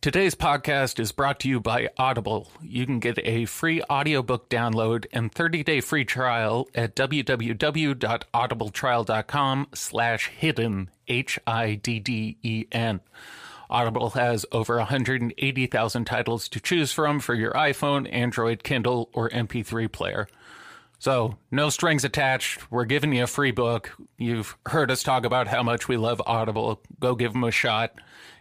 Today's podcast is brought to you by Audible. You can get a free audiobook download and 30-day free trial at www.audibletrial.com slash hidden, H-I-D-D-E-N. E Audible has over 180,000 titles to choose from for your iPhone, Android, Kindle, or MP3 player. So, no strings attached. We're giving you a free book. You've heard us talk about how much we love Audible. Go give them a shot.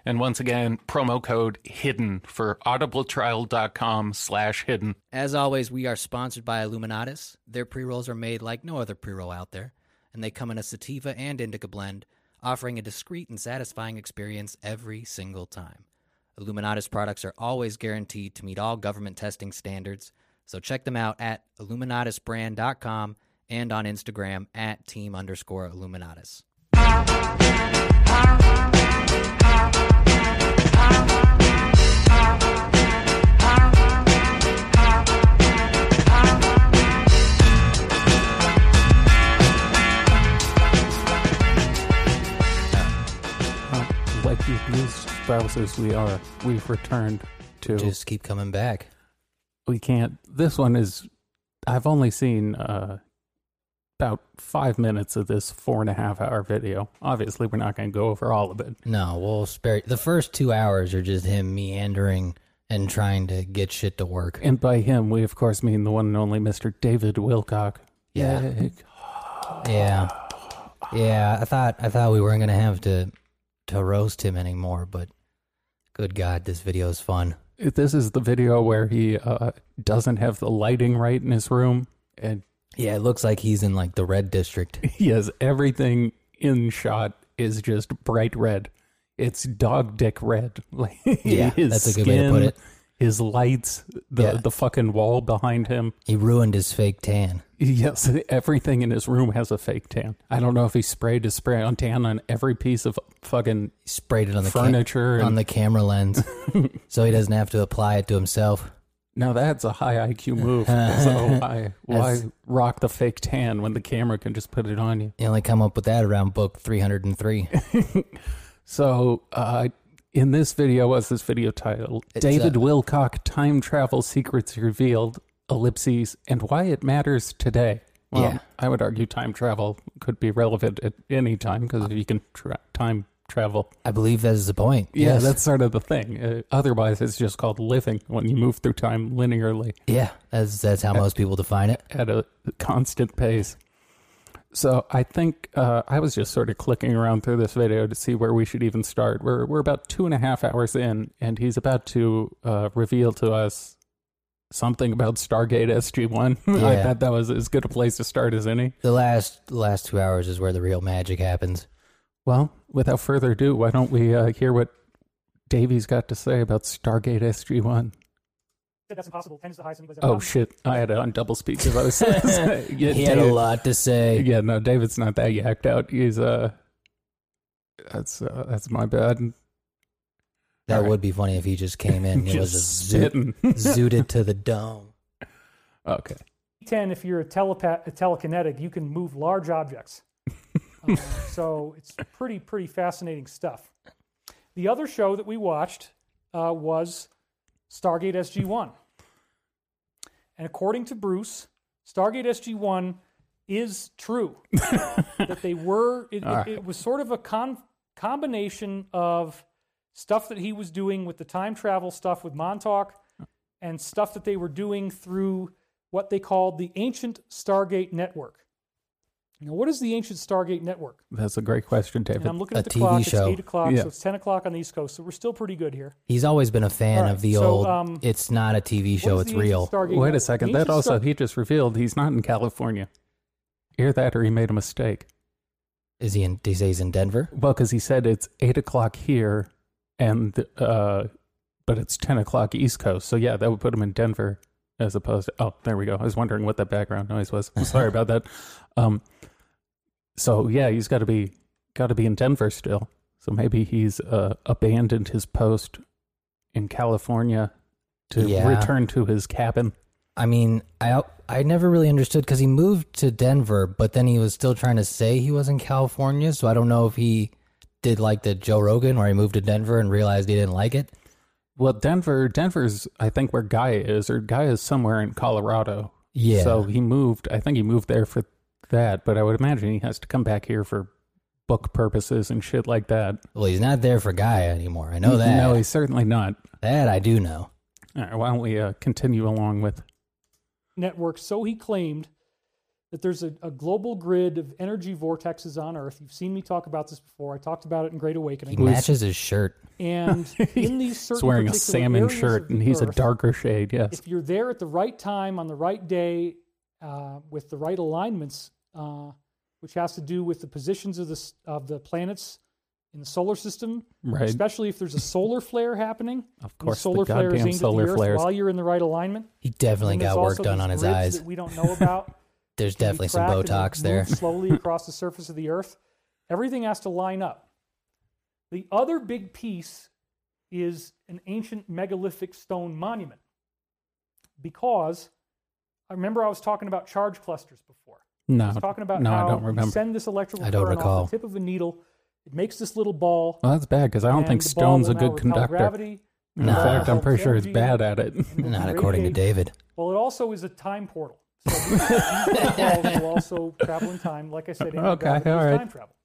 And once again, promo code HIDDEN for audibletrial.com slash hidden. As always, we are sponsored by Illuminatus. Their pre rolls are made like no other pre roll out there, and they come in a sativa and indica blend, offering a discreet and satisfying experience every single time. Illuminatus products are always guaranteed to meet all government testing standards, so check them out at illuminatusbrand.com and on Instagram at team underscore Illuminatus. Like the abused spouses we are, we've returned to... Just keep coming back. we can't... This one is... I've only seen uh, about five minutes of this four and a half hour video. Obviously, we're not going to go over all of it. No, we'll spare the first two hours are just him meandering and trying to get shit to work. And by him, we of course mean the one and only Mr. David Wilcock. Yeah. Yay. Yeah, yeah. I thought I thought we weren't gonna have to to roast him anymore, but good God, this video is fun. This is the video where he uh, doesn't have the lighting right in his room and Yeah, it looks like he's in like the red district. he has everything in shot is just bright red. It's dog dick red. Like Yeah, that's a good way to put it. His lights, the Yeah. the fucking wall behind him. He ruined his fake tan. Yes, everything in his room has a fake tan. I don't know if he sprayed his spray on tan on every piece of fucking He sprayed it on the ca- furniture. and on the camera lens, so he doesn't have to apply it to himself. Now that's a high IQ move. so why why rock the fake tan when the camera can just put it on you? He only come up with that around book three hundred and three. So uh, in this video, what's this video title? uh, David Wilcock Time Travel Secrets Revealed, Ellipses, and Why It Matters Today. Well, Yeah. I would argue time travel could be relevant at any time because you can tra- time travel. I believe that is the point. Yeah, Yes. that's sort of the thing. Uh, otherwise, it's just called living when you move through time linearly. yeah. That's that's how most people define it. at a constant pace. So I think uh, I was just sort of clicking around through this video to see where we should even start. We're we're about two and a half hours in, and he's about to uh, reveal to us something about Stargate SG One. I Yeah. bet that was as good a place to start as any. The last the last two hours is where the real magic happens. Well, without further ado, why don't we uh, hear what Davey's got to say about Stargate SG One? said that's impossible. Ten is the highest anybody's ever Oh gotten. shit, I had it on double speak because I was. yeah, He had a Dave- lot to say. Yeah, no, David's not that yacked out. He's uh that's uh, that's my bad. That Alright. would be funny if he just came in. and It was a Just zoot, spitting. zooted to the dome. okay. Ten, if you're a telepath, a telekinetic, you can move large objects. Um, so it's pretty, pretty fascinating stuff. The other show that we watched uh, was Stargate SG One, and according to Bruce, Stargate SG One is true. that they were. It, it, All right. it was sort of a con- combination of stuff that he was doing with the time travel stuff with Montauk, and stuff that they were doing through what they called the ancient Stargate network. Now, what is the ancient Stargate network? That's a great question, And David. I'm looking a at the TV clock. show. It's eight o'clock, Yeah. so it's ten o'clock on the East Coast. So we're still pretty good here. He's always been a fan Alright, of the so, old. um, it's not a TV What show. is It's the ancient real. Wait Stargate a network? second. The That ancient also Star- he just revealed he's not in California. Hear that or he made a mistake. Is he in? Did he say he's in Denver? Well, because he said it's eight o'clock here and uh but it's ten o'clock East Coast. So yeah, that would put him in Denver as opposed to oh, there we go. I was wondering what that background noise was. I'm sorry about that. Um so yeah, he's gotta be gotta be in Denver still. So maybe he's uh abandoned his post in California to Yeah. return to his cabin. I mean, I I never really understood because he moved to Denver, but then he was still trying to say he was in California. So I don't know if he did like the Joe Rogan, where he moved to Denver and realized he didn't like it. Well, Denver, Denver's I think where Guy is, or Guy is somewhere in Colorado. Yeah. So he moved. I think he moved there for that, but I would imagine he has to come back here for book purposes and shit like that. well, he's not there for Gaia anymore. I know that. No, he's certainly not. that I do know. All right, why don't we uh, continue along with? network. So he claimed that there's a, a global grid of energy vortexes on Earth. You've seen me talk about this before. I talked about it in Great He Awakening. matches his shirt. And in these certain He's wearing a particular salmon areas shirt, of and he's a Earth, darker shade. Yes. If you're there at the right time on the right day uh, with the right alignments, uh, which has to do with the positions of the s- of the planets in the solar system, Right. especially if there's a solar flare happening. Of and the course, the solar flare is goddamn aimed solar at the flares. Earth while you're in the right alignment. He definitely And there's got work also done these on his grids eyes. that we don't know about. There's can be definitely some cracked and Botox they there. move slowly across the surface of the Earth. Everything has to line up. The other big piece is an ancient megalithic stone monument. Because I remember I was talking about charge clusters before. I No. was talking about no, how I don't you remember. send this electrical I don't current recall. off the tip of a needle. It makes this little ball. well, that's bad because I don't and think the ball Stone's will a now good repel conductor. Gravity. In Nah. fact, I'm pretty sure he's Energy. bad at it. and it Not will according to radiate David. Well, it also is a time portal. So these balls will also travel in time. Like I said, Okay, anti-gravity is all right. time travel.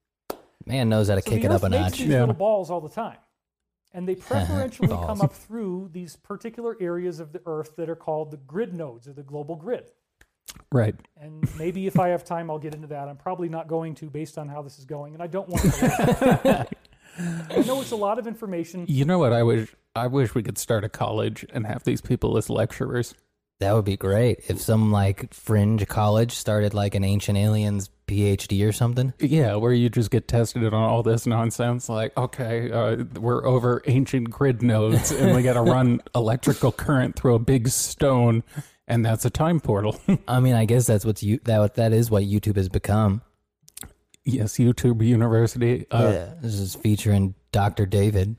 Man knows how to So kick the it up Earth a makes notch. These Yeah. little balls all the time, and they preferentially Balls. come up through these particular areas of the Earth that are called the grid nodes or the global grid. Right. And maybe if I have time, I'll get into that. I'm probably not going to, based on how this is going, and I don't want to. I know it's a lot of information. You know what? I wish I wish we could start a college and have these people as lecturers. That would be great if some like fringe college started like an ancient aliens PhD or something. Yeah, where you just get tested on all this nonsense. Like, okay, uh, we're over ancient grid nodes, and we got to run electrical current through a big stone, and that's a time portal. I mean, I guess that's what's you that that is what YouTube has become. yes, YouTube University. Uh, yeah. This is featuring Dr. David.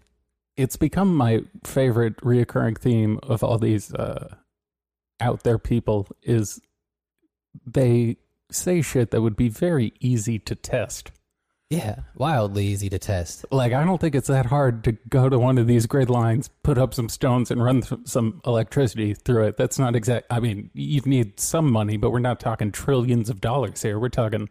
It's become my favorite reoccurring theme of all these uh, out there people is they say shit that would be very easy to test. Yeah, wildly easy to test. Like, I don't think it's that hard to go to one of these grid lines, put up some stones, and run th- some electricity through it. That's not exact. I mean, you'd need some money, but we're not talking trillions of dollars here. We're talking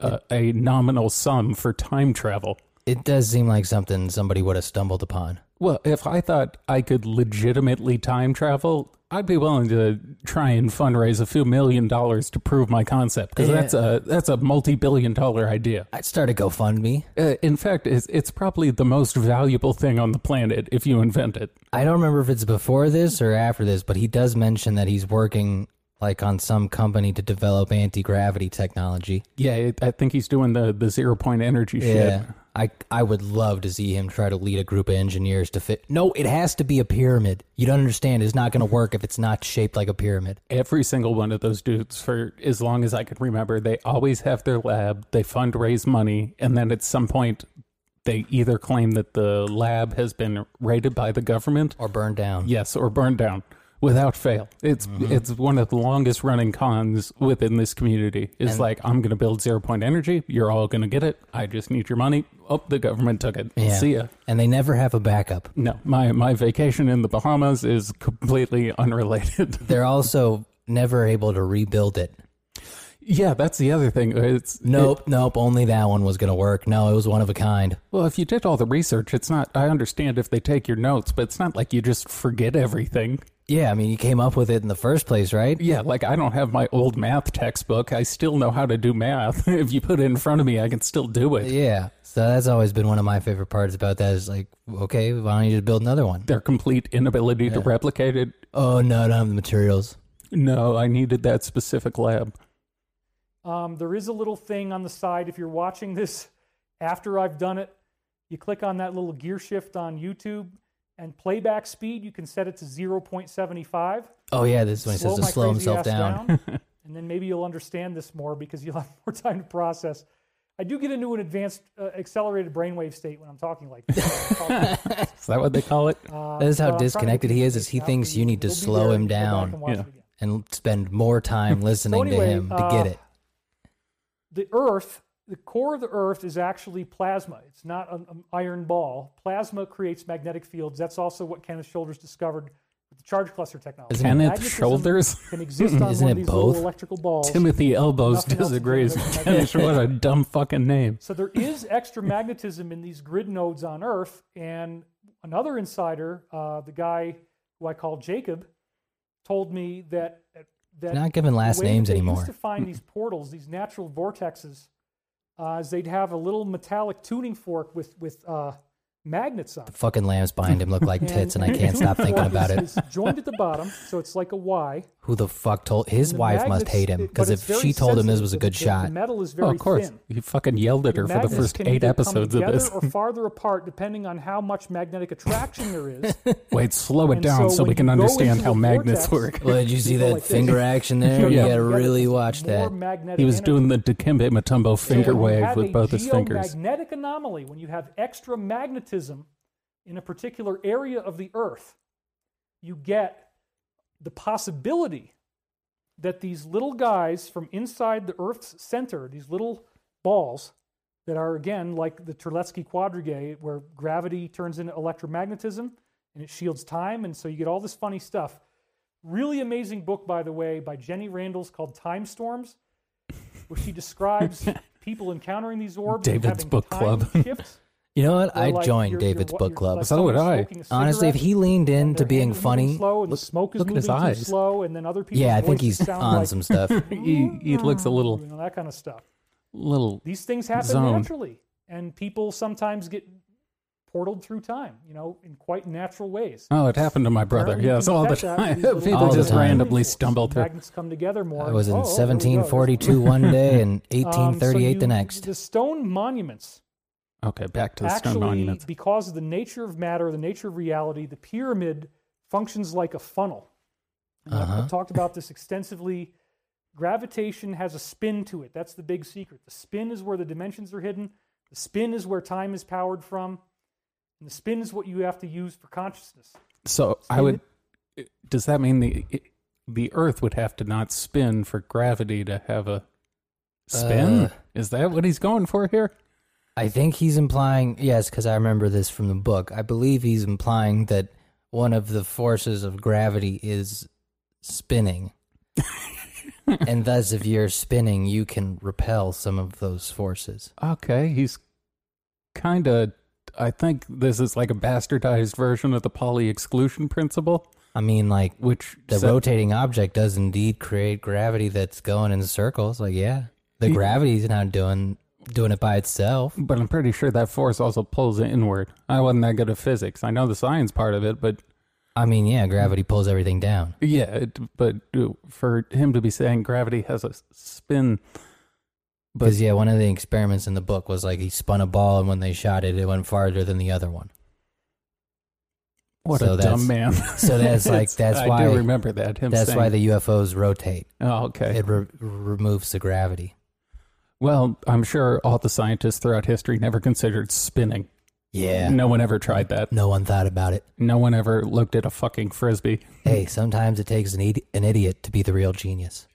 uh, a nominal sum for time travel. It does seem like something somebody would have stumbled upon. Well, if I thought I could legitimately time travel, I'd be willing to try and fundraise a few million dollars to prove my concept because Yeah. that's a that's a multi-billion dollar idea. I'd start a GoFundMe. Uh, in fact, it's, it's probably the most valuable thing on the planet if you invent it. I don't remember if it's before this or after this, but he does mention that he's working like on some company to develop anti-gravity technology. Yeah, it, I think he's doing the, the zero point energy shit. I I would love to see him try to lead a group of engineers to fit. No, it has to be a pyramid. You don't understand. It's not going to work if it's not shaped like a pyramid. Every single one of those dudes, for as long as I can remember, they always have their lab, they fundraise money, and then at some point, they either claim that the lab has been raided by the government, Or burn down. yes, or burned down without fail. It's it's one of the longest running cons within this community. It's like I'm going to build zero point energy. You're all going to get it. I just need your money. Oh, the government took it. Yeah. See ya. And they never have a backup. No, my, my vacation in the Bahamas is completely unrelated. They're also never able to rebuild it. yeah, that's the other thing. It's Nope, nope. Only that one was going to work. No, it was one of a kind. well, if you did all the research, it's not. I understand if they take your notes, but it's not like you just forget everything. Yeah, I mean, you came up with it in the first place, right? Yeah, like I don't have my old math textbook. I still know how to do math. if you put it in front of me, I can still do it. Yeah. So that's always been one of my favorite parts about that is like, okay, why don't you just build another one? Their complete inability to replicate it. Oh, no, I don't have the materials. No, I needed that specific lab. Um, there is a little thing on the side. If you're watching this after I've done it, you click on that little gear shift on YouTube and playback speed. You can set it to 0.75. Oh, yeah, this is when he says to my slow crazy himself ass down. and then maybe you'll understand this more because you'll have more time to process. I do get into an advanced uh, accelerated brainwave state when I'm talking like this. Is that what they call it? That is But I'm how trying to disconnected keep he it is. Is he now thinks for you need to You'll be slow there him and go back and down watch it Yeah. again. and spend more time listening to anyway, him to uh, get it. The Earth the core of the Earth is actually plasma. It's not an, an iron ball. Plasma creates magnetic fields. That's also what Kenneth Shoulders discovered with the charge cluster technology. Isn't it Magnetism shoulders? Can exist on Isn't one it of these little both? electrical balls. Timothy Elbows Nothing else is disagrees. better than Dennis, what a dumb fucking name. So there is extra magnetism in these grid nodes on Earth. And another insider, uh, the guy who I call Jacob, told me that that They're not giving last the way names that they anymore. Used to find these portals, these natural vortexes, uh, is they'd have a little metallic tuning fork with with uh, magnets on. it. The fucking lambs behind him look like tits, and I can't stop thinking about it. It's joined at the bottom, so it's like a Y. Who the fuck told his The wife must magnets- hate him? it- but Because it's if very she told him this sensitive, was a the- good the- shot, the metal is very Oh, of course. thin. He fucking yelled at her for the Magnets first can eight either come episodes of together this. or farther apart, depending on how much magnetic attraction there is. Wait, slow it And down so, so when we can you go understand into how a magnets vortex- work. well, did you see People that like this. finger action there? Yeah. You gotta really watch More that. magnetic He was energy. doing the Dikembe Mutombo finger So when you wave have with a both his fingers. Geomagnetic anomaly when you have extra magnetism in a particular area of the Earth, you get the possibility that these little guys from inside the Earth's center, these little balls that are again like the Terletsky quadrigae, where gravity turns into electromagnetism and it shields time, and so you get all this funny stuff. Really amazing book, by the way, by Jenny Randalls called Time Storms, where she describes people encountering these orbs. and David's having book time club. shifts. You know what? They're I'd like join you're- David's you're- book you're club. like So would someone I. smoking a Honestly, if cigarette he leaned and into their hand being is moving funny, slow and look- the smoke is look at moving his too eyes. slow, and then other people. yeah, I think he's sound on like, some stuff. he, he looks a little, you know, that kind of stuff. little. These things happen Zone. naturally, and people sometimes get portaled through time. You know, in quite natural ways. Oh, it happened to my brother. Apparently you Yes, can all the detect that with time. these little People All the just time. randomly forces. stumble through. Magnets come together more. I was in Oh, oh, there we go. There's 1742 one day and Um, so 1838 the you- next. The stone monuments Okay, back to the actually, stone monuments. because of the nature of matter, the nature of reality, the pyramid functions like a funnel. And I've- Uh-huh. I've talked about this extensively. Gravitation has a spin to it. That's the big secret. The spin is where the dimensions are hidden. The spin is where time is powered from. And the spin is what you have to use for consciousness. So I would. Does that mean the the Earth would have to not spin for gravity to have a spin? Uh. Is that what he's going for here? I think he's implying, yes, because I remember this from the book. I believe he's implying that one of the forces of gravity is spinning. and thus, if you're spinning, you can repel some of those forces. Okay, he's kind of. I think this is like a bastardized version of the Pauli exclusion principle, I mean, like, which the sa- rotating object does indeed create gravity that's going in circles. Like, yeah, the Yeah. gravity's not doing doing it by itself. But I'm pretty sure that force also pulls it inward. I wasn't that good at physics. I know the science part of it, but I mean, yeah, gravity pulls everything down. yeah, it, but uh, for him to be saying gravity has a s- spin, Because yeah, one of the experiments in the book was like he spun a ball, and when they shot it, it went farther than the other one. what So a that's- dumb man. so that's like- It's- that's I why- do remember that. Him That's saying, why the UFOs rotate. Oh, okay. It re- removes the gravity. well, I'm sure all the scientists throughout history never considered spinning. Yeah, no, No one ever tried that. one thought about it. No one ever looked at a fucking frisbee. Hey, sometimes it takes an, idi- an idiot to be the real genius.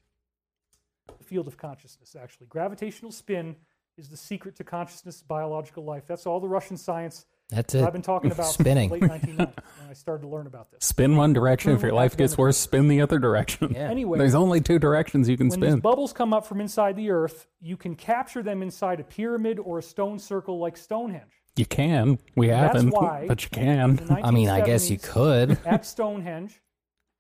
The field of consciousness, actually. Gravitational spin is the secret to consciousness, biological life. That's all the Russian science That's that it. I've been talking about since spinning. late 1990s when I started to learn about this. Spin one direction. If your Mhm. life gets worse, spin the other direction. Yeah. Anyway, There's only two directions you can when spin. these bubbles come up from inside the earth, you can capture them inside a pyramid or a stone circle like Stonehenge. You can. We That's haven't, why- but you In can. the I mean, I guess you 1970s, could. At Stonehenge,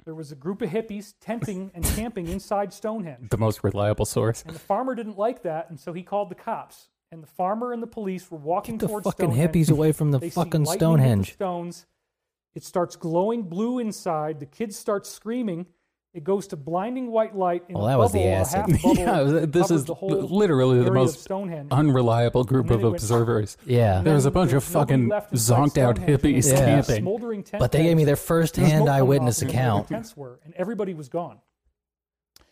there was a group of hippies tenting and camping inside Stonehenge. The most reliable source. And the farmer didn't like that, and so he called the cops. And the farmer and the police were walking Get the towards fucking Stonehenge. hippies away from the They see fucking lightning hit the Stonehenge. stones. It starts glowing blue inside. The kids start screaming. It goes to blinding white light. In Well, a that was the bubble, a acid. half bubble Yeah, that this covers is the whole literally the area of most Stonehenge. Unreliable group And then of it went- observers. Yeah, There was a then bunch there of was nobody fucking left inside zonked out Stonehenge. There hippies was a Yeah. camping. smoldering tent but they gave me their There was smoke first-hand coming off eyewitness from where the account. Tents were, and everybody was gone.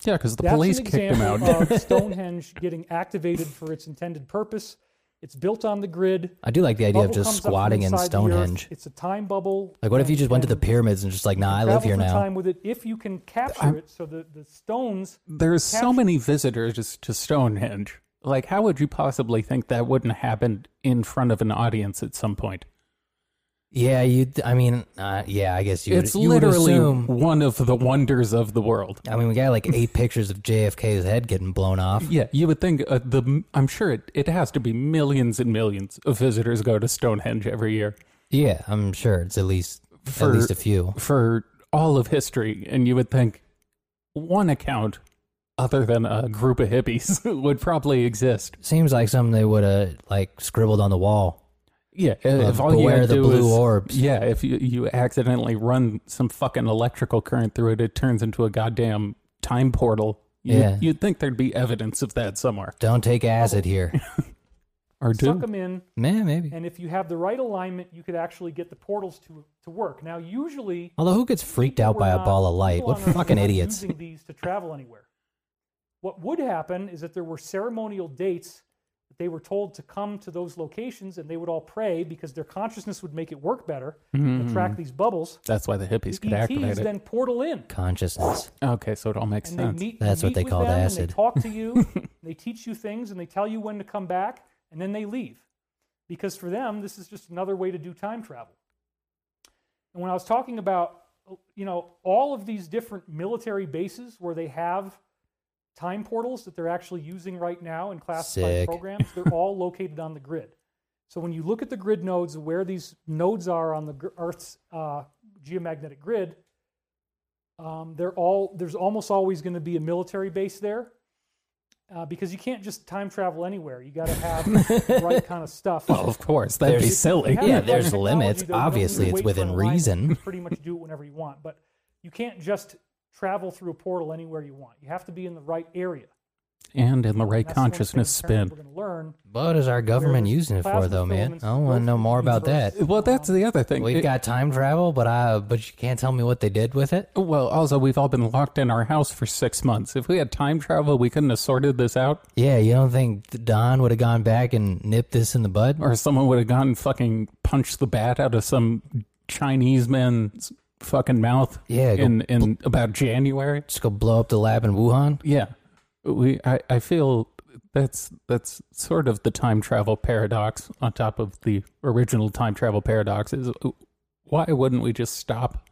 Yeah, because the That's police an kicked him out. example of Stonehenge getting activated for its intended purpose. It's built on the grid. I do like the idea of Bubble just comes up from squatting in inside the earth. Stonehenge. It's a time bubble. Like, what if you and- just went to the and pyramids and just like, nah, I travel live here through now. Time with it if you can capture I'm- it, so the, the stones There's so Capture- many visitors to Stonehenge. Like, how would you possibly think that wouldn't happen in front of an audience at some point? Yeah, you. I mean, uh, yeah, I guess you. It's would, you literally Would assume, one of the wonders of the world. I mean, we got like eight pictures of JFK's head getting blown off. Yeah, you would think uh, the. I'm sure it, it has to be millions and millions of visitors go to Stonehenge every year Yeah, I'm sure it's at least For- at least a few. for all of history, and you would think one account other than a group of hippies would probably exist. Seems like something they would have like scribbled on the wall. Yeah, if all you beware had to the do blue is, orbs. Yeah, if you, you accidentally run some fucking electrical current through it, it turns into a goddamn time portal. You, Yeah. you'd think there'd be evidence of that somewhere, Don't take acid here. or Suck do? them in, Man, maybe. and if you have the right alignment, you could actually get the portals to to work. Now, usually, Although, who gets freaked out We're by a not- ball of light? people What on Earth are fucking not idiots? Using these to travel anywhere. What would happen is that there were ceremonial dates that they were told to come to those locations, and they would all pray because their consciousness would make it work better, Mm-hmm, Mhm. attract these bubbles. That's why the hippies could the activate ETs it. then portal in, Consciousness. okay, so it all makes and they sense. meet. That's you what meet they with called them, and acid. they talk to you. and they teach you things, and they tell you when to come back, and then they leave, because for them this is just another way to do time travel. And when I was talking about, you know, all of these different military bases where they have time portals that they're actually using right now in classified Sick. programs, they're all located on the grid. So when you look at the grid nodes, where these nodes are on the gr- Earth's uh, geomagnetic grid, um, they're all there's almost always going to be a military base there. Uh, because you can't just time travel anywhere. You got to have the right kind of stuff. well, of course, that'd be There's- silly. Yeah, there's limits. Obviously, it's within reason. You pretty much do it whenever you want, but you can't just travel through a portal anywhere you want. You have to be in the right area. And in the right That's one thing consciousness apparently spin. We're going to learn. What is our government Where does using it for, plasma though, man? filaments I want go to know through more the about that. universe? Well, that's the other thing. We've It- got time travel, but I but you can't tell me what they did with it. well, also, we've all been locked in our house for six months. If we had time travel, we couldn't have sorted this out. Yeah, you don't think Don would have gone back and nipped this in the bud? or someone would have gone and fucking punched the bat out of some Chinese man's fucking mouth. Yeah, go- in in about January. Just go blow up the lab in Wuhan? Yeah, we. I I feel that's that's sort of the time travel paradox on top of the original time travel paradox. Is why wouldn't we just stop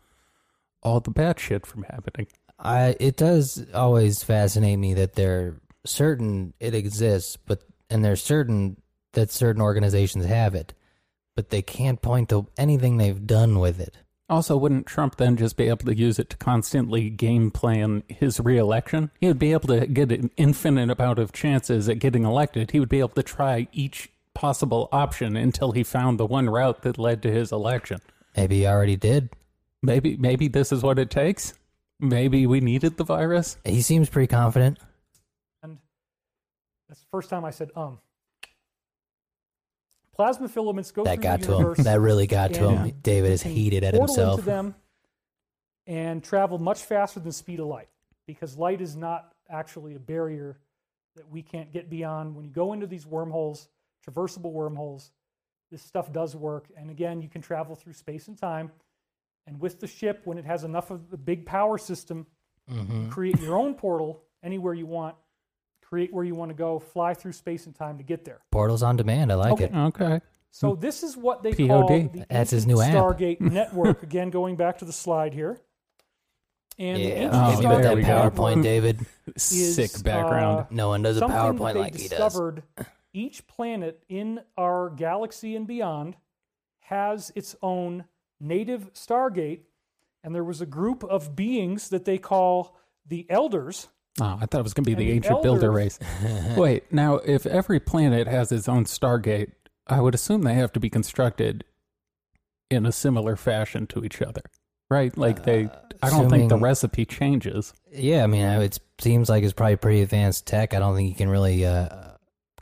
all the bad shit from happening? I it does always fascinate me that they're certain it exists, but and they're certain that certain organizations have it, but they can't point to anything they've done with it. Also, wouldn't Trump then just be able to use it to constantly game plan his reelection? He would be able to get an infinite amount of chances at getting elected. He would be able to try each possible option until he found the one route that led to his election. Maybe he already did. Maybe, maybe this is what it takes. Maybe we needed the virus. He seems pretty confident. And that's the first time I said um. Plasma filaments go That through got the to him. universe. That really got to Yeah. him. David is can heated at portal himself. Into them and travel much faster than speed of light because light is not actually a barrier that we can't get beyond. When you go into these wormholes, traversable wormholes, this stuff does work. And again, you can travel through space and time. And with the ship, when it has enough of the big power system, Mm-hmm. hmm create your own portal anywhere you want, create where you want to go, fly through space and time to get there. Portals on demand. I like Okay. it. Okay. Hmm. So this is what they POD. call the That's his ancient new app. Stargate Network. Again, going back to the slide here. And the Yeah, ancient Oh, oh, there Stargate that we go. PowerPoint, Network David. is, Sick background. uh, No one does a something that PowerPoint they like he does. discovered each planet in our galaxy and beyond has its own native Stargate, and there was a group of beings that they call the Elders. oh, I thought it was going to be and the the ancient builder race. elders- Wait, now if every planet has its own Stargate, I would assume they have to be constructed in a similar fashion to each other, right? Like they, Uh, I don't think the assuming- recipe changes. Yeah, I mean, it seems like it's probably pretty advanced tech. I don't think you can really uh,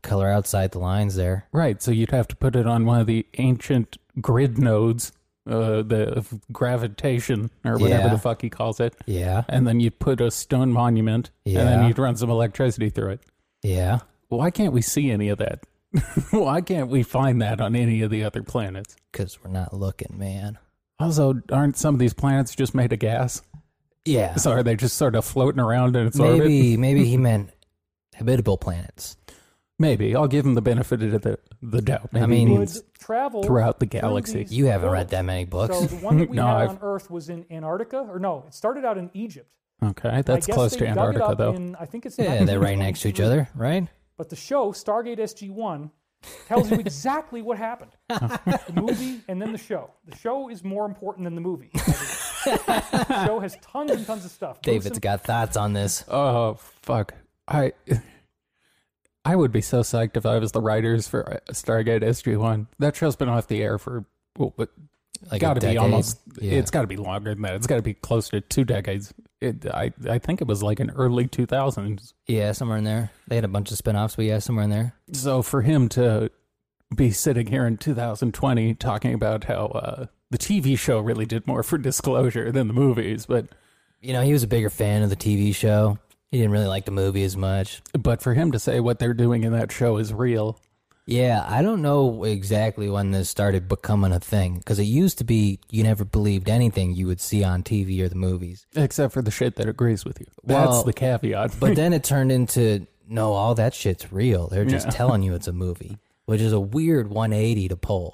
color outside the lines there. Right, so you'd have to put it on one of the ancient grid nodes, uh, the of gravitation or whatever Yeah. the fuck he calls it, Yeah, and then you'd put a stone monument, and then Yeah. you'd run some electricity through it. yeah. Why can't we see any of that? Why can't we find that on any of the other planets? Because we're not looking, man. Also, aren't some of these planets just made of gas? Yeah, So are they just sort of floating around in its orbit? maybe maybe he meant habitable planets. Maybe I'll give him the benefit of the, the doubt. Maybe I I mean- mean, would travel throughout the through galaxy. these You haven't read worlds. that many books. So the one that we No, had I've- on Earth was in Antarctica, or no, it started out in Egypt. okay, I that's guess close they to dug it Antarctica, up though. in- I think it's yeah, they're right next to each 1923. other, right? But the show Stargate SG One tells you exactly what happened. the movie and then the show. The show is more important than the movie. by the way. the show has tons and tons of stuff. David's Gruesome- got thoughts on this. Oh fuck! I I would be so psyched if I was the writers for uh, Stargate SG One. That show's been off the air for well, but Like a got to be decade. almost. Yeah. It's got to be longer than that. It's got to be close to two decades. It, I I think it was like an early two thousands. yeah, somewhere in there. They had a bunch of spin-offs, but yeah, somewhere in there. So for him to be sitting here in 2020 talking about how uh, the TV show really did more for disclosure than the movies, but You know, he was a bigger fan of the TV show. He didn't really like the movie as much. but for him to say what they're doing in that show is real, Yeah, I don't know exactly when this started becoming a thing because it used to be you never believed anything you would see on TV or the movies. except for the shit that agrees with you. Well, That's the caveat. But then it turned into no, all that shit's real. They're just Yeah. telling you it's a movie, which is a weird 180 to pull.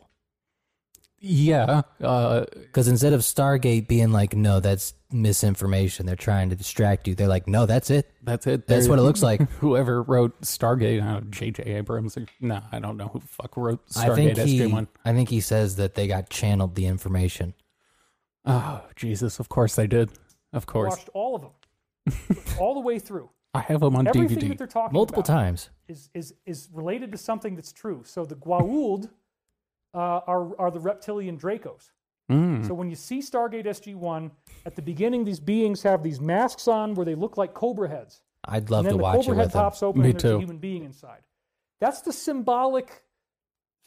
yeah, uh, Because instead of Stargate being like, no, that's misinformation, they're trying to distract you, they're like, no, that's it. that's it. That's They're- what it looks like. Whoever wrote Stargate, uh, J.J. Abrams. or- Nah, I don't know who the fuck wrote I Stargate think, he, SG-1. I think he says that they got channeled the information. Oh, Jesus. Of course they did. Of course. Watched all of them, all the way through. I have them on Everything DVD. that they're talking Multiple about times. is, is is related to something that's true. So the Gwauld uh, are are the reptilian Dracos. Mm. So when you see Stargate SG One at the beginning, these beings have these masks on where they look like cobra heads. I'd love and to then watch the it cobra head with him. pops open Me and there's too. a human being inside. That's the symbolic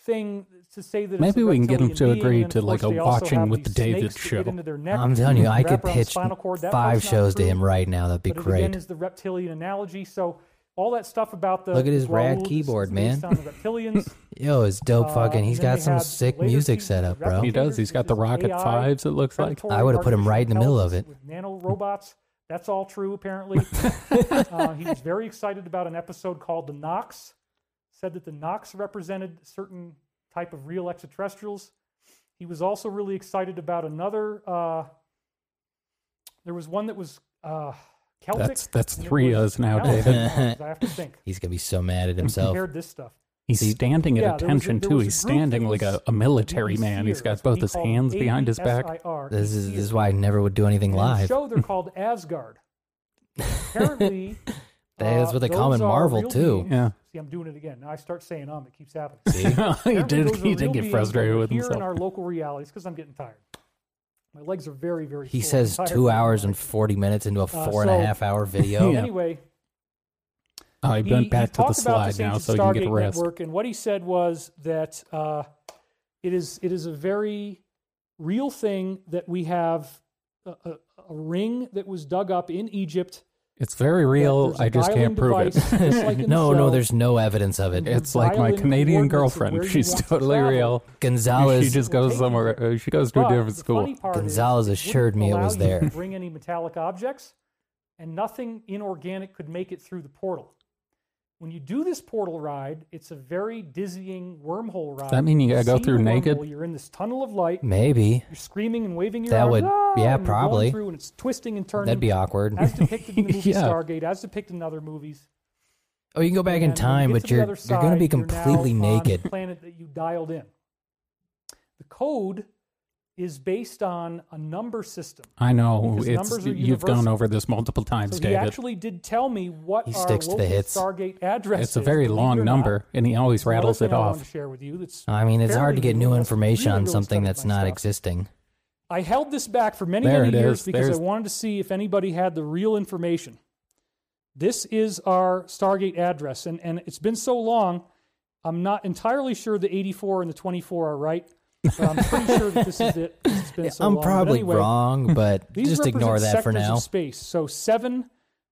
thing to say that it's Maybe a we can get 'em reptilian to being, and agree then, of to, like, course, a they also watching have with these the David snakes that get show. into their neck I'm and telling you, I wrap could around the pitch spinal cord. That five part's not shows to true. him right now. That'd be But it again great. is the reptilian analogy. So all that stuff about the Look at his rad Raul is keyboard, based man. on the reptilians. Yo, it's dope Uh, fucking. He's and then got they some had sick later music seasons set of up, bro. he does. He's got the This is rocket AI fives, it looks like. predatory I would've put him artificial right in the middle of intelligence With nano robots. That's all true, apparently. uh, he was very excited about an episode called The Nox. Said that the Nox represented a certain type of real extraterrestrials. He was also really excited about another. Uh, there was one that was uh, Celtic. That's- that's and it three was- O's now, I don't know, David. I have to think. He's gonna be so mad at himself. Compared this stuff. He's standing at yeah, there was a- attention, there too. was a He's group that standing like was a, a military These man. He's got spheres, both we his call hands behind his back. AESIR, This is these this is why I never would do anything in The live. show they're called Asgard. Apparently, That's uh, what they call 'em in those are Marvel, real too. beings. Yeah. See, I'm doing it again. Now I start saying um, it keeps happening. he Apparently did, those are he did real get beings frustrated that with live Here in himself. our local realities, because I'm getting tired. My legs are very, very. He sore. says I'm tired two from hours my- and forty minutes into a four and a half Uh, so- hour video. Yeah. Anyway, Oh, he he- went he back to the talked about slide this now ancient so you can get Stargate a rest. Network, and what he said was that uh, it is it is a very real thing that we have a, a, a ring that was dug up in Egypt. It's very real. There's a I just dialing can't prove it. device, just like in the no, no, show. there's no evidence of it. Yeah. It's like my dial in Canadian coordinates of where girlfriend. you She's want to totally travel. real. Gonzalez, she just We'll goes take you somewhere. there. uh, She goes to a But different the school. funny part is Gonzalez it assured wouldn't me it was allow you to there. Bring any metallic objects, and nothing inorganic could make it through the portal. When you do this portal ride, it's a very dizzying wormhole ride. that mean you gotta go see through the naked? wormhole, You're in this tunnel of light. maybe You're screaming and waving your Mm. That arms. would- "Ah!" yeah, and you're going probably. Through and it's twisting and turning. that'd be awkward. as depicted in the movie Yeah. Stargate, as depicted in other movies. Oh, you can go back in And when you time, get to but the you're other you're gonna side, be you're now completely on the naked. planet that you dialed in. The code is based on a number system. I know Because it's numbers are you've gone universal. over this multiple times, So he David. actually did tell me what He our sticks to the local hits. Stargate address It's a is, very believe it long or not. number, and he always It's another rattles thing it I wanted to off. share with you. That's I mean, it's hard fairly to get new. new That's information really, on really something studied that's my not stuff. existing. I held this back for many, There many it years is. because There's- I wanted to see if anybody had the real information. This is our Stargate address, and, and it's been so long, I'm not entirely sure the 84 and the 24 are right, but I'm pretty sure that this is it. It's been so I'm long. But probably anyway, wrong, but These just ignore represent that for sectors now. Of space. So seven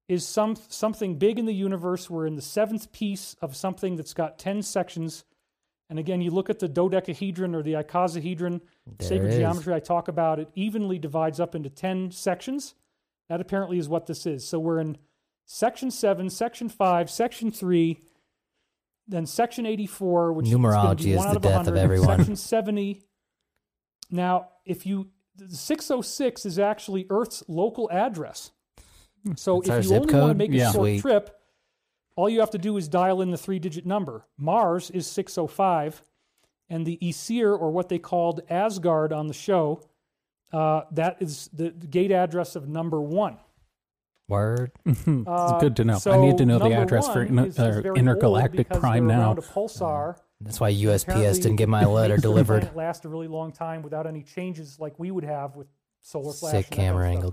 is some something big in the universe. We're in the seventh piece of something that's got ten sections. And again, you look at the dodecahedron or the icosahedron. There sacred it is. geometry I talk about it evenly divides up into ten sections. That apparently is what this is. So we're in section seven, section five, section three. Then Section 84, which Numerology is, gonna be is one the out of death of 100. everyone. Section 70. Now, if you the 606 is actually Earth's local address. So That's our if you zip only want to code? make a Yeah. short Sweet. trip, all you have to do is dial in the three-digit number. Mars is 605, and the Aesir, or what they called Asgard on the show, uh, that is the the gate address of number one. Word. Uh, it's good to know. I need to know the address for in- in, uh, intergalactic prime now. A pulsar. That's why USPS Apparently, didn't get my letter makes the delivered. planet Last a really long time without any changes like we would have with solar flash. Sick and that kind of camera stuff. angle,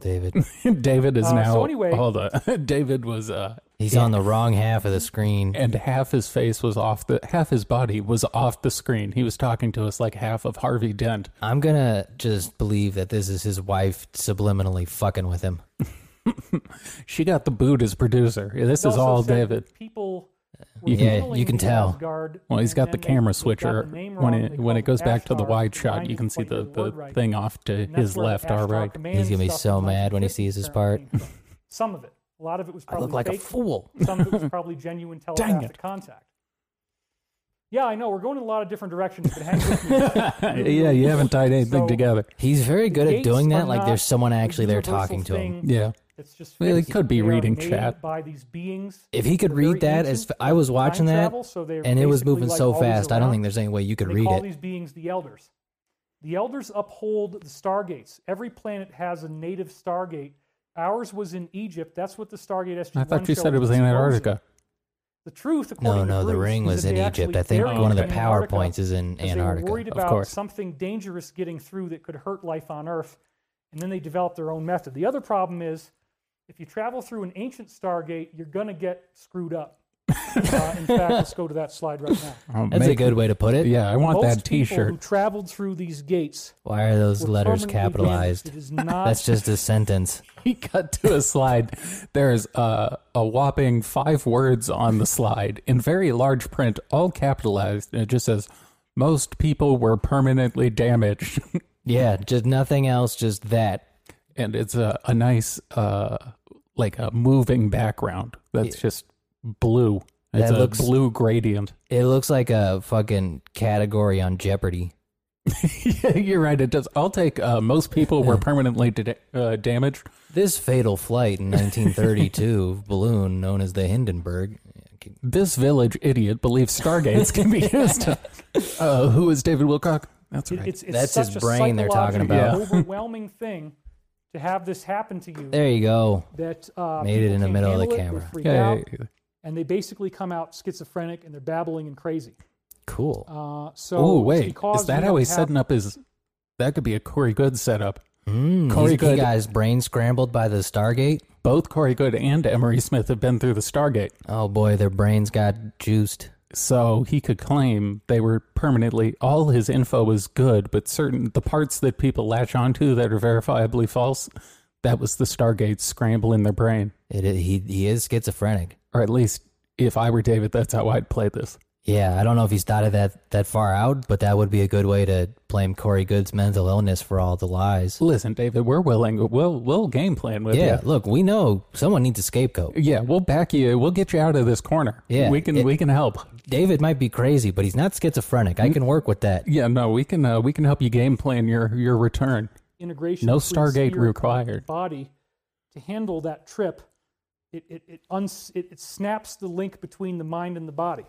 David. David is Uh, so now. anyway- hold on. David was, uh, He's on the wrong half of the screen. and half his face was off the, half his body was off the screen. He was talking to us like half of Harvey Dent. I'm gonna just believe that this is his wife subliminally fucking with him. She got the boot as producer. This It is also all said David. People. You can- Yeah, you can tell. Well, he's got the camera switcher. When it when it goes back to the wide shot, you can see the, the thing off to his left or right. He's gonna be so mad when he sees his part. Some of it, a lot of it was I probably look like a fake. fool. Some of it was probably genuine telepathic contact. Yeah, I know. We're going in a lot of different directions, but hang with me. yeah, you haven't tied anything So- together. He's very good at Gates doing are that. Like not there's someone a actually there universal talking to him. thing Yeah. that's just Well, it fixed. could be They are reading made chat. by these beings. If he could They're very read that, as ancient, I was time watching that, travel, so they're and it was basically, moving like, so always fast, I around. don't think there's any way you could they read call it. these beings the elders. The elders uphold the stargates. Every planet has a native stargate. Ours was in Egypt. That's what the Stargate SG. I thought you said it was in Antarctica. The truth, No, according to no, the Bruce, ring is was that in they Egypt. actually I think buried buried one of it the in powerpoints Antarctica is in because They were worried Antarctica. of about course. something dangerous getting through that could hurt life on Earth, and then they developed their own method. The other problem is, if you travel through an ancient Stargate, you're going to get screwed up. uh, in fact, let's go to that slide right now. Oh, That's a make- good way to put it. Yeah, I want Most that people who T-shirt. traveled through these gates Why are those were letters permanently capitalized? damaged. It is not That's just a sentence. He cut to a slide. There's uh, a whopping five words on the slide in very large print, all capitalized, and it just says, "Most people were permanently damaged," Yeah, just nothing else, just that. and it's a, a nice, uh, like a moving background that's just blue. It's That a looks- blue gradient. It looks like a fucking category on Jeopardy. yeah, you're right. It does. I'll take. Uh, most people were permanently da- uh, damaged. This fatal flight in 1932 balloon known as the Hindenburg. This village idiot believes stargates can be used. Uh, who is David Wilcock? That's It- right. it's, it's That's such his a brain they're talking psychological, about. overwhelming thing to have this happen to you There you go. that uh, Made it people in the can't middle of the handle it, they're camera. freaked yeah, out, yeah, yeah. and they basically come out schizophrenic and they're babbling and crazy. Cool. Uh, so Oh it's wait, because is that you how don't he's have- setting up his? That could be a Corey Good setup. Mm, Corey he, he Good- got his brain scrambled by the Stargate. Both Corey Good and Emery Smith have been through the Stargate, Oh boy, their brains got juiced. so he could claim they were permanently. All his info was good, but certain the parts that people latch onto that are verifiably false, that was the Stargate scramble in their brain. It, it- he he is schizophrenic. Or at least, if I were David, that's how I'd play this. Yeah, I don't know if he's thought of that that far out, but that would be a good way to blame Corey Good's mental illness for all the lies. Listen, David, we're willing. We'll we'll game plan with Yeah, you. look, we know someone needs a scapegoat. Yeah, we'll back you. We'll get you out of this corner. Yeah, we can it- we can help. David might be crazy, but he's not schizophrenic. I can work with that. Yeah, no, we can uh, we can help you game plan your your return. integration. No between Stargate spirit and required. Body to handle that trip, it it it, uns, it it snaps the link between the mind and the body,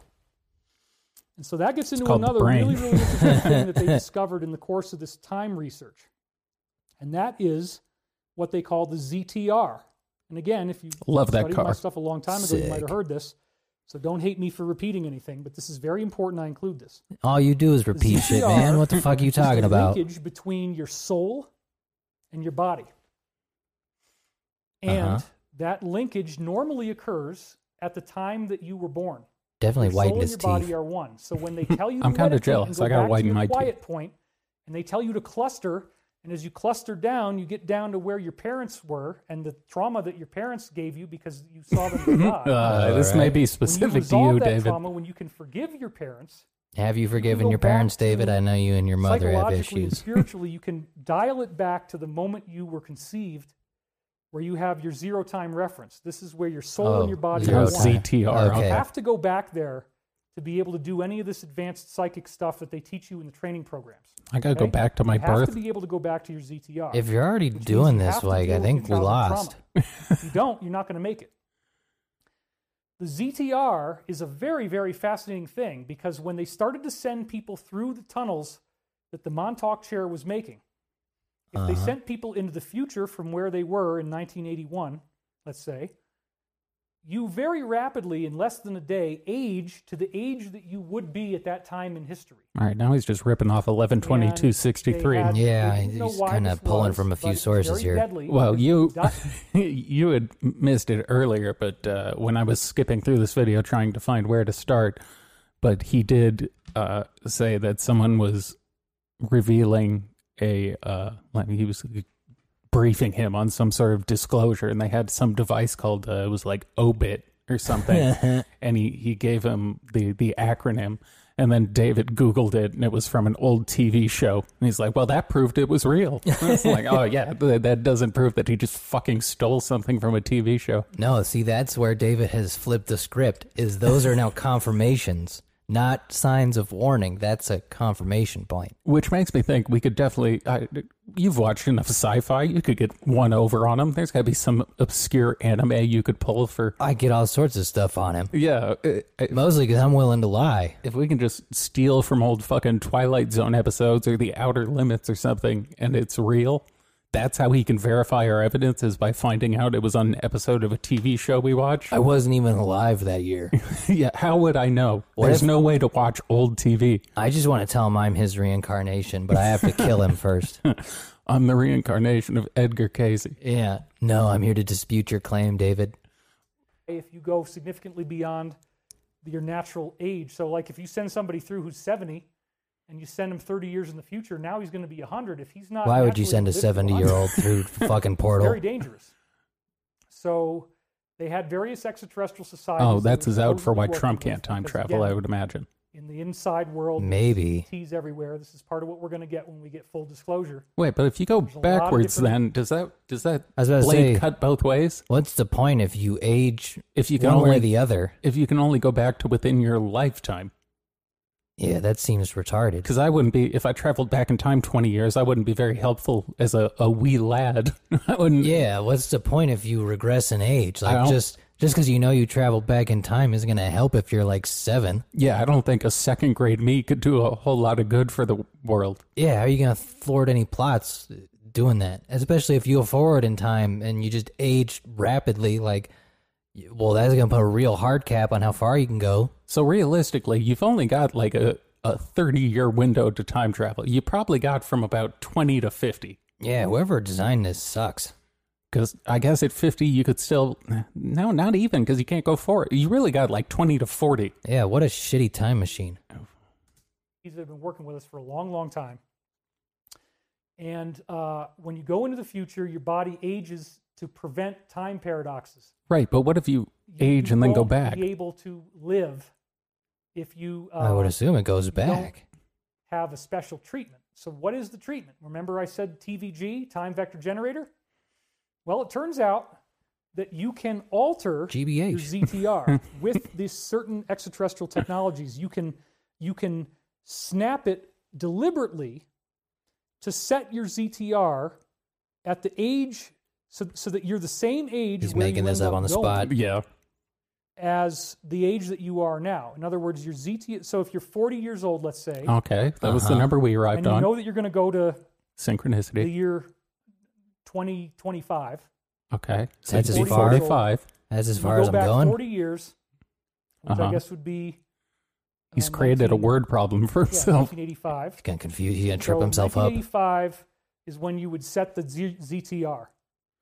and so that gets into called the another brain. really really interesting thing that they discovered in the course of this time research, and that is what they call the ZTR. And again, if you Love that studied my car. stuff a long time ago, you might have Sick. heard this. So don't hate me for repeating anything, but this is very important. I include this. All you do is repeat shit, ZTR man. What the fuck are you is the talking about? linkage between your soul and your body. And Uh-huh. that linkage normally occurs at the time that you were born. Definitely your soul whiten and his your body teeth. are one. So when they tell you, to I'm kinda meditate and jealous. go I gotta back to whiten your my teeth. quiet point, and they tell you to cluster. And as you cluster down, you get down to where your parents were and the trauma that your parents gave you because you saw them die. Uh, this may right. be when you specific to resolve you, that David. trauma, when you can forgive your parents, Have you forgiven go your parents, back to David? I know you and your mother have psychologically and issues. spiritually, you can dial it back to the moment you were conceived, where you have your zero time reference. This is where your soul Oh, and your body zero are time. one. ZTR. You Okay. have to go back there to be able to do any of this advanced psychic stuff that they teach you in the training programs. I gotta go Okay. back to my You have birth. to be able to go back to your ZTR. If you're already which means doing you this, have to like deal I with think we your childhood lost. trauma. if you don't, you're not going to make it. The ZTR is a very, very fascinating thing because when they started to send people through the tunnels that the Montauk chair was making, if they Uh-huh. sent people into the future from where they were in 1981, let's say, you very rapidly, in less than a day, age to the age that you would be at that time in history. All right, now he's just ripping off eleven twenty And they two sixty three. had- they Yeah, didn't know he's why kinda this pulling was, from a but few it was sources very here. deadly. Well, It's you di- you had missed it earlier, but uh, when I was skipping through this video trying to find where to start, but he did uh, say that someone was revealing a uh, like he was briefing him on some sort of disclosure, and they had some device called uh, it was like Obit or something, and he he gave him the the acronym. And then David Googled it, and it was from an old TV show. And he's like, "Well, that proved it was real." I was like, "Oh yeah, th- that doesn't prove that he just fucking stole something from a TV show." No, see, that's where David has flipped the script. Is those are now confirmations, not signs of warning. That's a confirmation point. Which makes me think we could definitely. I, you've watched enough sci-fi; you could get one over on him. There's got to be some obscure anime you could pull for. I get all sorts of stuff on him, Yeah, uh, uh, mostly because I'm willing to lie. if we can just steal from old fucking Twilight Zone episodes or The Outer Limits or something, and it's real. That's how he can verify our evidence is by finding out it was on an episode of a TV show we watch. I wasn't even alive that year. yeah, how would I know? What There's if- no way to watch old TV. I just want to tell him I'm his reincarnation, but I have to kill him first. I'm the reincarnation of Edgar Casey. Yeah. No, I'm here to dispute your claim, David. if you go significantly beyond your natural age. So, like if you send somebody through who's 70 and you send him 30 years in the future, now he's going to be 100. If he's not, Why would you naturally send a 70 living year 100, old through the fucking It's portal? very dangerous. So, they had various extraterrestrial societies. Oh, they that's were his out for supposedly why working Trump with can't time because, travel, again, I would imagine. In the inside world, there's Maybe. teas everywhere. This is part of what we're going to get when we get full disclosure. Wait, but if you go a lot of backwards, different- then does that does that I was about blade to say- cut both ways? What's the point if you age If you can one way or only the other? if you can only go back to within your lifetime. Yeah, that seems retarded. Because I wouldn't be, if I traveled back in time 20 years, I wouldn't be very helpful as a, a wee lad. I wouldn't. Yeah, what's the point if you regress in age? I Like don't- just just because you know you travel back in time isn't going to help if you're like seven. Yeah, I don't think a second grade me could do a whole lot of good for the world. Yeah, how are you going to thwart any plots doing that? Especially if you go forward in time and you just age rapidly. Like, well, that's going to put a real hard cap on how far you can go. So realistically, you've only got like a, a 30 year window to time travel. You probably got from about 20 to 50. Yeah, whoever designed this sucks. Because I guess at 50, you could still, eh, no, not even, because you can't go forward. You really got like 20 to 40. Yeah, what a shitty time machine. These have been working with us for a long, long time. And uh, when you go into the future, your body ages to prevent time paradoxes. Right, but what if you You- age you and then go won't back? Be able to live if you uh, I would assume it goes don't- back. have a special treatment. So, what is the treatment? Remember, I said TVG, time vector generator. Well, it turns out that you can alter your GBH. ZTR with these certain extraterrestrial technologies. You can you can snap it deliberately to set your ZTR at the age so, so that you're the same age. He's where you making this end up on the going spot. Uh, Yeah. as the age that you are now. In other words, your ZT. So if you're 40 years old, let's say, Okay. That was the Uh-huh. number we arrived and you on. know that you're going to go to the Synchronicity. year 2025, Okay. So That's you'd as be far- 45. That's as you far go as I'm back going. 40 years, which I Uh-huh. guess would be He's uh, created a 19 word problem for Yeah, himself. 1985. He's gonna confuse. He's gonna trip So himself up. 1985 is when you would set the Z- ZTR.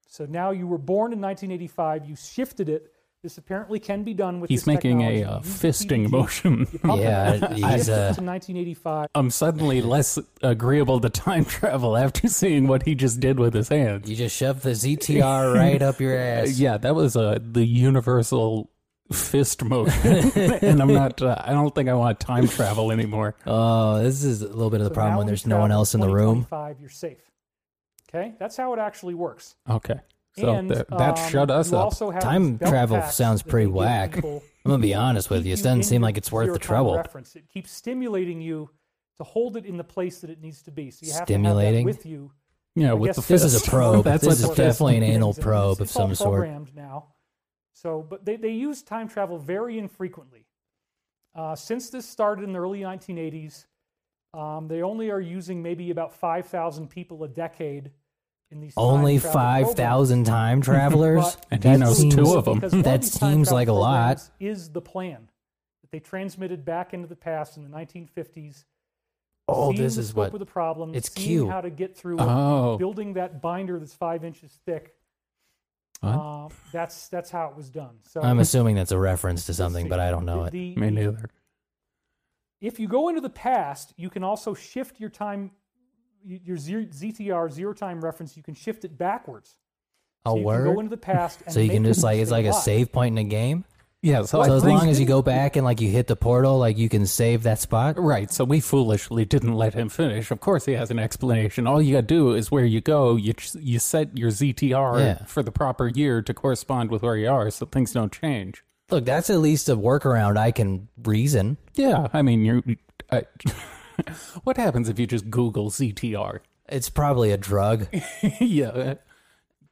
So now you were born in 1985. You shifted it. This apparently can be done with. He's this making a technology. uh, You use the fisting TVG, motion. you pump it, Yeah, you he's, shift it uh, to 1985. I'm suddenly less agreeable to time travel after seeing what he just did with his hands. You just shove the ZTR right up your Uh, ass. yeah, that was uh, the universal fist motion, and I'm not. Uh, I don't think I want time travel anymore. Oh, this is a little bit of the So problem now when you there's no one travel else in the room. 2025, you're safe. Okay, that's how it actually works. Okay, So and that- that um, shut us you up. also have Time these belt travel packs sounds that pretty they give whack. people I'm gonna be honest with keep you. It you doesn't in seem your like it's worth the zero-time trouble. Reference. It keeps stimulating you to hold it in the place that it needs to be. So you have Stimulating? to have that with you. Yeah, I with the guess This fist. is a probe. That's This what is the fist- definitely an anal It's- it's- probe of it's all some sort. programmed now. So, but they, they use time travel very infrequently. Uh, since this started in the early 1980s, um, they only are using maybe about 5,000 people a decade in these. time Only travel programs. five thousand time travelers. But- And he That knows seems- two of them. Because one That of these time seems travel like a lot. programs Is the plan that they transmitted back into the past in the 1950s? Oh, seeing this the is scope what of the problem. it's seeing Q. How to get through it, Oh, building that binder that's five inches thick. What? Um, that's that's how it was done. So I'm let's assuming that's a reference to something, see. but I don't know it. The- me neither. if you go into the past, you can also shift your time, y- your Z- ZTR zero time reference. You can shift it backwards. A so you Can go word. into the past, and So you make can it just like it's stay like a alive. save point in a game. Yeah, so, So I as think- long as you go back and like you hit the portal, like you can save that spot. Right, so we foolishly didn't let him finish. Of course, he has an explanation. All you gotta do is where you go, you ch- you set your ZTR Yeah. for the proper year to correspond with where you are, so things don't change. Look, that's at least a workaround I can reason. Yeah, I mean, you're. I, what happens if you just Google ZTR? It's probably a drug. yeah, uh,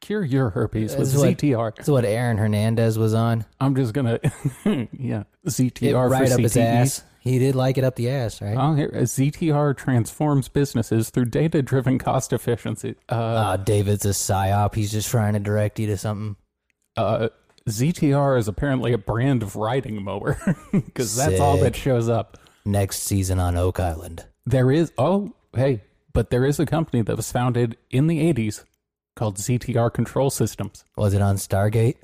cure your herpes with That's what- ZTR. That's what Aaron Hernandez was on. I'm just gonna, yeah, It ZTR right for up his CTE. ass. He did like it up the ass, right? Oh, here, uh, ZTR transforms businesses through data-driven cost efficiency. Uh, Ah, David's a psyop. He's just trying to direct you to something. uh, ZTR is apparently a brand of riding mower because that's all that shows up. Next season on Oak Island. There is, oh, hey, but there is a company that was founded in the 80s called ZTR Control Systems. Was it on Stargate?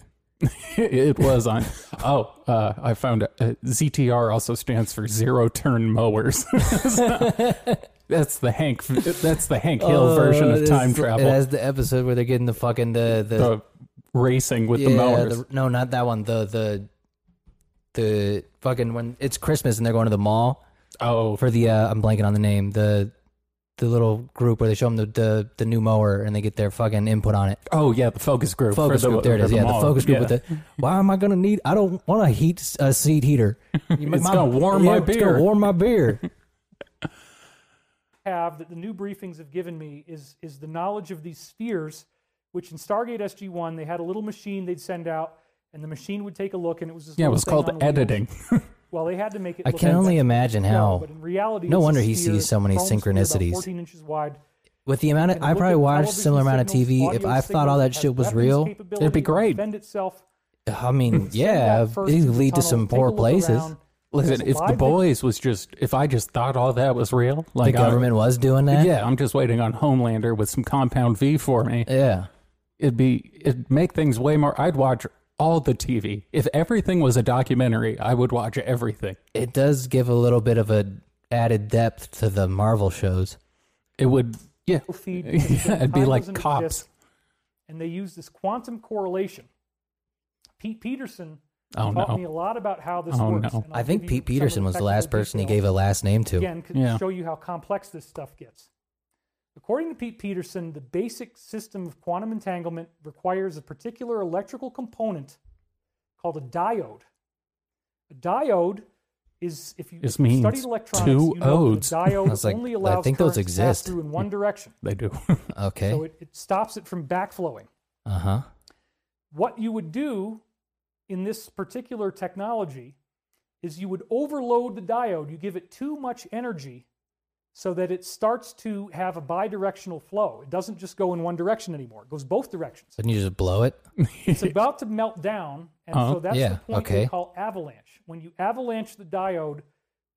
it was on, oh, uh, I found uh, ZTR also stands for Zero Turn Mowers. So, that's the Hank, that's the Hank Hill version of time travel. That's Oh, the episode where they're getting the fucking the the, the racing with the yeah, mowers. the- no, not that one. The the the fucking when it's Christmas and they're going to the mall oh, for the uh, I'm blanking on the name the the little group where they show them the, the the new mower and they get their fucking input on it. oh yeah, the focus group. for Focus the- group. There it for is. yeah, mall. the focus group Yeah. with the. Why am I gonna need? I don't want a heat a seat heater. It's gonna warm my It's gonna beer. warm my beer. have that the new briefings have given me is is the knowledge of these spheres, which in Stargate SG One they had a little machine they'd send out, and the machine would take a look, and it was this Yeah, it little was thing on called the wheels. editing. Well, they had to make it. I look can like only that. imagine No, how. but in reality, no it's a wonder he sphere, sees so many chrome sphere, about synchronicities. 14 inches wide. With the amount of, And I look probably at watched television similar amount of signals, TV. If audio I thought all signals, that has shit was weapons real, capability it'd be to great. defend itself. I mean, Send yeah, that it first into could the lead to tunnel, some take a poor look places. around. Listen, There's if a the live boys was just, if I just thought all that was real, The like I- government was doing that. yeah, I'm just waiting on Homelander with some Compound V for me. yeah. It'd be, it'd make things way more. I'd watch all the TV. If everything was a documentary, I would watch everything. It does give a little bit of a added depth to the Marvel shows. It would, yeah, feed Yeah, it'd be time like doesn't cops. exist, and they use this quantum correlation. Pete Peterson Oh, taught no. me a lot about how this Oh, works. no. and I'll I think give Pete you some of Peterson was the technical last person he detail gave a last name to. again to Yeah. show you how complex this stuff gets. According to Pete Peterson, the basic system of quantum entanglement requires a particular electrical component called a diode. A diode is if you This if you means studied electronics, two you know odes. that a I diode was like, only I allows think those currents to pass exist. through in one direction. they do. Okay. So it, it stops it from backflowing. Uh huh. What you would do in this particular technology is you would overload the diode. You give it too much energy so that it starts to have a bidirectional flow. It doesn't just go in one direction anymore, it goes both directions. Didn't you just blow it? It's about to melt down, and Uh-huh. so that's Yeah, the point okay. they call avalanche. When you avalanche the diode,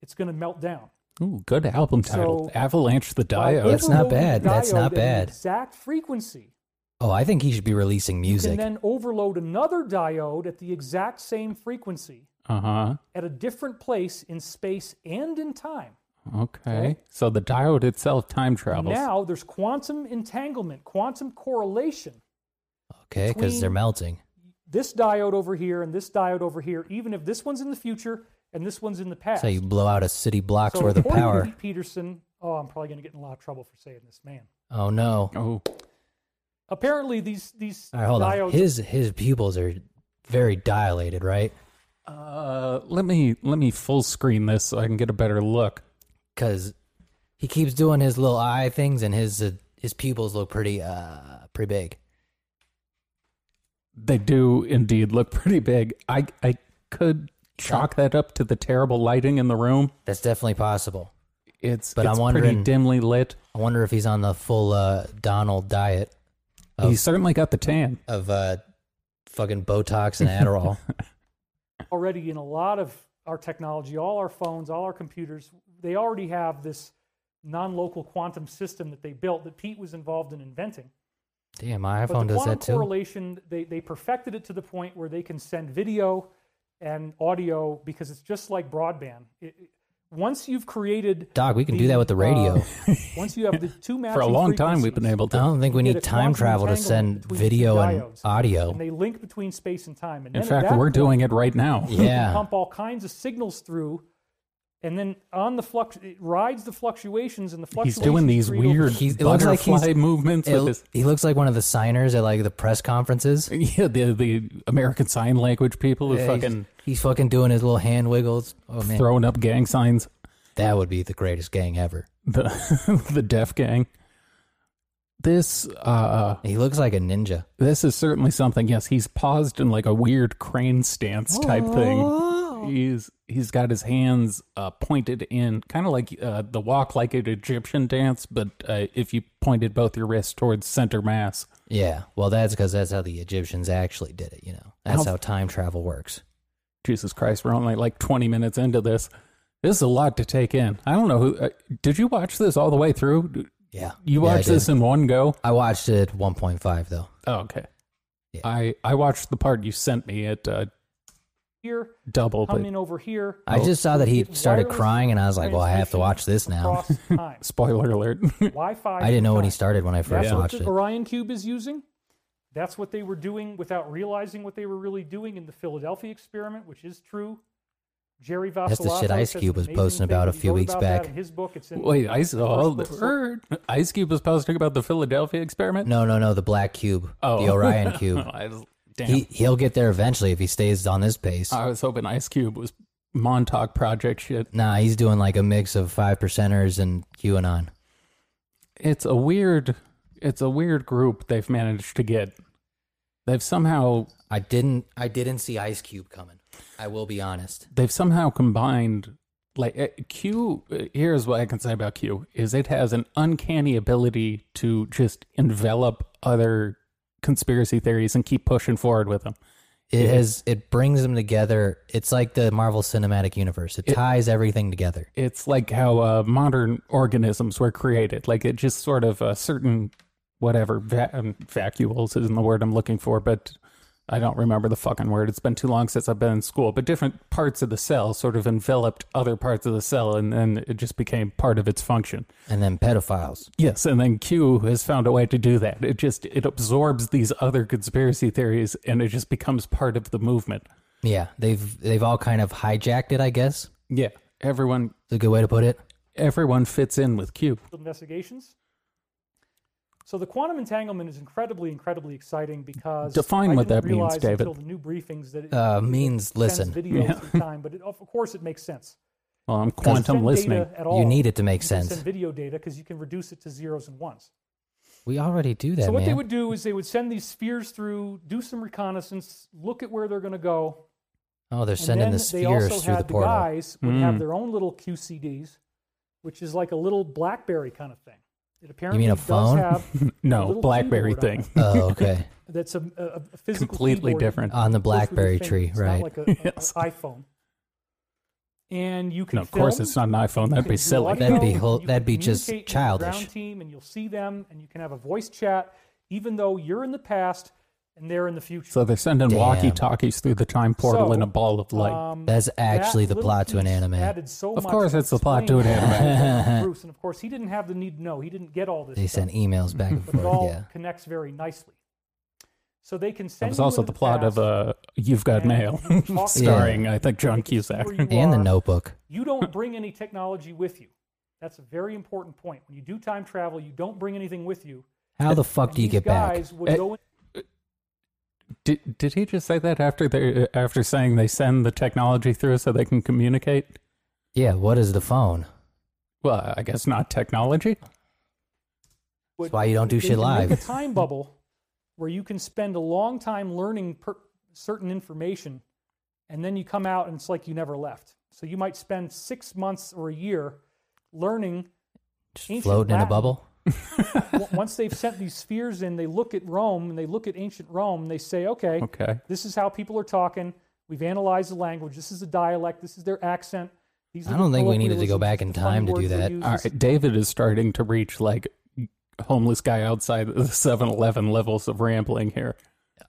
it's going to melt down. Ooh, good album title. So- Avalanche the By Diode. That's not overloading the bad. That's diode not at an bad. Exact frequency Oh, I think he should be releasing can music. then overload another diode at the exact same frequency Uh huh. at a different place in space and in time. Okay. So the diode itself time travels. Now there's quantum entanglement, quantum correlation. Okay, because they're between- melting. This diode over here and this diode over here, even if this one's in the future and this one's in the past. So you blow out a city block's So worth of according to power. Pete Peterson, oh, I'm probably going to get in a lot of trouble for saying this, man. Oh no. Oh, Apparently, these these All right, hold on. diodes. His his pupils are very dilated, right? Uh, let me let me full screen this so I can get a better look. Because he keeps doing his little eye things, and his uh, his pupils look pretty uh pretty big. They do indeed look pretty big. I I could chalk that up to the terrible lighting in the room. That's definitely possible. It's But I'm it's pretty wondering- dimly lit. I wonder if he's on the full uh, Donald diet Oh. He certainly got the tan. of uh fucking Botox and Adderall. already in a lot of our technology, all our phones, all our computers, they already have this non-local quantum system that they built that Pete was involved in inventing. Damn, my But iPhone the does quantum that too. correlation, they, they perfected it to the point where they can send video and audio because it's just like broadband. It, it- once you've created, Dog, we can do that with the uh, radio. once you have the two matching For a long time, we've been frequencies, able I to. don't think we you get need a time quantum travel to entanglement send between two video and diodes, audio. and they link between space and time. And In then at fact, that we're point, doing it right now. you can Yeah. pump all kinds of signals through, and then on the flux, it rides the fluctuations, and the He's fluctuations. doing these create over- weird He's- it looks like butterfly he's- movements It- with his he looks like one of the signers at like the press conferences. yeah the the American Sign Language people who Yeah, he's- fucking he's, fucking doing his little hand wiggles. Oh man, throwing up gang signs. that would be the greatest gang ever. The the deaf gang. This uh He looks like a ninja. this is certainly something. Yes, he's paused in like a weird crane stance type thing. He's he's got his hands uh, pointed in, kind of like uh, the walk like an Egyptian dance, but uh, if you pointed both your wrists towards center mass. Yeah, well, that's because that's how the Egyptians actually did it. You know, that's How- how time travel works. Jesus Christ, we're only like twenty minutes into this. This is a lot to take in. I don't know who. Uh, did you watch this all the way through? Yeah, You Yeah, I watched did. this in one go? I watched it 1.5 though. Oh, okay. Yeah. I I watched the part you sent me at uh, here, double, come but in over here. I Oh. just saw that he It's started wireless crying, and I was like, "Well, I have to transmission watch this now." across time. spoiler alert. Wi-Fi. I didn't know when he time. started when I first That's what watched the it. Orion Cube is using. That's what they were doing without realizing what they were really doing in the Philadelphia experiment, which is true. Jerry Vasilov. the shit Ice Cube was posting about a few weeks back. in his book, it's in Wait, I saw First book. the Ice Cube was posting about the Philadelphia experiment. No, no, no, the black cube, Oh. the Orion cube. I was, damn, he he'll get there eventually if he stays on this pace. I was hoping Ice Cube was Montauk Project shit. Nah, he's doing like a mix of five percenters and QAnon. It's a weird, it's a weird group they've managed to get. They've somehow I didn't I didn't see Ice Cube coming. I will be honest. they've somehow combined like uh, Q. uh, Here's what I can say about Q is it has an uncanny ability to just envelop other conspiracy theories and keep pushing forward with them. It has it brings them together. It's like the Marvel Cinematic Universe. It, ties everything together. It's like how uh, modern organisms were created. Like it just sort of uh, certain whatever va- um, vacuoles isn't the word I'm looking for, but I don't remember the fucking word. It's been too long since I've been in school. But different parts of the cell sort of enveloped other parts of the cell, and then it just became part of its function. And then pedophiles. Yes, and then Q has found a way to do that. It just it absorbs these other conspiracy theories and it just becomes part of the movement. Yeah, they've they've all kind of hijacked it, I guess. Yeah, everyone It's a good way to put it. everyone fits in with Q. investigations. So the quantum entanglement is incredibly, incredibly exciting because Define I what didn't that means, realize David. Until the new briefings that it Uh, means sends listen. videos Yeah. through time, but it, of course it makes sense. Well, I'm You can quantum send listening. data at all, You need it to you make can sense. Send video data because you can reduce it to zeros and ones. We already do that, so what man. they would do is they would send these spheres through, do some reconnaissance, look at where they're going to go. oh, they're and sending then the they also spheres through had the the, portal. guys would have Mm. their own little QCDs, which is like a little BlackBerry kind of thing. It apparently a does phone? have a No, little BlackBerry keyboard on thing. oh, okay. that's a, a, a physical Completely keyboard different. on the that goes with your BlackBerry finger. tree, It's not right? like a- a- a Yes. iPhone. And you can. No, of course film, it's not an iPhone. you That'd can be do silly. audio, That'd be you can- hol- you can that'd be just communicate with your Ground childish. team, and you'll see them, and you can have a voice chat, even though you're in the past and they're in the future. So they're sending Damn. walkie-talkies through the time portal So, in a ball of light. Um, That's actually that the little plot to an piece anime. added so Of much course to it's the plot to an explain anime. Bruce, and of course he didn't have the need to know. He didn't get all this. They stuff. send emails back and but it all forth. Yeah. connects very nicely. So they can that send. was you also into the plot of past, uh, You've Got and Mail, you can talk to starring them. I think They John can see Cusack. where you And the are. notebook. You don't bring any technology with you. That's a very important point. When you do time travel, you don't bring anything with you. How the fuck do you These get back? guys would Eh, go in- Did did he just say that after they after saying they send the technology through so they can communicate? Yeah, what is the phone? Well, I guess not technology. would- That's why you don't do they shit can live. make a time bubble where you can spend a long time learning per- certain information, and then you come out and it's like you never left. So you might spend six months or a year learning. Just Ancient floating in a Latin. bubble? W- Once they've sent these spheres in, they look at Rome and they look at ancient Rome. And they say, okay, Okay. this is how people are talking. We've analyzed the language. This is the dialect. This is their accent. These are I the don't think we needed to go colloquialisms. back in This is the funny time to do words they that. use. All This- right. David is starting to reach like homeless guy outside the 7-Eleven levels of rambling here.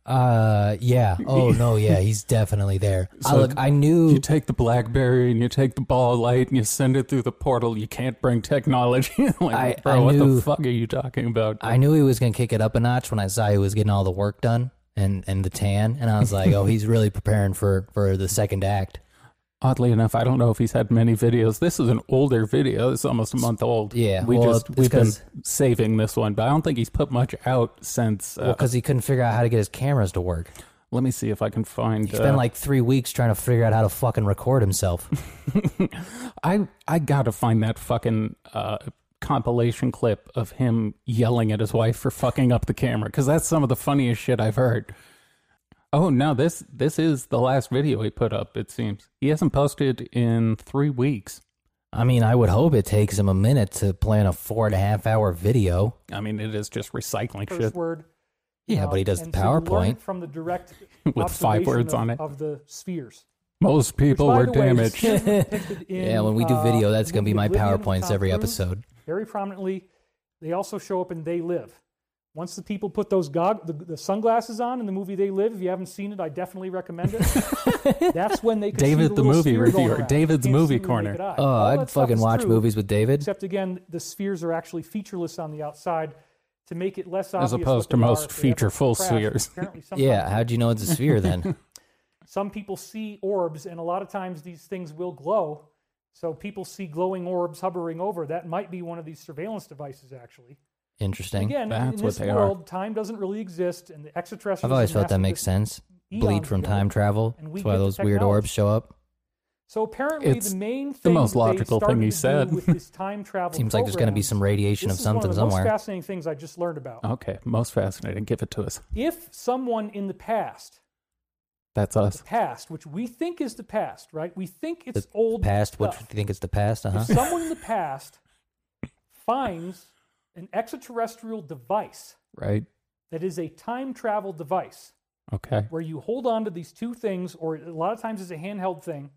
Uh, yeah. Oh no, yeah, he's definitely there. I, So look, I knew. You take the BlackBerry and you take the ball light and you send it through the portal. You can't bring technology. like, I- bro, I what knew- the fuck are you talking about? I knew he was gonna kick it up a notch when I saw he was getting all the work done and and the tan, and I was like, oh, he's really preparing for for the second act. Oddly enough, I don't know if he's had many videos. This is an older video. It's almost a month old. Yeah, we well, just it's we've been 'cause- saving this one, but I don't think he's put much out since. Uh, Well, because he couldn't figure out how to get his cameras to work. let me see if I can find. He uh, spent like three weeks trying to figure out how to fucking record himself. I I gotta find that fucking uh, compilation clip of him yelling at his wife for fucking up the camera because that's some of the funniest shit I've heard. Oh no, this this is the last video he put up. It seems he hasn't posted in three weeks. I mean, I would hope it takes him a minute to plan a four and a half hour video. I mean, it is just recycling curse shit. word. Yeah, um, but he does the and so you learn PowerPoint. from the direct With five observation words of- on it. of the spheres. Most people by were the way, is damaged. depicted in, yeah, when we do uh, video, that's gonna be the my Oblivion with powerpoints Tom every Cruise. episode. Very prominently, they also show up in They Live. Once the people put those gog- the, the sunglasses on in the movie They Live, if you haven't seen it, I definitely recommend it. that's when they could see David, the, the little movie sphere going reviewer. around. David's You can't movie see them with corner. naked eye. Oh, All that I'd stuff fucking is watch true, movies with David. Except again, the spheres are actually featureless on the outside to make it less obvious. As what opposed to they are most if they ever featureful crash. spheres. Apparently sometimes Yeah, how'd you know it's a sphere then? some people see orbs, and a lot of times these things will glow. So people see glowing orbs hovering over. That might be one of these surveillance devices, actually. Interesting. Again, That's in what this they are. world, time doesn't really exist, and the extraterrestrials. I've always felt that amassed makes this- sense. Bleed eons from ago, time travel. and we That's why get the those weird orbs technology. show up. So apparently, It's the main thing most that they logical thing started he to do said. with this time travel Seems like there's going to be program, some radiation this of is one something of the somewhere. Most fascinating things I just learned about. Okay, most fascinating. Give it to us. If someone in the past, That's us. past, which we think is the past, right? We think it's the old past, what stuff. you think is the past? Uh Uh-huh. If huh. someone in the past finds an extraterrestrial device Right. that is a time travel device Okay. where you hold on to these two things, or a lot of times it's a handheld thing.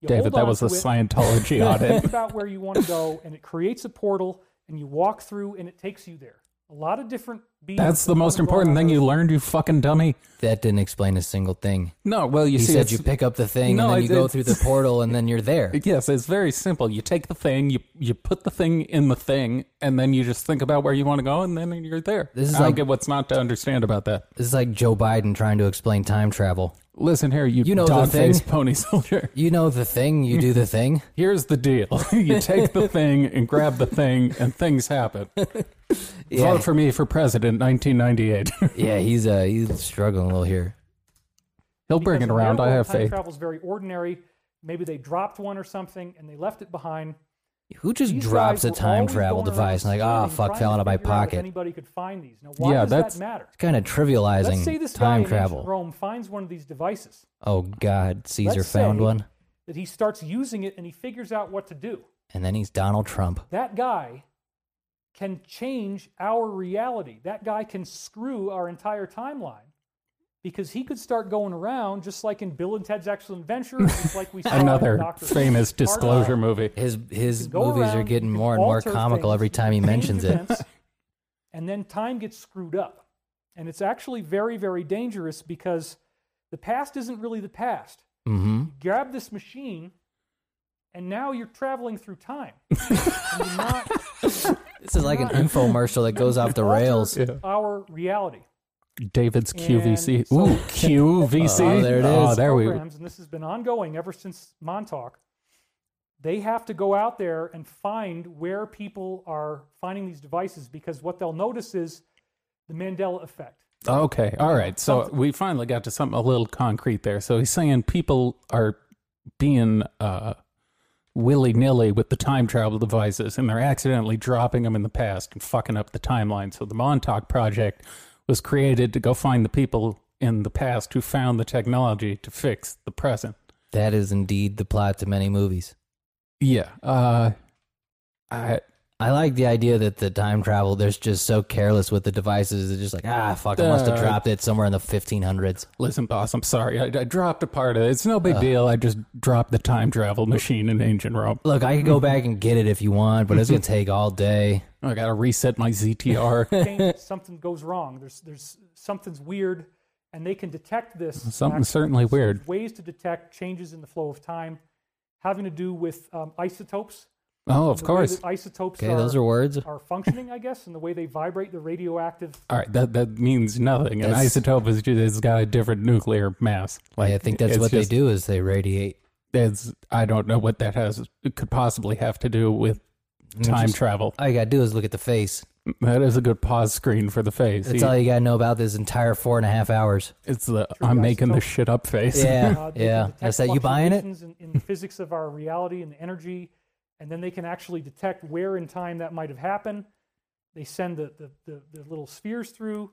You David, hold that on was to a it, Scientology Think audit. about where you want to go, and it creates a portal, and you walk through, and it takes you there. A lot of different beings. That's the that most wanna go on important thing Earth. you learned, you fucking dummy. That didn't explain a single thing. No, well, you He see, said it's- you pick up the thing No, and I then you go did. through the portal and then you're there. Yes, it's very simple. You take the thing, you you put the thing in the thing, and then you just think about where you want to go, and then you're there. This is I don't like- get what's not to understand about that. This is like Joe Biden trying to explain time travel. Listen here, you, You know the dog face thing. pony soldier. You know the thing, you do the thing. Here's the deal: you take the thing and grab the thing, and things happen. Yeah, Vote for me for president, 1998. yeah, he's uh he's struggling a little here. He'll bring because it in their around. I world, have time faith. travel is very ordinary. Maybe they dropped one or something, and they left it behind. Who just These drops guys a were time always travel going around device and like, ah, searching, fuck, trying fell to out of my figure out if pocket? anybody could find these. Now, why Yeah, does that's- that matter? It's kind of trivializing Let's say this guy time in ancient travel. Rome finds one of these devices Oh God, Caesar Let's found say- one, that he starts using it and he figures out what to do. and then he's Donald Trump. That guy can change our reality. That guy can screw our entire timeline because he could start going around just like in Bill and Ted's Excellent Adventure, just like we saw in Another Dr. famous Seuss. Part of- disclosure movie. His his go movies around, are getting you can more and more alter comical things, every you time he can change mentions it. events, and then time gets screwed up. And it's actually very, very dangerous because the past isn't really the past. Mm-hmm. Grab this machine, and now you're traveling through time. and you're not This is like an infomercial that goes off the alter rails. Yeah. Our reality. David's And QVC. so- Ooh, QVC. Oh, there it Oh, is. there we. programs, and this has been ongoing ever since Montauk. They have to go out there and find where people are finding these devices because what they'll notice is the Mandela effect. Okay. All right. So we finally got to something a little concrete there. So he's saying people are being uh, willy nilly with the time travel devices and they're accidentally dropping them in the past and fucking up the timeline. So the Montauk Project was created to go find the people in the past who found the technology to fix the present. That is indeed the plot to many movies. Yeah. Uh, I, I like the idea that the time travel, they're just so careless with the devices. They're just like, ah, fuck, I must have Uh, dropped it somewhere in the 1500s. listen, boss, I'm sorry. I, I dropped a part of it. It's no big deal. I just dropped the time travel machine in ancient Rome. Look, I could go back and get it if you want, but it's going to take all day. I got to reset my ZTR. Change, something goes wrong. There's there's something's weird, and they can detect this. Something's certainly weird. There's ways to detect changes in the flow of time, having to do with um, isotopes. Oh, of The way course. that Isotopes. Okay, those are words. are functioning, I guess, and the way they vibrate, the radioactive. All right, that that means nothing. An That's- isotope is just, it's got a different nuclear mass. Like I think that's it's what just- they do is they radiate. It's I don't know what that has it could possibly have to do with time travel. All you got to do is look at the face. That is a good pause screen for the face. That's He- all you got to know about this entire four and a half hours. it's the I'm making isotope. this shit up face. Yeah, Uh, they can yeah. detect That's that. You buying it? fluctuations In, in the physics of our reality and the energy, and then they can actually detect where in time that might have happened. They send the, the, the, the little spheres through.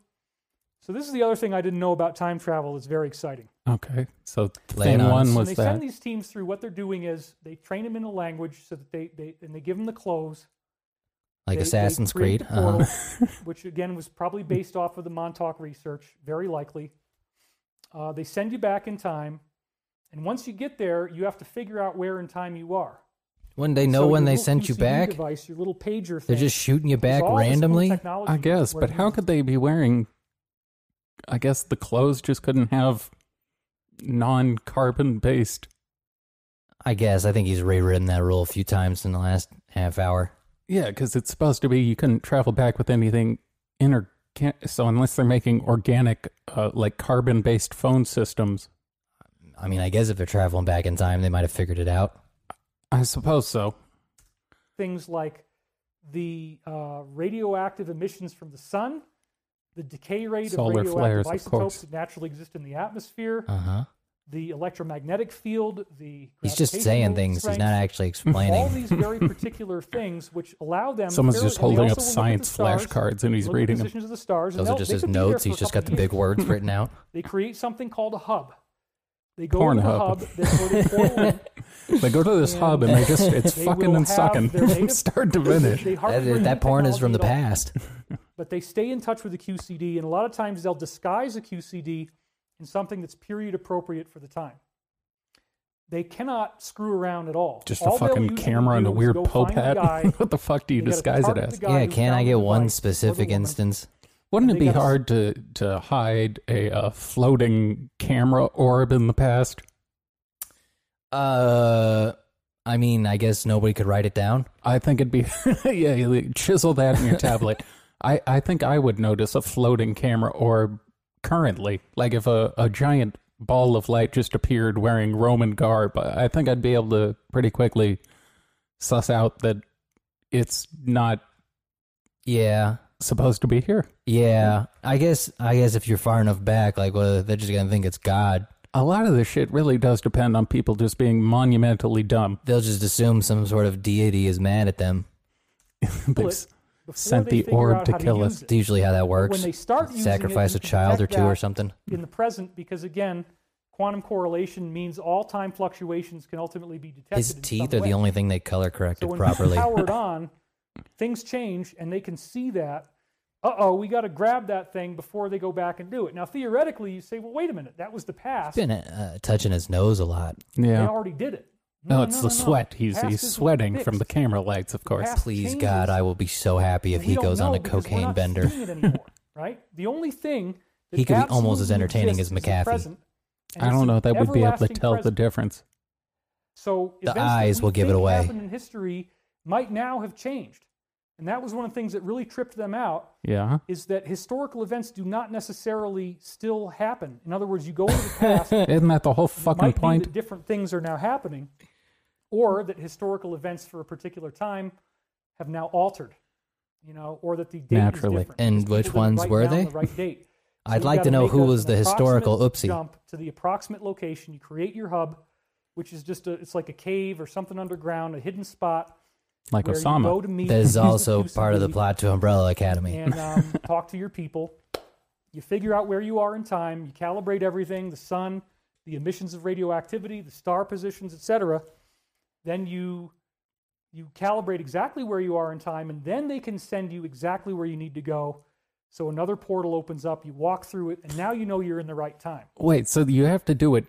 So this is the other thing I didn't know about time travel. It's very exciting. Okay. So Lay it on us. thing one When When was they that. send these teams through, what they're doing is they train them in the language so that they, they and they give them the clothes. Like They- they Assassin's create Creed. the Uh-huh. portal, which again was probably based off of the Montauk research, very likely. Uh, they send you back in time, and once you get there, you have to figure out where in time you are. Wouldn't they know So when they your little sent you QCD back? Device, your little pager thing. They're just shooting you There's back all this cool randomly? technology I guess, where but you how just- could they be wearing I guess the clothes just couldn't have non carbon based I guess. I think he's rewritten that rule a few times in the last half hour. Yeah, because it's supposed to be you couldn't travel back with anything inner. So unless they're making organic, uh, like carbon-based phone systems, I mean, I guess if they're traveling back in time, they might have figured it out. I suppose so. things like the uh, radioactive emissions from the sun, the decay rate Solar of radioactive flares, of isotopes course. that naturally exist in the atmosphere, Uh huh. the electromagnetic field, the He's just gravitational saying things. He's strength, not actually all explaining. these very particular things which allow them. Someone's they're- just and they holding also up will look at science the stars, flashcards and he's look at the reading them. positions of the stars. and Those are they'll- just they his could be there notes. for a He's just got couple the big years. words written out. They create something called a hub. They go to the Pornhub. hub. That's where they portal in. They go to this hub and they just it's They fucking will and have sucking from their native- start to finish. They hardly That, use that porn is from the technology at all, past. But they stay in touch with the QCD, and a lot of times they'll disguise a QCD in something that's period appropriate for the time. They cannot screw around at all. Just all a fucking camera and a weird pope pope hat. what the fuck do you they gotta disguise it target the as? guy Yeah, who can I found get the one device or the specific woman. instance? Wouldn't it they be gotta- hard to to hide a uh, floating camera orb in the past? Uh, I mean, I guess nobody could write it down. I think it'd be yeah, you like, chisel that in your tablet. I, I think I would notice a floating camera orb currently. Like if a, a giant ball of light just appeared wearing Roman garb, I I think I'd be able to pretty quickly suss out that it's not Yeah, supposed to be here. yeah. Mm-hmm. I guess, I guess if you're far enough back, like, well, they're just gonna think it's God. A lot of this shit really does depend on people just being monumentally dumb. They'll just assume some sort of deity is mad at them. They've Well, s- before sent they the figure orb out to how kill use us. it. It's usually how that works. When they start using it, sacrifice you a can child or detect two or that. something. in the present because again quantum correlation means all time fluctuations can ultimately be detected His in teeth some are the way. only thing they color so corrected when properly. powered on things change and they can see that uh-oh we got to grab that thing before they go back and do it now theoretically you say well wait a minute that was the past Been uh, touching his nose a lot. they yeah. already did it No, it's the sweat. He's Past he's isn't sweating from the fixed. camera lights, of course. Past Please changes. God, I will be so happy if We he don't goes on know a because we're cocaine not bender. seeing it anymore, right the only thing that He could be almost as absolutely entertaining exists as is the McAfee. present, and I it's don't an know that we'd be able to everlasting tell present. the difference. So The events that eyes we will give it think away. happened in history might now have changed, and that was one of the things that really tripped them out Yeah. is that historical events do not necessarily still happen. In other words, you go into the past, it Isn't that the whole fucking might point? be that different things are now happening, or that historical events for a particular time have now altered. you know, or that the date Naturally. is different. And Just which people didn't ones write were down they? The right date. So I'd you've like got to know make who a- was an the historical approximate oopsie. Jump to the approximate location. You create your hub, which is just a, it's like a cave or something underground, a hidden spot Like where you Osama. go to meet. That is who's the also QC part of the lead plot to Umbrella Academy. And um, talk to your people. You figure out where you are in time. You calibrate everything: the sun, the emissions of radioactivity, the star positions, etc. Then you you calibrate exactly where you are in time, and then they can send you exactly where you need to go. So another portal opens up. You walk through it, and now you know you're in the right time. Wait, so you have to do it.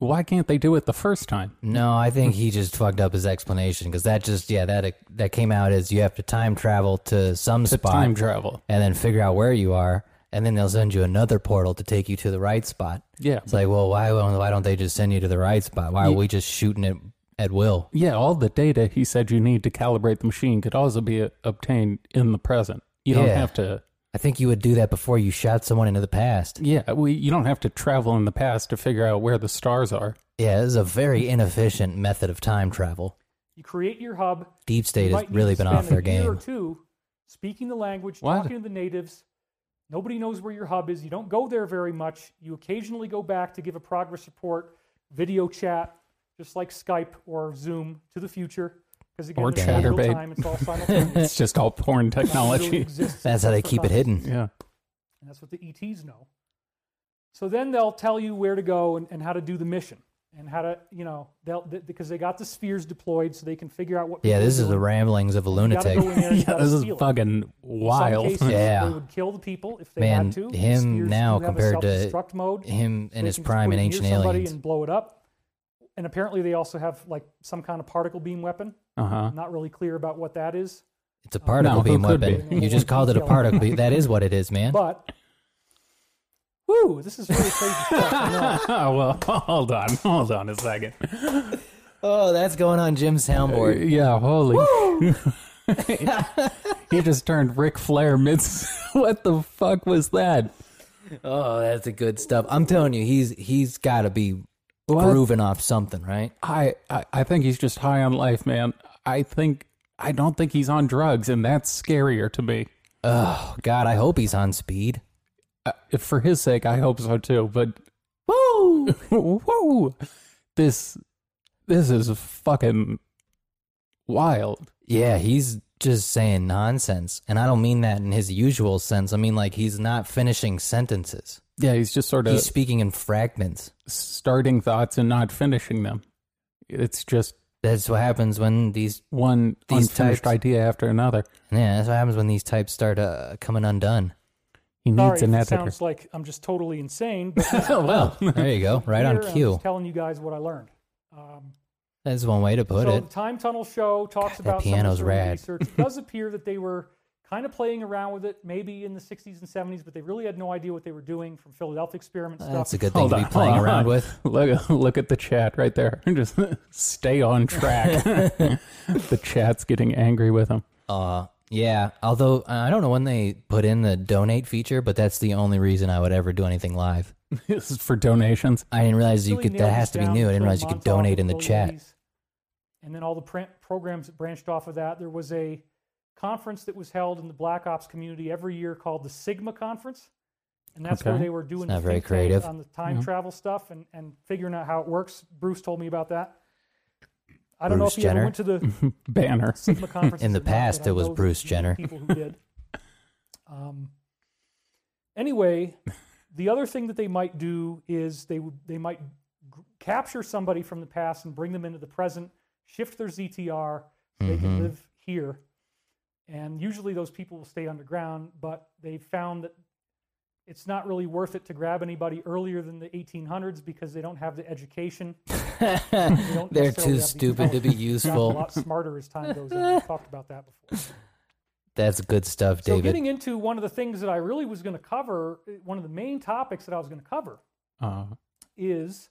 Why can't they do it the first time? No, I think he just fucked up his explanation because that just yeah that that came out as you have to time travel to some To spot time travel. and then figure out where you are and then they'll send you another portal to take you to the right spot. Yeah. It's like well why won't- why don't they just send you to the right spot? Why are You- we just shooting it at will? Yeah, all the data he said you need to calibrate the machine could also be uh, obtained in the present. You don't Yeah. have to. I think you would do that before you shot someone into the past. Yeah, we, you don't have to travel in the past to figure out where the stars are. Yeah, this is a very inefficient method of time travel. You create your hub. Deep State You has might need really to been off spend their a Year or game. two, speaking the language, What? talking to the natives. Nobody knows where your hub is. You don't go there very much. You occasionally go back to give a progress report, video chat, just like Skype or Zoom to the future. Because again, Or this is all real Chatterbait. time. It's all simultaneous. It's just all porn Nothing really technology. exists That's how they except for keep it time. hidden. Yeah. And that's what the ETs know. So then they'll tell you where to go and, and how to do the mission and how to, you know, they'll th- because they got the spheres deployed so they can figure out what. Yeah, people this are is the doing. ramblings of a You gotta lunatic. go in there and you yeah, gotta this is steal it. fucking In some wild. cases, Yeah. They would kill the people if they Man, had to. The him spheres now do have a compared to self-destruct mode. Him They in his can just prime in put it near Ancient somebody Aliens. and blow it up. And apparently they also have like some kind of particle beam weapon. Uh huh. I'm not really clear about what that is. It's a particle No, who beam could weapon. be? You just called it a Yeah. particle beam. That is what it is, man. But Woo, this is really crazy stuff. I know. Oh, well, hold on, hold on a second. Oh, that's going on Jim's soundboard. Yeah, holy. he just turned Ric Flair mid. what the fuck was that? Oh, that's the good stuff. I'm telling you, he's he's got to be grooving off something, right? I, I I think he's just high on life, man. I think I don't think he's on drugs, and that's scarier to me. Oh God, I hope he's on speed. Uh, for his sake, I hope so too. But whoa, whoa, this this is fucking wild. Yeah, he's just saying nonsense, and I don't mean that in his usual sense. I mean like he's not finishing sentences. Yeah, he's just sort of He's speaking in fragments. starting thoughts and not finishing them. It's just That's what happens when these one These unfinished types- idea after another. yeah, that's what happens when these types start uh, coming undone. He Sorry, needs an if it editor. sounds like I'm just totally insane, but well, There you go, right here on I'm cue. just telling you guys what I learned. Um, That's one way to put so it. the time tunnel show talks God, that about piano's some of this early rad. research. It does appear that they were kind of playing around with it, maybe in the 60s and 70s, but they really had no idea what they were doing from Philadelphia experiment stuff. That's a good thing Hold to on, be playing hold on. around with. Look, look at the chat right there. Just stay on track. the chat's getting angry with him. Uh, yeah. Although uh, I don't know when they put in the donate feature, but that's the only reason I would ever do anything live. this is for donations. I didn't realize you Really could. That nailed has this to be down new. I didn't from realize you could Montauk donate in the Employees. chat. And then all the print programs that branched off of that. There was a conference that was held in the Black Ops community every year called the Sigma Conference. And that's where Okay. they were doing not the very think tank creative. on the time No. travel stuff and, and figuring out how it works. Bruce told me about that. I don't know Bruce if you Jenner? ever went to the Banner. Sigma conferences In the or not, but past, I it was know Bruce the Jenner. People who did. Um, anyway, the other thing that they might do is they would they might g- capture somebody from the past and bring them into the present, shift their ZTR, so they Mm-hmm. can live here. And usually those people will stay underground, but they found that it's not really worth it to grab anybody earlier than the 1800s because they don't have the education. They don't They're necessarily too have the stupid to be intelligence. They've gotten A useful. lot smarter as time goes on. We've talked about that before. That's good stuff, So, David. getting into one of the things that I really was going to cover, uh, one of the main topics that I was going to cover Uh, is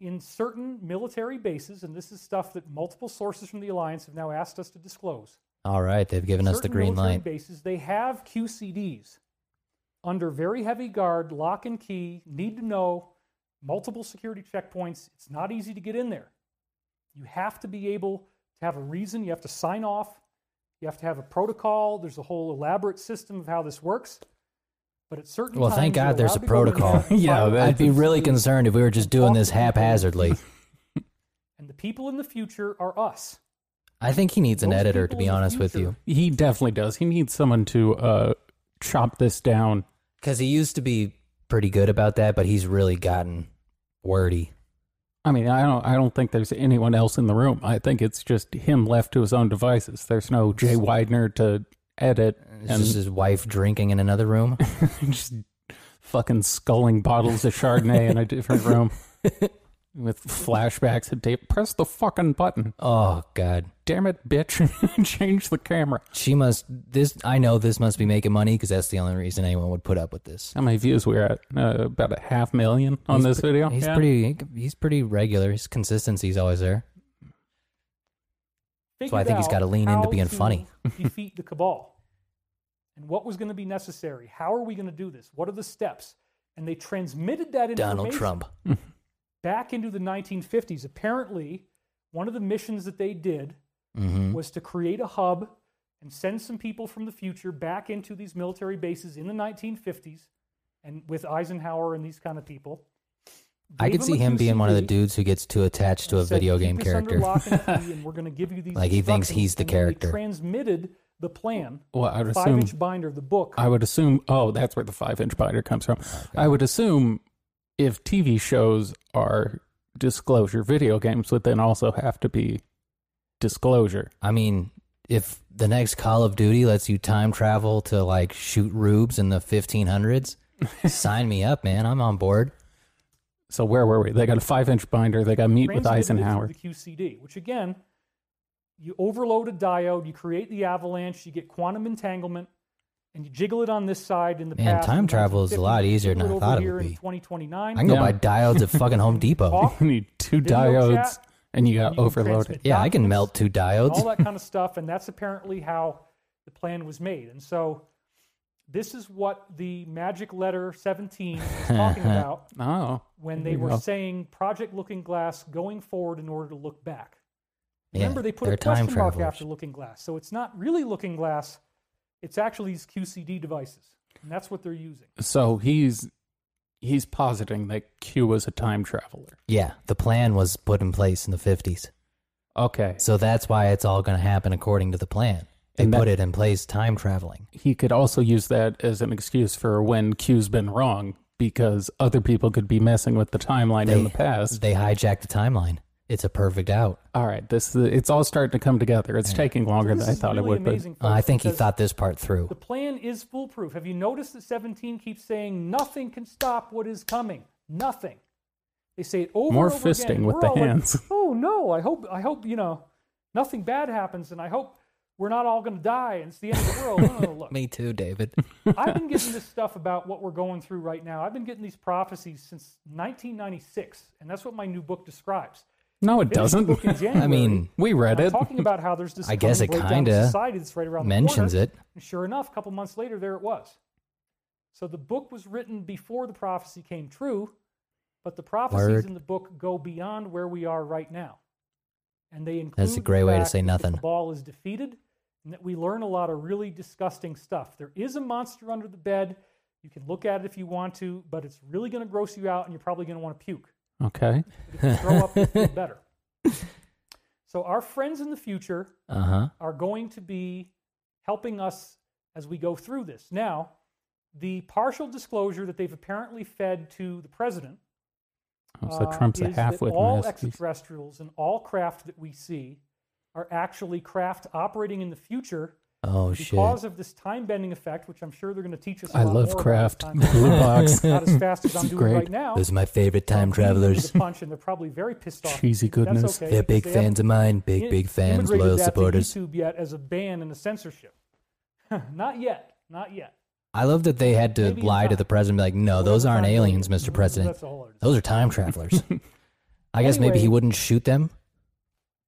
in certain military bases, and this is stuff that multiple sources from the Alliance have now asked us to disclose. All right, they've given us the certain green military light. Bases they have QCDs under very heavy guard, lock and key, need to know, multiple security checkpoints. It's not easy to get in there. You have to be able to have a reason. You have to sign off. You have to have a protocol. There's a whole elaborate system of how this works. But at certain Well, times, thank you're God there's allowed a to go in protocol. there and Yeah, fire that- I'd be really and- concerned if we were just doing Talk this to people. haphazardly. And the people in the future are us. I think he needs an Those editor, to people be in the honest with future. you, He definitely does. He needs someone to uh, chop this down. because he used to be pretty good about that, but he's really gotten wordy. I mean, I don't. I don't think there's anyone else in the room. I think it's just him left to his own devices. There's no Jay Widener to edit It's and just his wife drinking in another room. just fucking sculling bottles of Chardonnay in a different room with flashbacks and tape. Press the fucking button. oh God, Damn it, bitch. Change the camera. she must. This I know. This must be making money because that's the only reason anyone would put up with this. How many views we at? Uh, about a half million on He's this pre- video. He's Yeah. pretty. He's pretty regular. His consistency's always there. That's why I think he's gotta lean into being funny. defeat the cabal. And what was going to be necessary? How are we going to do this? What are the steps? And they transmitted that information Donald Trump. back into the 1950s. Apparently, one of the missions that they did hmm was to create a hub and send some people from the future back into these military bases in the 1950s and with Eisenhower and these kind of people. I Gave could see a him being one of the QCD, dudes who gets too attached to a and said, video "Keep game this under character. lock and key, and we're going to give you these Like, he thinks he's instructions." the And then they character. transmitted the plan Well, I'd five assume. inch binder of the book. I would assume. Oh, that's where the five inch binder comes from. I would assume if TV shows are disclosure, video games would then also have to be disclosure. I mean, if the next Call of Duty lets you time travel to like shoot rubes in the 1500s, sign me up, man. I'm on board. So where were we? They got a five inch binder. They got meet with transmitted it Eisenhower. through The QCD, which again, you overload a diode, you create the avalanche, you get quantum entanglement, and you jiggle it on this side in the Man, past. time in travel is a lot 1950, easier than jiggle I over thought it here would in be. 2029. I can go Yeah. buy diodes at fucking Home Depot. Talk, You need two Video diodes chat, and you you got can overloaded. transmit Yeah, I can documents, melt two and all diodes. that kind of stuff, and that's apparently how the plan was made. And so, this is what the magic letter 17 was talking about Oh, when There they you were go. saying Project Looking Glass going forward in order to look back. Yeah, Remember, they put they're a time question mark travelers. after Looking Glass, so it's not really Looking Glass. It's actually these QCD devices, and that's what they're using. so he's he's positing that Q was a time traveler. Yeah, the plan was put in place in the 50s. Okay, So that's why it's all going to happen according to the plan. They And that- put it in place time traveling. he could also use that as an excuse for when Q's been wrong because other people could be messing with the timeline in the past. They hijacked the timeline. It's a perfect out. all right, this it's all starting to come together. It's taking longer This than I is thought really it would, amazing, Uh, I folks, think he because thought this part through. the plan is foolproof. Have you noticed that 17 keeps saying nothing can stop what is coming? Nothing. They say it over More and over again, fisting and with we're the all like, hands. oh no! I hope I hope you know nothing bad happens, and I hope we're not all going to die, and it's the end of the world. No, no, no, look, Me too, David. I've been getting this stuff about what we're going through right now. I've been getting these prophecies since 1996, and that's what my new book describes. but no, it Finished the doesn't. book in January, I mean, we read and I'm it. talking about how there's this. I guess coming it breakdown of kinda society that's right around mentions the corner. it. And sure enough, a couple months later, there it was. So the book was written before the prophecy came true, but the prophecies Word. in the book go beyond where we are right now, and they include. That's a the great way to fact say that nothing. The ball is defeated, and that we learn a lot of really disgusting stuff. There is a monster under the bed. You can look at it if you want to, but it's really going to gross you out, and you're probably going to want to puke. Okay, But if you throw up, you'll feel better. So our friends in the future Uh huh. are going to be helping us as we go through this. Now, the partial disclosure that they've apparently fed to the president Oh, so uh, Trump's a is that half-wit all masterpiece. extraterrestrials and all craft that we see are actually craft operating in the future Oh shit. because of this time bending effect, which I'm sure they're going to teach us. a I lot love more about craft. time bending. Blue box. Not as fast as I'm doing Great. right now. Those are my favorite time Beating them to travelers. the punch, and they're probably very pissed off. at Cheesy me, but that's goodness. okay, They're because big they haven't fans of mine. in- Big, big fans, immigrated loyal that to supporters. YouTube yet as a ban and a censorship. not yet. Not yet. I love that they had to Maybe in lie to time. the president, be like, no, Whatever those time aren't it aliens, is. Mr. President. That's all it is. Those are time travelers. I guess maybe Anyway. he wouldn't shoot them.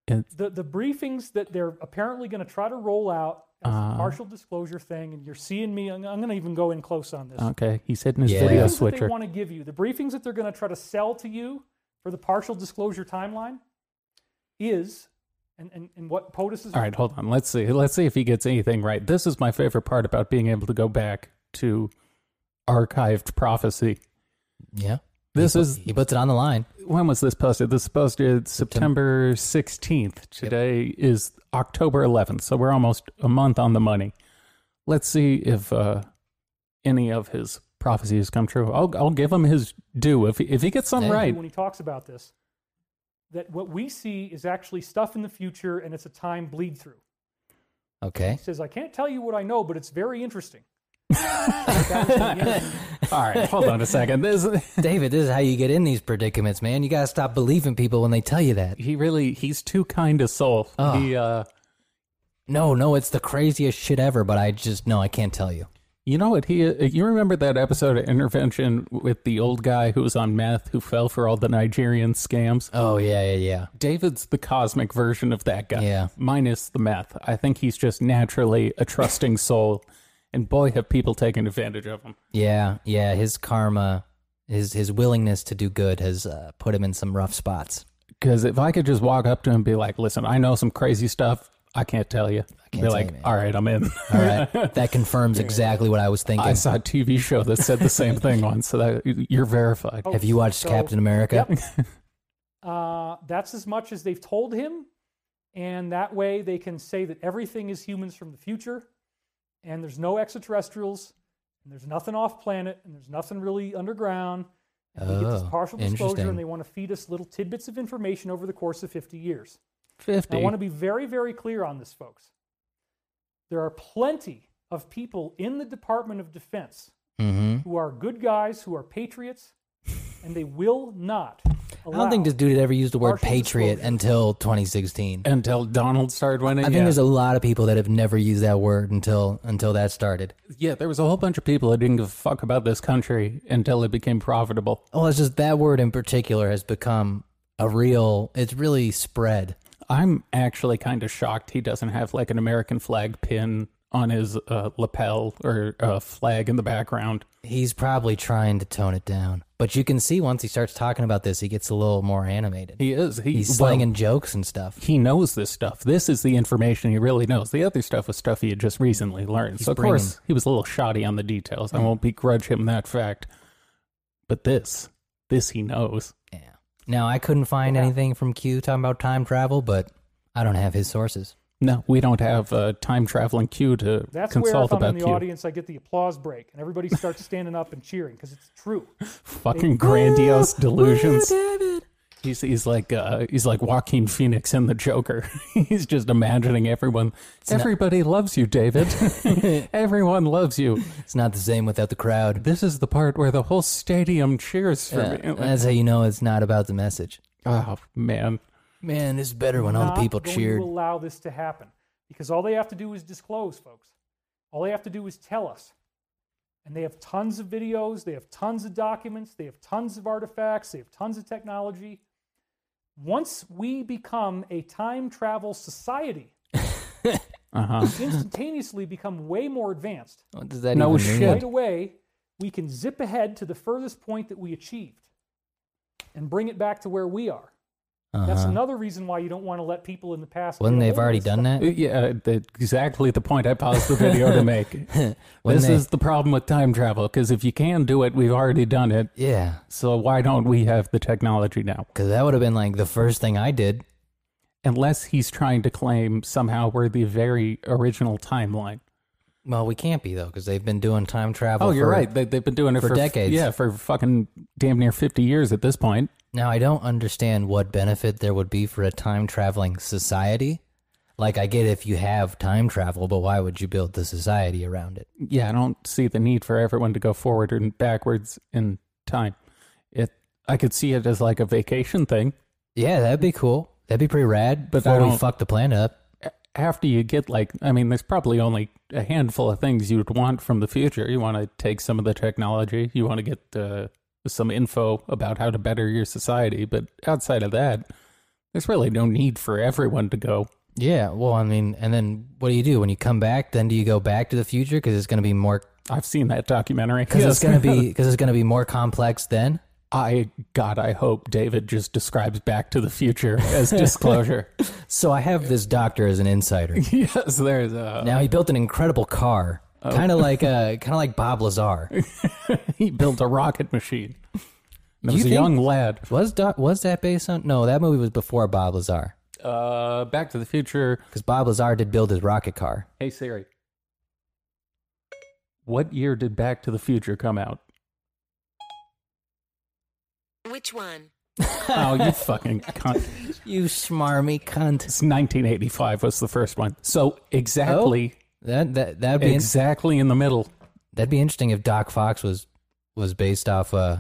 The, the briefings that they're apparently going to try to roll out as Uh. Uh-huh. a partial disclosure thing, and you're seeing me. I'm, going to even go in close on this. Okay, he's hitting his Yeah. the video briefings that they switcher. want to give you, the briefings that they're going to try to sell to you for the partial disclosure timeline, is, and, and, and what POTUS is All right, hold on. Let's see. Let's see if he gets anything right. This is my favorite part about being able to go back to archived prophecy. Yeah. This he pu- is he puts it on the line. when was this posted? This is posted September 16th. Today is October 11th, so we're almost a month on the money. Let's see if uh, any of his prophecies come true. I'll I'll give him his due if he, if he gets some Yeah. right. when he talks about this that what we see is actually stuff in the future and it's a time bleed through. Okay. He says, I can't tell you what I know, but it's very interesting. All right, hold on a second. This David, this is how you get in these predicaments, man. You got to stop believing people when they tell you that. he really he's too kind a soul. Oh. He uh No, no, it's the craziest shit ever, but I just, no, I can't tell you. You know what he? You remember that episode of Intervention with the old guy who was on meth who fell for all the Nigerian scams? Oh, yeah, yeah, yeah. David's the cosmic version of that guy. Yeah. Minus the meth. I think he's just naturally a trusting soul. And boy, have people taken advantage of him. Yeah, yeah. His karma, his his willingness to do good has uh, put him in some rough spots. Because if I could just walk up to him and be like, listen, I know some crazy stuff. I can't tell you. I can't be tell like, you, man. all right, I'm in. All right, that confirms exactly what I was thinking. I saw a TV show that said the same thing once. So that you're verified. Have you watched So- Captain America? Uh, that's as much as they've told him. And that way they can say that everything is humans from the future and there's no extraterrestrials and there's nothing off planet and there's nothing really underground. And we get this Oh, partial disclosure interesting. and they want to feed us little tidbits of information over the course of 50 years. I 50. want to be very, very clear on this, folks. There are plenty of people in the Department of Defense Mm-hmm. who are good guys, who are patriots, and they will not. I don't think allow- this dude had ever used the word partial patriot disclosure. until 2016. Until Donald started I winning. think yeah. there's a lot of people that have never used that word until until that started. Yeah, there was a whole bunch of people that didn't give a fuck about this country until it became profitable. Well, it's just that word in particular has become a real. It's really spread. I'm actually kind of shocked he doesn't have like an American flag pin on his uh, lapel or uh, flag in the background. He's probably trying to tone it down, but you can see once he starts talking about this, he gets a little more animated. He is. He, He's well, slinging jokes and stuff. he knows this stuff. This is the information he really knows. The other stuff was stuff he had just recently learned. so, of bringing- course, he was a little shoddy on the details. I won't begrudge him that fact. But this, this he knows. Yeah. Now I couldn't find anything from Q talking about time travel, but I don't have his sources. No, we don't have uh, time traveling Q to That's where consult if I'm in about the Q. audience, I get the applause break, and everybody starts standing up and cheering because it's true. fucking grandiose delusions. He's, he's like uh, he's like Joaquin Phoenix in the Joker. he's just imagining everyone. Everybody loves you, David. everyone loves you. It's not the same without the crowd. This is the part where the whole stadium cheers for Yeah, me. Like, that's how you know it's not about the message. oh man, Man, it's better when all Not the people going cheered. To allow this to happen because all they have to do is disclose, folks. All they have to do is tell us. And they have tons of videos, they have tons of documents, they have tons of artifacts, they have tons of technology. Once we become a time travel society, uh huh. instantaneously become way more advanced. What does that No even mean? shit. Right away, we can zip ahead to the furthest point that we achieved and bring it back to where we are. That's Uh-huh. another reason why you don't want to let people in the past. Wouldn't get they've away with already this done stuff. that? Uh, Yeah, the, exactly the point I paused the video to make. When this they- is the problem with time travel because if you can do it, we've already done it. Yeah, So why don't we have the technology now? because that would have been like the first thing I did. unless he's trying to claim somehow we're the very original timeline. Well, we can't be though, because they've been doing time travel. Oh, you're for- right. They, they've been doing it for for, decades. Yeah, for fucking damn near 50 years at this point. Now I don't understand what benefit there would be for a time traveling society. Like I get if you have time travel, but why would you build the society around it? Yeah, I don't see the need for everyone to go forward and backwards in time. It, I could see it as like a vacation thing. Yeah, that'd be cool. That'd be pretty rad. But I before we don't- fuck the planet up, After you get like, I mean, there's probably only a handful of things you'd want from the future. You want to take some of the technology, you want to get uh, some info about how to better your society. But outside of that, there's really no need for everyone to go yeah. Well, I mean, and then what do you do when you come back? Then do you go back to the future because it's going to be more I've seen that documentary. because Yes. it's going to be because it's going to be more complex then. I God, I hope David just describes Back to the Future as disclosure. So I have this doctor as an insider. yes, there's a Now he built an incredible car, kind of like uh, kind of like Bob Lazar. Oh. he built a rocket machine. And you it was a think- young lad. Was doc- was that based on? No, that movie was before Bob Lazar Uh, Back to the Future. because Bob Lazar did build his rocket car. Hey Siri, what year did Back to the Future come out? Which one? Oh, you fucking cunt! You smarmy cunt. It's 1985 was the first one. So exactly, That that that'd be in- exactly in the middle. that'd be interesting if Doc Fox was was based off. Uh,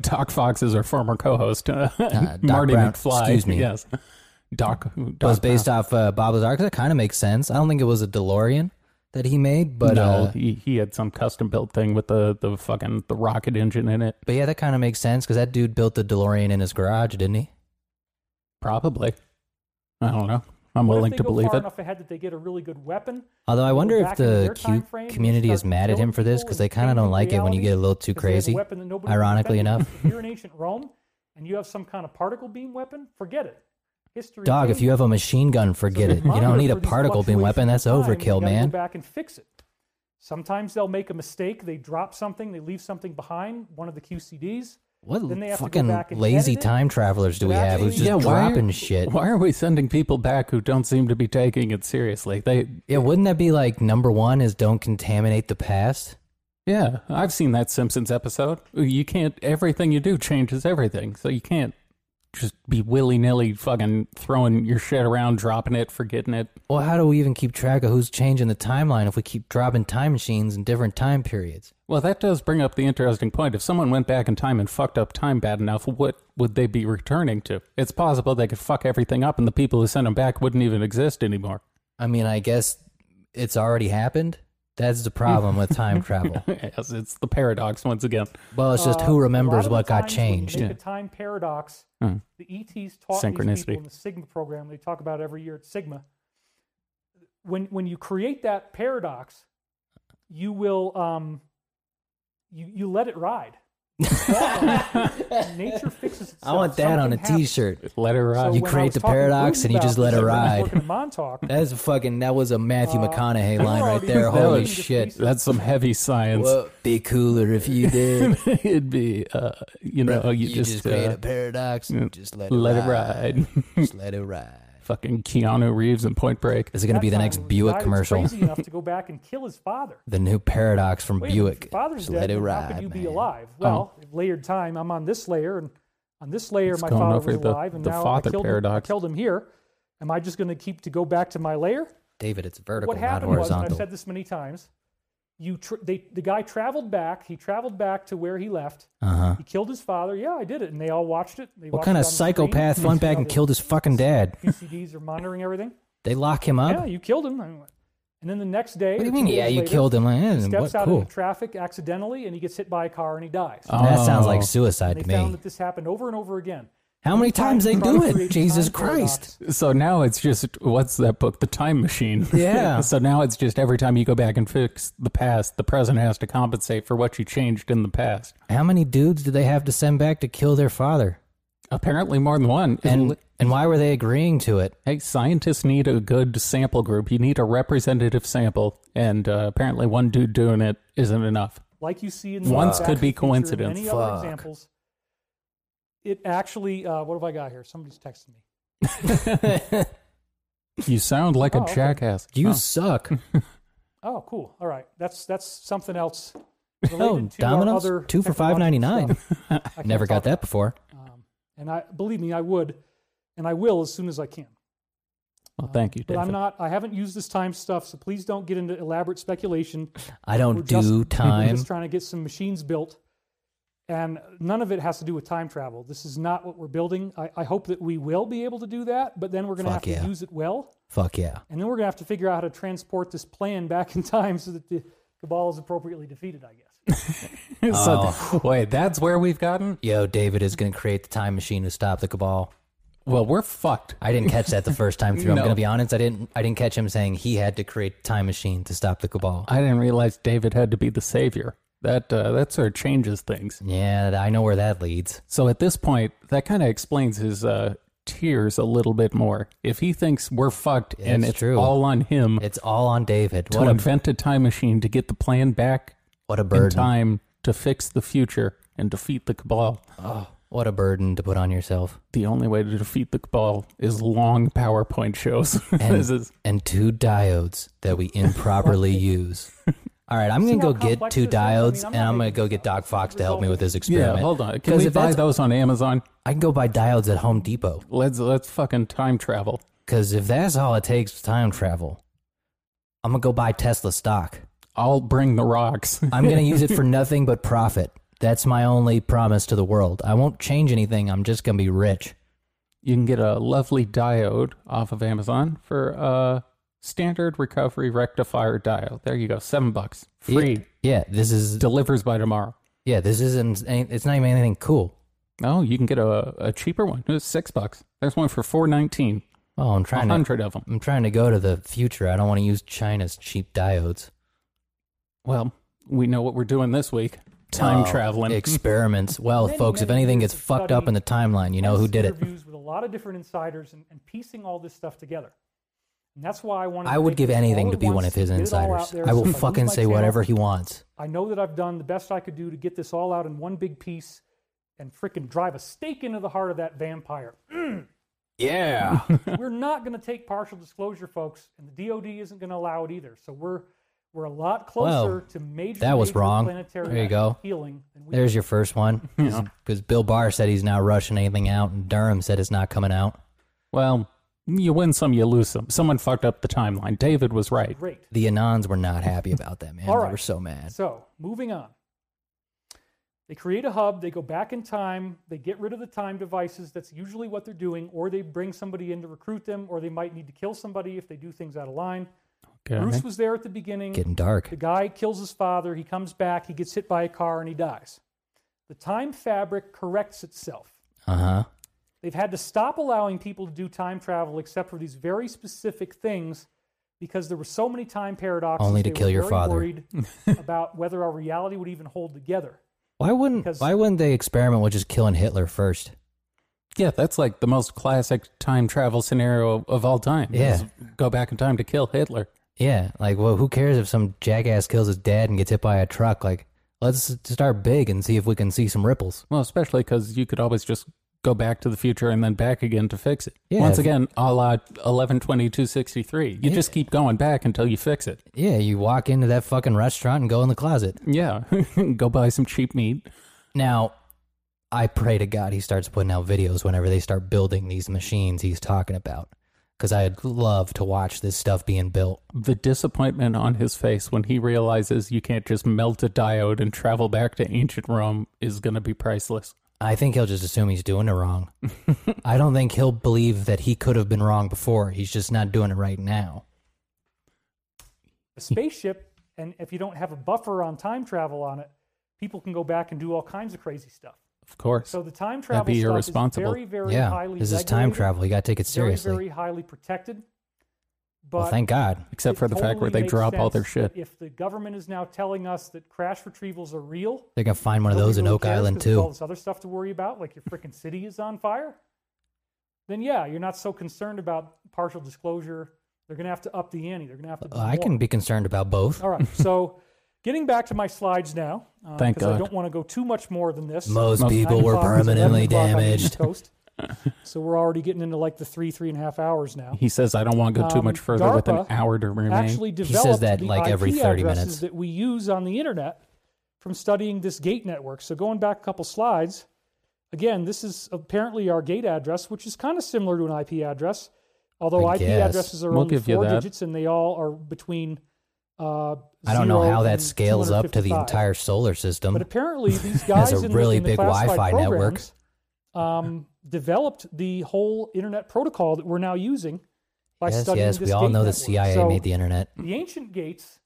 Doc Fox is our former co-host, uh, Doc Marty Brown. McFly. Excuse me. Yes, Doc. Doc was based off uh, Bob Lazar because that kind of makes sense. I don't think it was a DeLorean that he made, but no, uh, he, he had some custom built thing with the, the fucking the rocket engine in it. but yeah, that kind of makes sense because that dude built the DeLorean in his garage, didn't he? Probably. I don't know. I'm What if willing they to go believe far it. enough ahead that they get a really good weapon. Although I They go wonder if back into the their Q time frame and community is start mad at killing him for this people because and they kind of changing don't like it when you get reality a little too 'cause they have a crazy. weapon that nobody Ironically defended. enough, if you're in ancient Rome and you have some kind of particle beam weapon, forget it. History. dog, if you have a machine gun, forget it. You don't need a particle beam weapon. That's overkill, Go man. back and fix it. Sometimes they'll make a mistake. They drop something. They leave something behind. One of the QCDs. What Then they have to go fucking back and lazy edit it. time travelers do we have who's just Yeah, why are- dropping shit? Why are we sending people back who don't seem to be taking it seriously? They, Yeah, wouldn't that be like number one is don't contaminate the past? yeah, I've seen that Simpsons episode. You can't. Everything you do changes everything, so you can't just be willy nilly fucking throwing your shit around, dropping it, forgetting it. Well, how do we even keep track of who's changing the timeline if we keep dropping time machines in different time periods? Well, that does bring up the interesting point. If someone went back in time and fucked up time bad enough, what would they be returning to? It's possible they could fuck everything up and the people who sent them back wouldn't even exist anymore. I mean, I guess it's already happened. That's the problem with time travel. yes, it's the paradox once again. Well, it's just Uh, who a lot remembers of what the got times when you changed. Make Yeah. a time paradox. Hmm. The ETs taught these Synchronicity. people in the Sigma program. They talk about every year at Sigma. When when you create that paradox, you will um, you you let it ride. Nature fixes itself. I want that on a Something happens. T-shirt. Let her So ride. You when I create was the talking to paradox Bruce and you about just let this it when I was ride. Working in Montauk. That is fucking. That was a Matthew Uh, McConaughey we're line right already there. using Holy this shit! piece. That's some heavy science. Well, be cooler if you did. It'd be, uh, you know, you, you just, create uh, a paradox and just let it let it ride. ride. just let it ride. fucking Keanu Reeves in Point Break. This is gonna be the That next time Buick guy was commercial. Crazy enough to go back and kill his father. The new paradox from Wait, a minute, if Buick. your Father's Just dead. let it then ride, how could you man. be alive? Oh. Well, layered time. I'm on this layer, and on this layer, It's my going father over was the- alive, and the now I father killed, him, I paradox. killed him here. Am I just going to keep to go back to my layer? David, it's vertical, what not happened was, and I've horizontal. said this many times. You, tr they, the guy traveled back. He traveled back to where he left. Uh huh. He killed his father. Yeah, I did it, and they all watched it. They What watched kind it of on the screen. psychopath You went see back how and the killed his fucking dad? PCDs are monitoring everything. They lock him up. Yeah, you killed him. And then the next day, what do you or mean? two Yeah, days you later, killed him. Like, eh, He steps what? out Cool. into traffic accidentally, and he gets hit by a car and he dies. That sounds Oh. like and suicide they to found me. that this happened over and over again. How many times they do it? Create Jesus time paradox. Christ! So now it's just what's that book, The Time Machine? Yeah. so now it's just every time you go back and fix the past, the present has to compensate for what you changed in the past. How many dudes do they have to send back to kill their father? Apparently, more than one. And and why were they agreeing to it? hey, scientists need a good sample group. You need a representative sample, and uh, apparently, one dude doing it isn't enough. Like you see in the Once Back could to be the Future and coincidence. Many other Fuck. examples. It actually, uh, what have I got here? Somebody's texting me. You sound like Oh, a okay. jackass. You Huh. suck. Oh, cool. All right, that's that's something else. Oh, Related to our Domino's other two for five ninety technological nine. stuff. I can't Never talk got about that before. Um, and I believe me, I would, and I will as soon as I can. Well, thank you, But David. I'm not. I haven't used this time stuff, so please don't get into elaborate speculation. I We're don't just- do We're time. just trying to get some machines built, and none of it has to do with time travel. This is not what we're building. I, I hope that we will be able to do that, but then we're going to have Fuck yeah. to use it well, Fuck yeah. and then we're going to have to figure out how to transport this plan back in time so that the cabal is appropriately defeated. I guess. Oh. so, Wait, that's where we've gotten? Oh. Yo, David is gonna create the time machine to stop the cabal. Well, we're fucked. I didn't catch that the first time through. No. I'm gonna be honest. I didn't. I didn't catch him saying he had to create time machine to stop the cabal. I didn't realize David had to be the savior. That uh, that sort of changes things. Yeah, I know where that leads. So at this point, that kind of explains his uh, tears a little bit more. If he thinks we're fucked Yeah, and that's it's true. all on him It's all on David. to What a, invent a time machine to get the plan back what a in burden. time to fix the future and defeat the cabal, Oh, What a burden to put on yourself. the only way to defeat the cabal is long PowerPoint shows. this is and two diodes that we improperly use. All right, I'm See going to go how get complex two this is? I mean, diodes, and I'm not I'm going to making go this get up. Doc This Fox is to help me resulting. with this yeah. experiment. Hold on, can 'Cause we if buy that's- those on Amazon? I can go buy diodes at Home Depot Let's let's fucking time travel. because if that's all it takes to time travel, I'm going to go buy Tesla stock. I'll bring the rocks. I'm going to use it for nothing but profit. That's my only promise to the world. I won't change anything. I'm just going to be rich. you can get a lovely diode off of Amazon for a standard recovery rectifier diode. There you go, seven bucks, free, Yeah, this is delivers by tomorrow. yeah, this isn't any- it's not even anything cool. No, Oh, you can get a, a cheaper one. It's six bucks. There's one for four nineteen. Oh, I'm A trying to hundred of them. I'm trying to go to the future. I don't want to use China's cheap diodes. Well, we know what we're doing this week. Time Oh, traveling. experiments. Well, Many, folks, if many anything years gets of fucked up study, in the timeline, you know who did it. Interviews with a lot of different insiders and, and piecing all this stuff together. And that's why I wanted. I to would make give this anything all to at be one once, of his get it all out insiders. there, I so will if lose fucking my say channel, whatever he wants. I know that I've done the best I could do to get this all out in one big piece, and frickin' drive a stake into the heart of that vampire. yeah. we're not going to take partial disclosure, folks, and the DoD isn't going to allow it either. So we're we're a lot Well, closer to major. that was major wrong. Planetary There you go. Healing. Than we There's your first one. Because Bill Barr said he's not rushing anything out, and Durham said it's not coming out. well, you win some, you lose some. Someone fucked up the timeline. David was right. great. The Anons were not happy about that, man. All They right. were so mad. So moving on. They create a hub. They go back in time. They get rid of the time devices. That's usually what they're doing, or they bring somebody in to recruit them, or they might need to kill somebody if they do things out of line. Okay. Bruce was there at the beginning. Getting dark. The guy kills his father. He comes back. He gets hit by a car and he dies. The time fabric corrects itself. Uh huh. They've had to stop allowing people to do time travel except for these very specific things because there were so many time paradoxes. Only to they kill were your very father. Worried about whether our reality would even hold together. Why wouldn't Because- Why wouldn't they experiment with just killing Hitler first? Yeah, that's like the most classic time travel scenario of all time. Yeah. Is Go back in time to kill Hitler. Yeah, like well, who cares if some jackass kills his dad and gets hit by a truck? Like, let's start big and see if we can see some ripples. Well, especially because you could always just go back to the future and then back again to fix it. Yeah, Once if- again, a la 112263. You just keep going back until you fix it. Yeah, you walk into that fucking restaurant and go in the closet. Yeah. go buy some cheap meat. Now, I pray to God he starts putting out videos whenever they start building these machines he's talking about. Because I'd love to watch this stuff being built. The disappointment on his face when he realizes you can't just melt a diode and travel back to ancient Rome is going to be priceless. I think he'll just assume he's doing it wrong. I don't think he'll believe that he could have been wrong before. He's just not doing it right now. A spaceship, and if you don't have a buffer on time travel on it, people can go back and do all kinds of crazy stuff. Of course. So the time travel be stuff irresponsible. is very, very yeah, highly this is time regulated, travel. You got to take it very, seriously. very highly protected. But well, thank God. Except it for the fact where totally they makes drop all their sense that shit. If the government is now telling us that crash retrievals are real, They're going to find one of nobody those in really Oak cares Island, 'cause there's All too. this other stuff to worry about, like your freaking city is on fire. Then yeah, you're not so concerned about partial disclosure. They're gonna have to up the ante. They're gonna have to. do Uh, I more. can be concerned about both. All right, so getting back to my slides now, uh, Thank 'cause I God. don't want to go too much more than this. Most Most- people Nine were o'clock is 11 permanently o'clock on the damaged. East Coast. so we're already getting into like the three, three and a half hours now. He says, I don't want to go too Um, much further with an DARPA hour to remain. actually says developed that, the like, every IP 30 addresses minutes. that we use on the internet from studying this gate network. So going back a couple slides, again, this is apparently our gate address, which is kind of similar to an IP address, although I IP guess. addresses are We'll only give you four that. digits and they all are between. Uh, I don't know zero how that and scales up to the 255. entire solar system. But apparently, these Has guys a in really the, in the big classified Wi-Fi network. programs, um, developed the whole internet protocol that we're now using by yes, studying yes, this we all gate know the network. CIA So made the internet. the ancient gates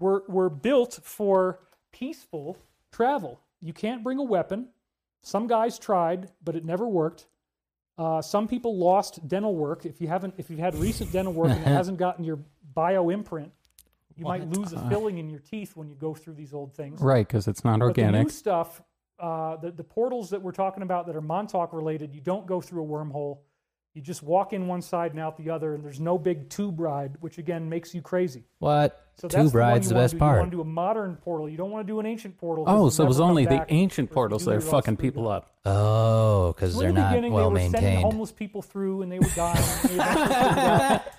were were built for peaceful travel. You can't bring a weapon. Some guys tried, but it never worked. Uh, some people lost dental work. If you haven't, if you've had recent dental work and it hasn't gotten your bio imprint, You What? might lose a Uh. filling in your teeth when you go through these old things. Right, because it's not But the organic. new stuff, uh, the, the portals that we're talking about that are Montauk related, you don't go through a wormhole. You just walk in one side and out the other, and there's no big tube ride, which again makes you crazy. What? So that's Tube the one rides you the wanna best do. You part. want to do a modern portal. You don't want to do an ancient portal. 'cause oh, you so it was never come only the back, ancient or if you portals do, that are you're all fucking screwed people up. up. Oh, because So they're in the not beginning, well they were sending maintained. homeless people through, and they would die. and they eventually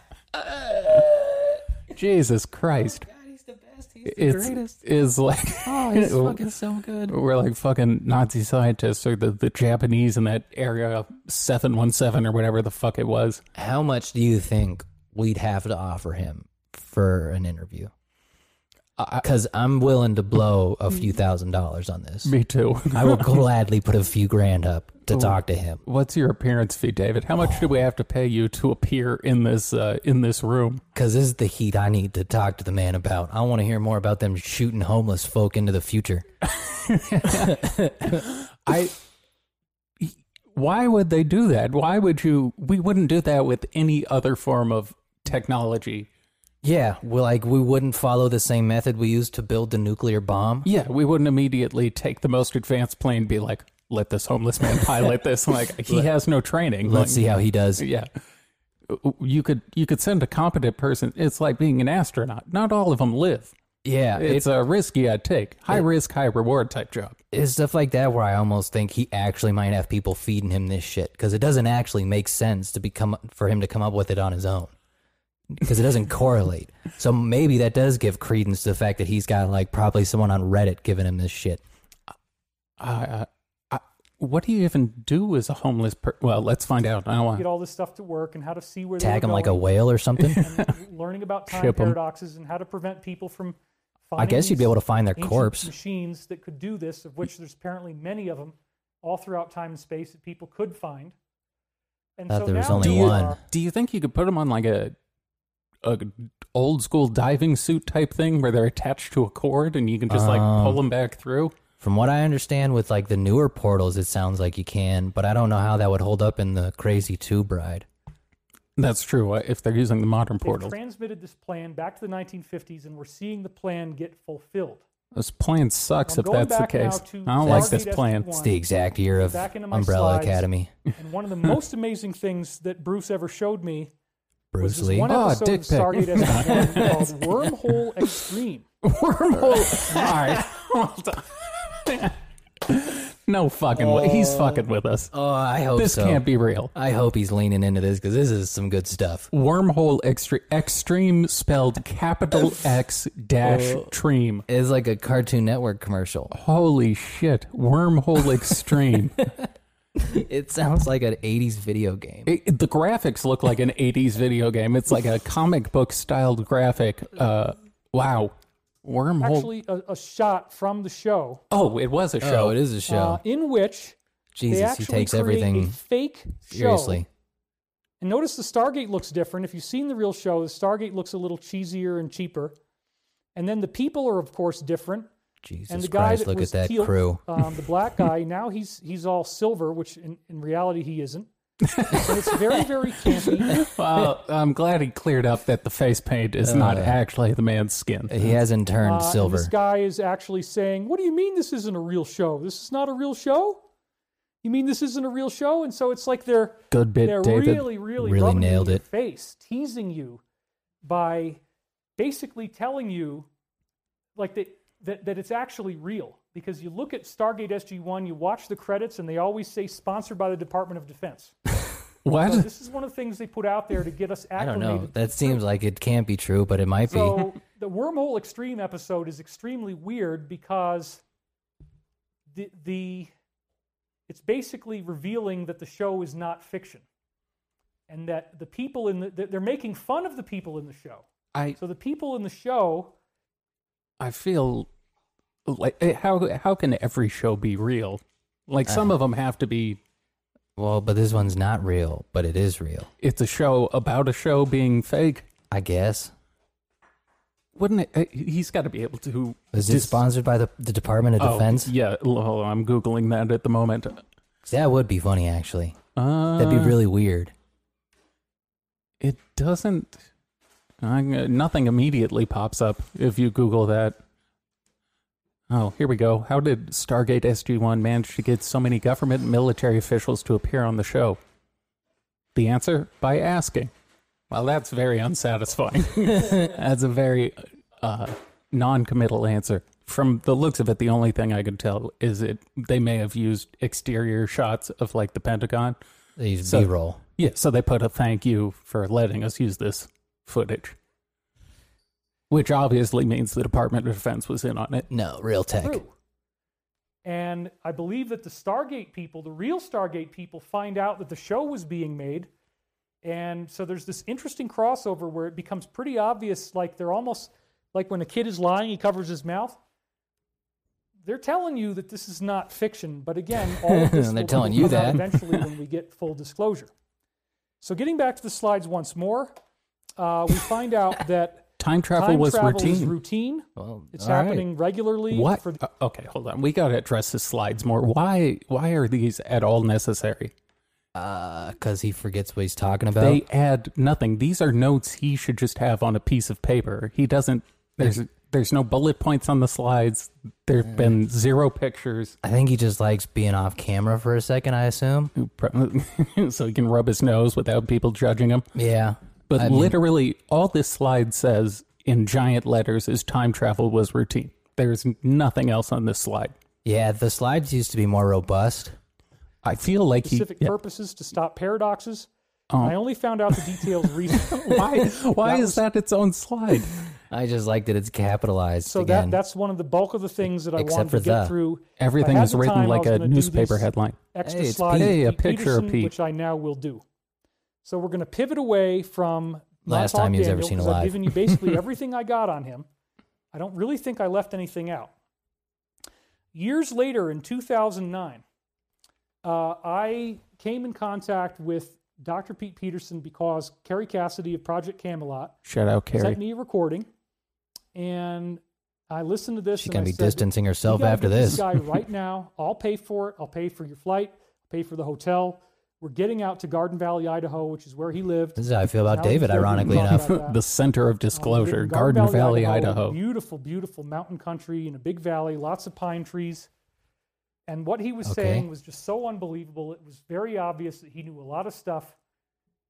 Jesus Christ. It's is like oh, he's fucking so good. We're like fucking Nazi scientists or the, the Japanese in that area seven one seven or whatever the fuck it was. How much do you think we'd have to offer him for an interview? Because I'm willing to blow a few thousand dollars on this. Me too. I will gladly put a few grand up to talk to him. What's your appearance fee, David? How much do we have to pay you to appear in this uh, in this room? Because this is the heat I need to talk to the man about. I want to hear more about them shooting homeless folk into the future. I. Why would they do that? Why would you? We wouldn't do that with any other form of technology. Yeah, well, like we wouldn't follow the same method we used to build the nuclear bomb. Yeah, we wouldn't immediately take the most advanced plane and be like, let this homeless man pilot this. Like he has no training. Let's like, see how he does. Yeah. You could you could send a competent person. It's like being an astronaut. Not all of them live. Yeah, it's It's a risky I'd take. High risk, high reward type job. it's stuff like that where I almost think he actually might have people feeding him this shit because it doesn't actually make sense to become for him to come up with it on his own because it doesn't correlate. So maybe that does give credence to the fact that he's got like probably someone on Reddit giving him this shit. Uh, I, what do you even do as a homeless? Per- well, let's find out. I don't want. Get all this stuff to work, and how to see where Tag they him were like a going, whale or something. and learning about time Ship 'em. paradoxes and how to prevent people from. I guess you'd be able to find their ancient corpse. machines that could do this, of which there's apparently many of them all throughout time and space that people could find. And Thought so there was now only we do, one. You, are- do you think you could put them on like a, a old school diving suit type thing where they're attached to a cord and you can just like Um, pull them back through? From what I understand with like the newer portals, it sounds like you can, but I don't know how that would hold up in the crazy tube ride. That's true. uh, If they're using the modern portal, They've transmitted this plan back to the 1950s, and we're seeing the plan get fulfilled. this plan sucks. if I'm going that's the back now case, to I don't like Stargate this plan. SG-1. It's the exact year of Back into my Umbrella slides. Academy. And one of Hmm. the most amazing things that Bruce ever showed me was Bruce this Lee. Ah, one Oh, episode dick of pic. Stargate SG-1 called Wormhole Extreme. Wormhole. All right. Hold on. no fucking way. He's fucking with us. Oh, I hope This so. can't be real. I hope he's leaning into this because this is some good stuff. Wormhole extre- extreme spelled capital X dash Oh. treem. It's like a Cartoon Network commercial. Holy shit. Wormhole extreme. It sounds like an 80s video game. It- it- the graphics look like an 80s video game. It's like a comic book styled graphic. Uh, wow. Wormhole. Actually, a, a shot from the show oh, it was a show. Oh, it is a show. uh, in which they Jesus, he actually takes create a everything fake show. seriously. And notice the Stargate looks different. If you've seen the real show, the Stargate looks a little cheesier and cheaper. And then the people are, of course, different. and Jesus the guy Christ, that look at was that Teal, crew. um, the black guy, now he's he's all silver, which in, in reality he isn't. and it's very, very campy. Well, I'm glad he cleared up that the face paint is not actually the man's skin. He hasn't turned Uh, and silver. this guy is actually saying, "What do you mean this isn't a real show? This is not a real show. You mean this isn't a real show?" And so it's like they're Good bit, they're David. really, really, Really rubbing it in nailed your it. Face teasing you by basically telling you, like that, that that it's actually real because you look at Stargate SG One, you watch the credits, and they always say sponsored by the Department of Defense. So What? this is one of the things they put out there to get us I don't acclimated. know. That seems like it can't be true, but it might be. So the wormhole extreme episode is extremely weird because the the it's basically revealing that the show is not fiction, and that the people in the that they're making fun of the people in the show. I So the people in the show, I feel like eh, how how can every show be real? Like some of them have to be. Well, but this one's not real, but it is real. It's a show about a show being fake. I guess. Wouldn't it? eh, He's got to be able to. Is it dis- sponsored by the, the Department of Oh, Defense? Yeah, l- hold on, I'm googling that at the moment. That would be funny, actually. Uh, That'd be really weird. It doesn't. I, nothing immediately pops up if you Google that. Oh, here we go. How did Stargate SG 1 manage to get so many government and military officials to appear on the show? The answer by asking. Well, that's very unsatisfying. that's a very uh, non committal answer. From the looks of it, the only thing I could tell is it they may have used exterior shots of like the Pentagon. They use So- B-roll. Yeah, so they put a thank you for letting us use this footage, which obviously means the Department of Defense was in on it. No, real tech. True. And I believe that the Stargate people, the real Stargate people, find out that the show was being made. And so there's this interesting crossover where it becomes pretty obvious like they're almost like when a kid is lying, he covers his mouth. They're telling you that this is not fiction, but again, all of this They're will- will telling you come out that. eventually when we get full disclosure. So getting back to the slides once more, uh, we find out that Time travel time was travel is routine. routine. Well, It's all right. happening regularly. What? For Uh, okay, hold on. We got to address the slides more. Why? Why are these at all necessary? because Uh, he forgets what he's talking about. They add nothing. These are notes he should just have on a piece of paper. He doesn't. There's there's no bullet points on the slides. There've been zero pictures, I think he just likes being off camera for a second. I assume. Mm. so he can rub his nose without people judging him. Yeah, But I mean- literally, all this slide says in giant letters is time travel was routine. There's nothing else on this slide. yeah. The slides used to be more robust. I feel like he. specific purposes to stop paradoxes. Oh. I only found out the details recently. Why, why is that its own slide? I just like that it's capitalized So that again. that's one of the bulk of the things that I Except wanted for to get the. through. If I Everything had is the written time, I like was a gonna do newspaper these headline. Extra Hey, it's slides Pete. of Hey, a Pete picture of Peterson, Pete. which I now will do. So we're going to pivot away from Last Montauk time he was ever Daniel, seen 'cause alive. I've given you basically everything I got on him. I don't really think I left anything out. Years later, in 2009, uh, I came in contact with Dr. Pete Peterson because Kerry Cassidy of Project Camelot Shout out, Carrie. sent me a recording, and I listened to this. She's and gonna I be said, distancing "You herself gotta after get this." guy right now. I'll pay for it. I'll pay for your flight. I'll pay for the hotel. We're getting out to Garden Valley, Idaho, which is where he lived. Um, this is how I feel about Now David. he's Ironically talking enough, about that. the center of Um, we lived disclosure, in Garden, Valley, Idaho. Beautiful, beautiful mountain country in a big valley, lots of pine trees. And what he was Okay. saying was just so unbelievable. It was very obvious that he knew a lot of stuff.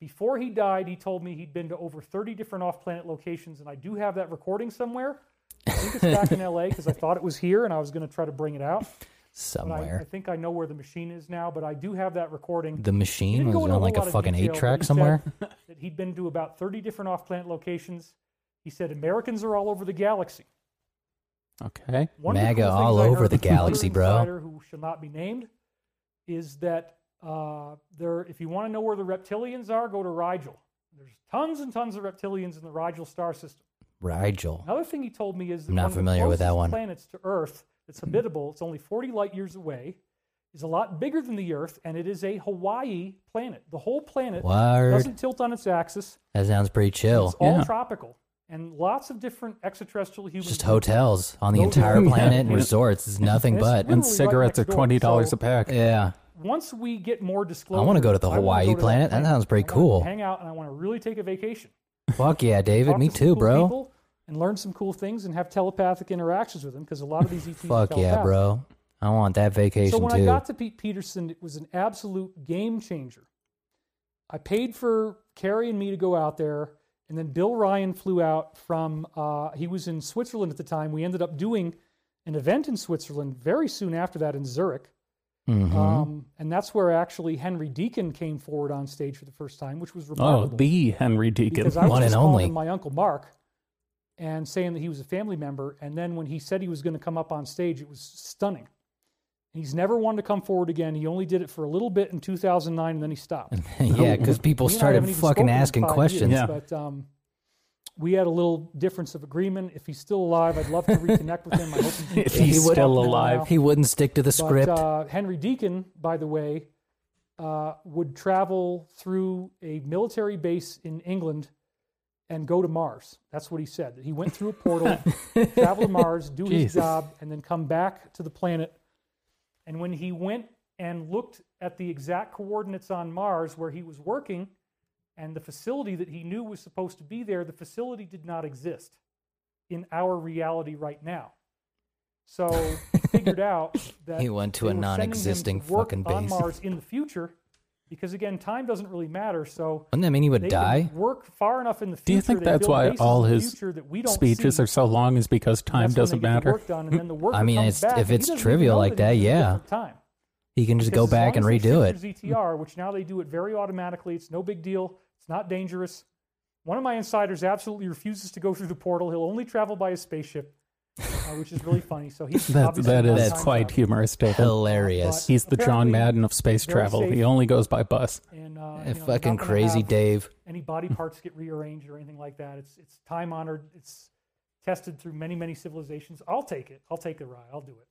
Before he died, he told me he'd been to over 30 different off planet locations, and I do have that recording somewhere. I think it's back in LA because I thought it was here and I was going to try to bring it out. But I, I somewhere think I know where the machine is now, but I do have that recording the He machine didn't was go into on like whole a lot of fucking detail, eight but track he said somewhere. that he'd been to about 30 different off planet locations. He said, Americans are all over the galaxy. Okay. One of the MAGA cool things all I over heard the from another galaxy, bro. insider Who shall not be named is that uh, there. If you want to know where the reptilians are, go to Rigel. There's tons and tons of reptilians in the Rigel star system. Rigel. Another thing he told me is that I'm not one of the familiar with that closest one. Planets to Earth that's habitable. It's only 40 light years away. Is a lot bigger than the Earth, and it is a Hawaii planet. The whole planet Word. doesn't tilt on its axis. That sounds pretty chill. It's all Yeah. tropical, and lots of different extraterrestrial human. Just beings. hotels on the No entire doubt. planet and Yeah. resorts. It's nothing It's but. literally And right cigarettes next are door, twenty dollars so- a pack. Yeah. once we get more disclosure, wanna go to the wanna Hawaii that planet. That planet. sounds pretty I wanna cool. Hang out, and I want to really take a vacation. Fuck yeah, David. Talk Me to some too, cool bro. people And learn some cool things, and have telepathic interactions with them because a lot of these ETs are Fuck yeah, telepathic. bro. I want that So vacation when I too. got to Pete Peterson, it was an absolute game changer. I paid for Carrie and me to go out there, and then Bill Ryan flew out from. Uh, he was in Switzerland at the time. We ended up doing an event in Switzerland very soon after that in Zurich. Mhm. Um, and that's where actually Henry Deacon came forward on stage for the first time, which was Oh, remarkable. the Henry Deacon. because I was One just and calling only. him my uncle Mark and saying that he was a family member. And then when he said he was going to come up on stage, it was stunning. He's never wanted to come forward again. He only did it for a little bit in 2009, and then he stopped. yeah, because people He and I started haven't even fucking spoken in asking five questions. years, Yeah. But um, we had a little difference of agreement. If he's still alive, I'd love to reconnect with him. I hope he's If he's up still and alive. well. He wouldn't stick to the script. But, uh, Henry Deacon, by the way, uh, would travel through a military base in England and go to Mars. That's what he said. He went through a portal, travel to Mars, do his Jesus. job, and then come back to the planet. And when he went and looked at the exact coordinates on Mars where he was working, And the facility that he knew was supposed to be there, the facility did not exist in our reality right now. So he figured out that He went to they a were sending him non-existing to work fucking on base. Mars in the future, because again, time doesn't really matter. So Wouldn't that mean he would they die? can work far enough in the future. Do you think they that's build why bases all in the his future that we don't speeches see, are so long is because time That's when they doesn't get the matter? work done, and then the worker I mean, comes it's- back, if and he it's doesn't even trivial know like it's that, a yeah. different time. He can just go Because as back and long as they redo it. ship your ZTR, which now they do it very automatically. It's no big deal. It's not dangerous. One of my insiders absolutely refuses to go through the portal. He'll only travel by his spaceship, uh, which is really funny. So he's That, obviously that not is time quite traveling. humorous, David. Hilarious. He's the John Apparently, Madden of space they're travel. safe. He only goes by bus. And, uh, Eh, you know, they're fucking not gonna crazy have Dave. Any body parts get rearranged or anything like that. It's it's time honored. It's tested through many many civilizations. I'll take it. I'll take the ride. I'll do it.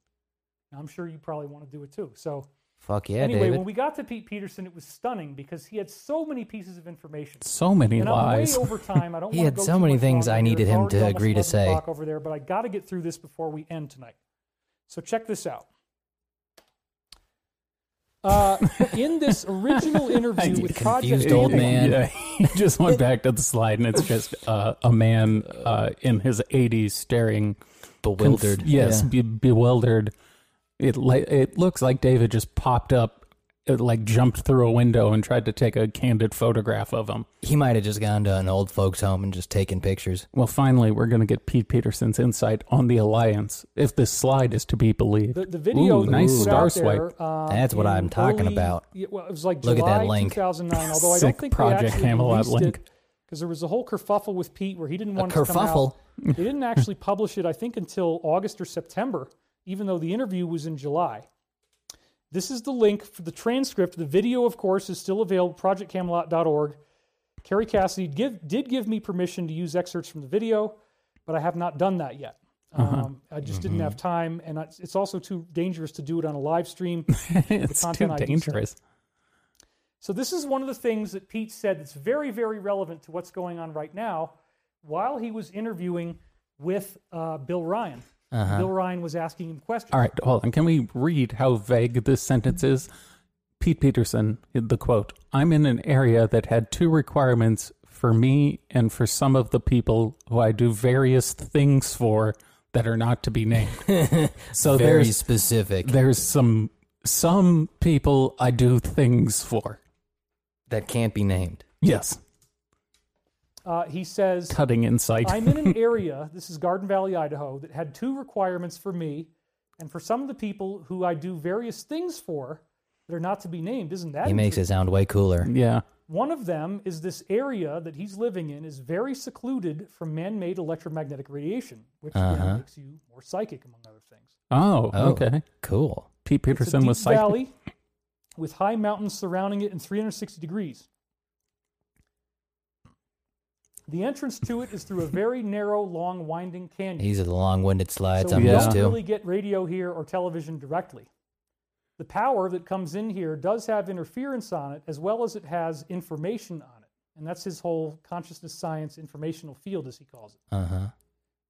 And I'm sure you probably want to do it too. So Fuck yeah, anyway, David. when we got to Pete Peterson, it was stunning because he had so many pieces of information. So many and lies. I'm way over time. I don't He wanna had go so too many much things longer I here. needed It's him to already almost agree to 11 say. o'clock over there, but I got to get through this before we end tonight. So check this out. Uh, in this original interview You with Project confused old Eden- man. Yeah, he just went back to the slide, and it's just uh, a man uh, in his 80s staring, conf- Bewildered. yes, Yeah. be- bewildered. It li- it looks like David just popped up, it, like jumped through a window and tried to take a candid photograph of him. He might have just gone to an old folks' home and just taken pictures. Well, finally, we're going to get Pete Peterson's insight on the alliance, if this slide is to be believed. The, the video Ooh, that nice was put star out there, um, That's what in I'm talking early- about. yeah, well, it was like Look at July that link. 2009. Although I Sick don't think Project they actually Camelot link. because there was a whole kerfuffle with Pete where he didn't A want it to come kerfuffle? out. They didn't actually publish it, I think, until August or September, even though the interview was in July. This is the link for the transcript. The video, of course, is still available. ProjectCamelot.org. Kerry Cassidy give, did give me permission to use excerpts from the video, but I have not done that yet. Uh-huh. Um, I just didn't Mm-hmm. have time, and I, it's also too dangerous to do it on a live stream. it's too content ID stuff. dangerous. So this is one of the things that Pete said that's very, very relevant to what's going on right now. While he was interviewing with uh, Bill Ryan, Uh-huh. Bill Ryan was asking him questions. All right, hold on. Can we read how vague this sentence is? Pete Peterson, the quote I'm in an area that had two requirements for me and for some of the people who I do various things for that are not to be named. so Very there's specific. there's some some people I do things for. That can't be named. Yes, Uh, he says, cutting insight. I'm in an area, this is Garden Valley, Idaho, that had two requirements for me and for some of the people who I do various things for that are not to be named. Isn't that He makes it sound way cooler. yeah. One of them is this area that he's living in is very secluded from man-made electromagnetic radiation, which again, Uh-huh. makes you more psychic, among other things. Oh, Oh, okay. Cool. Pete It's a Peterson deep was psychic. valley with high mountains surrounding it in 360 degrees. The entrance to it is through a very narrow, long, winding canyon. These are the long-winded slides so I'm we Yeah. used don't to. really get radio here or television directly. The power that comes in here does have interference on it, as well as it has information on it, and that's his whole consciousness science informational field, as he calls it. Uh-huh.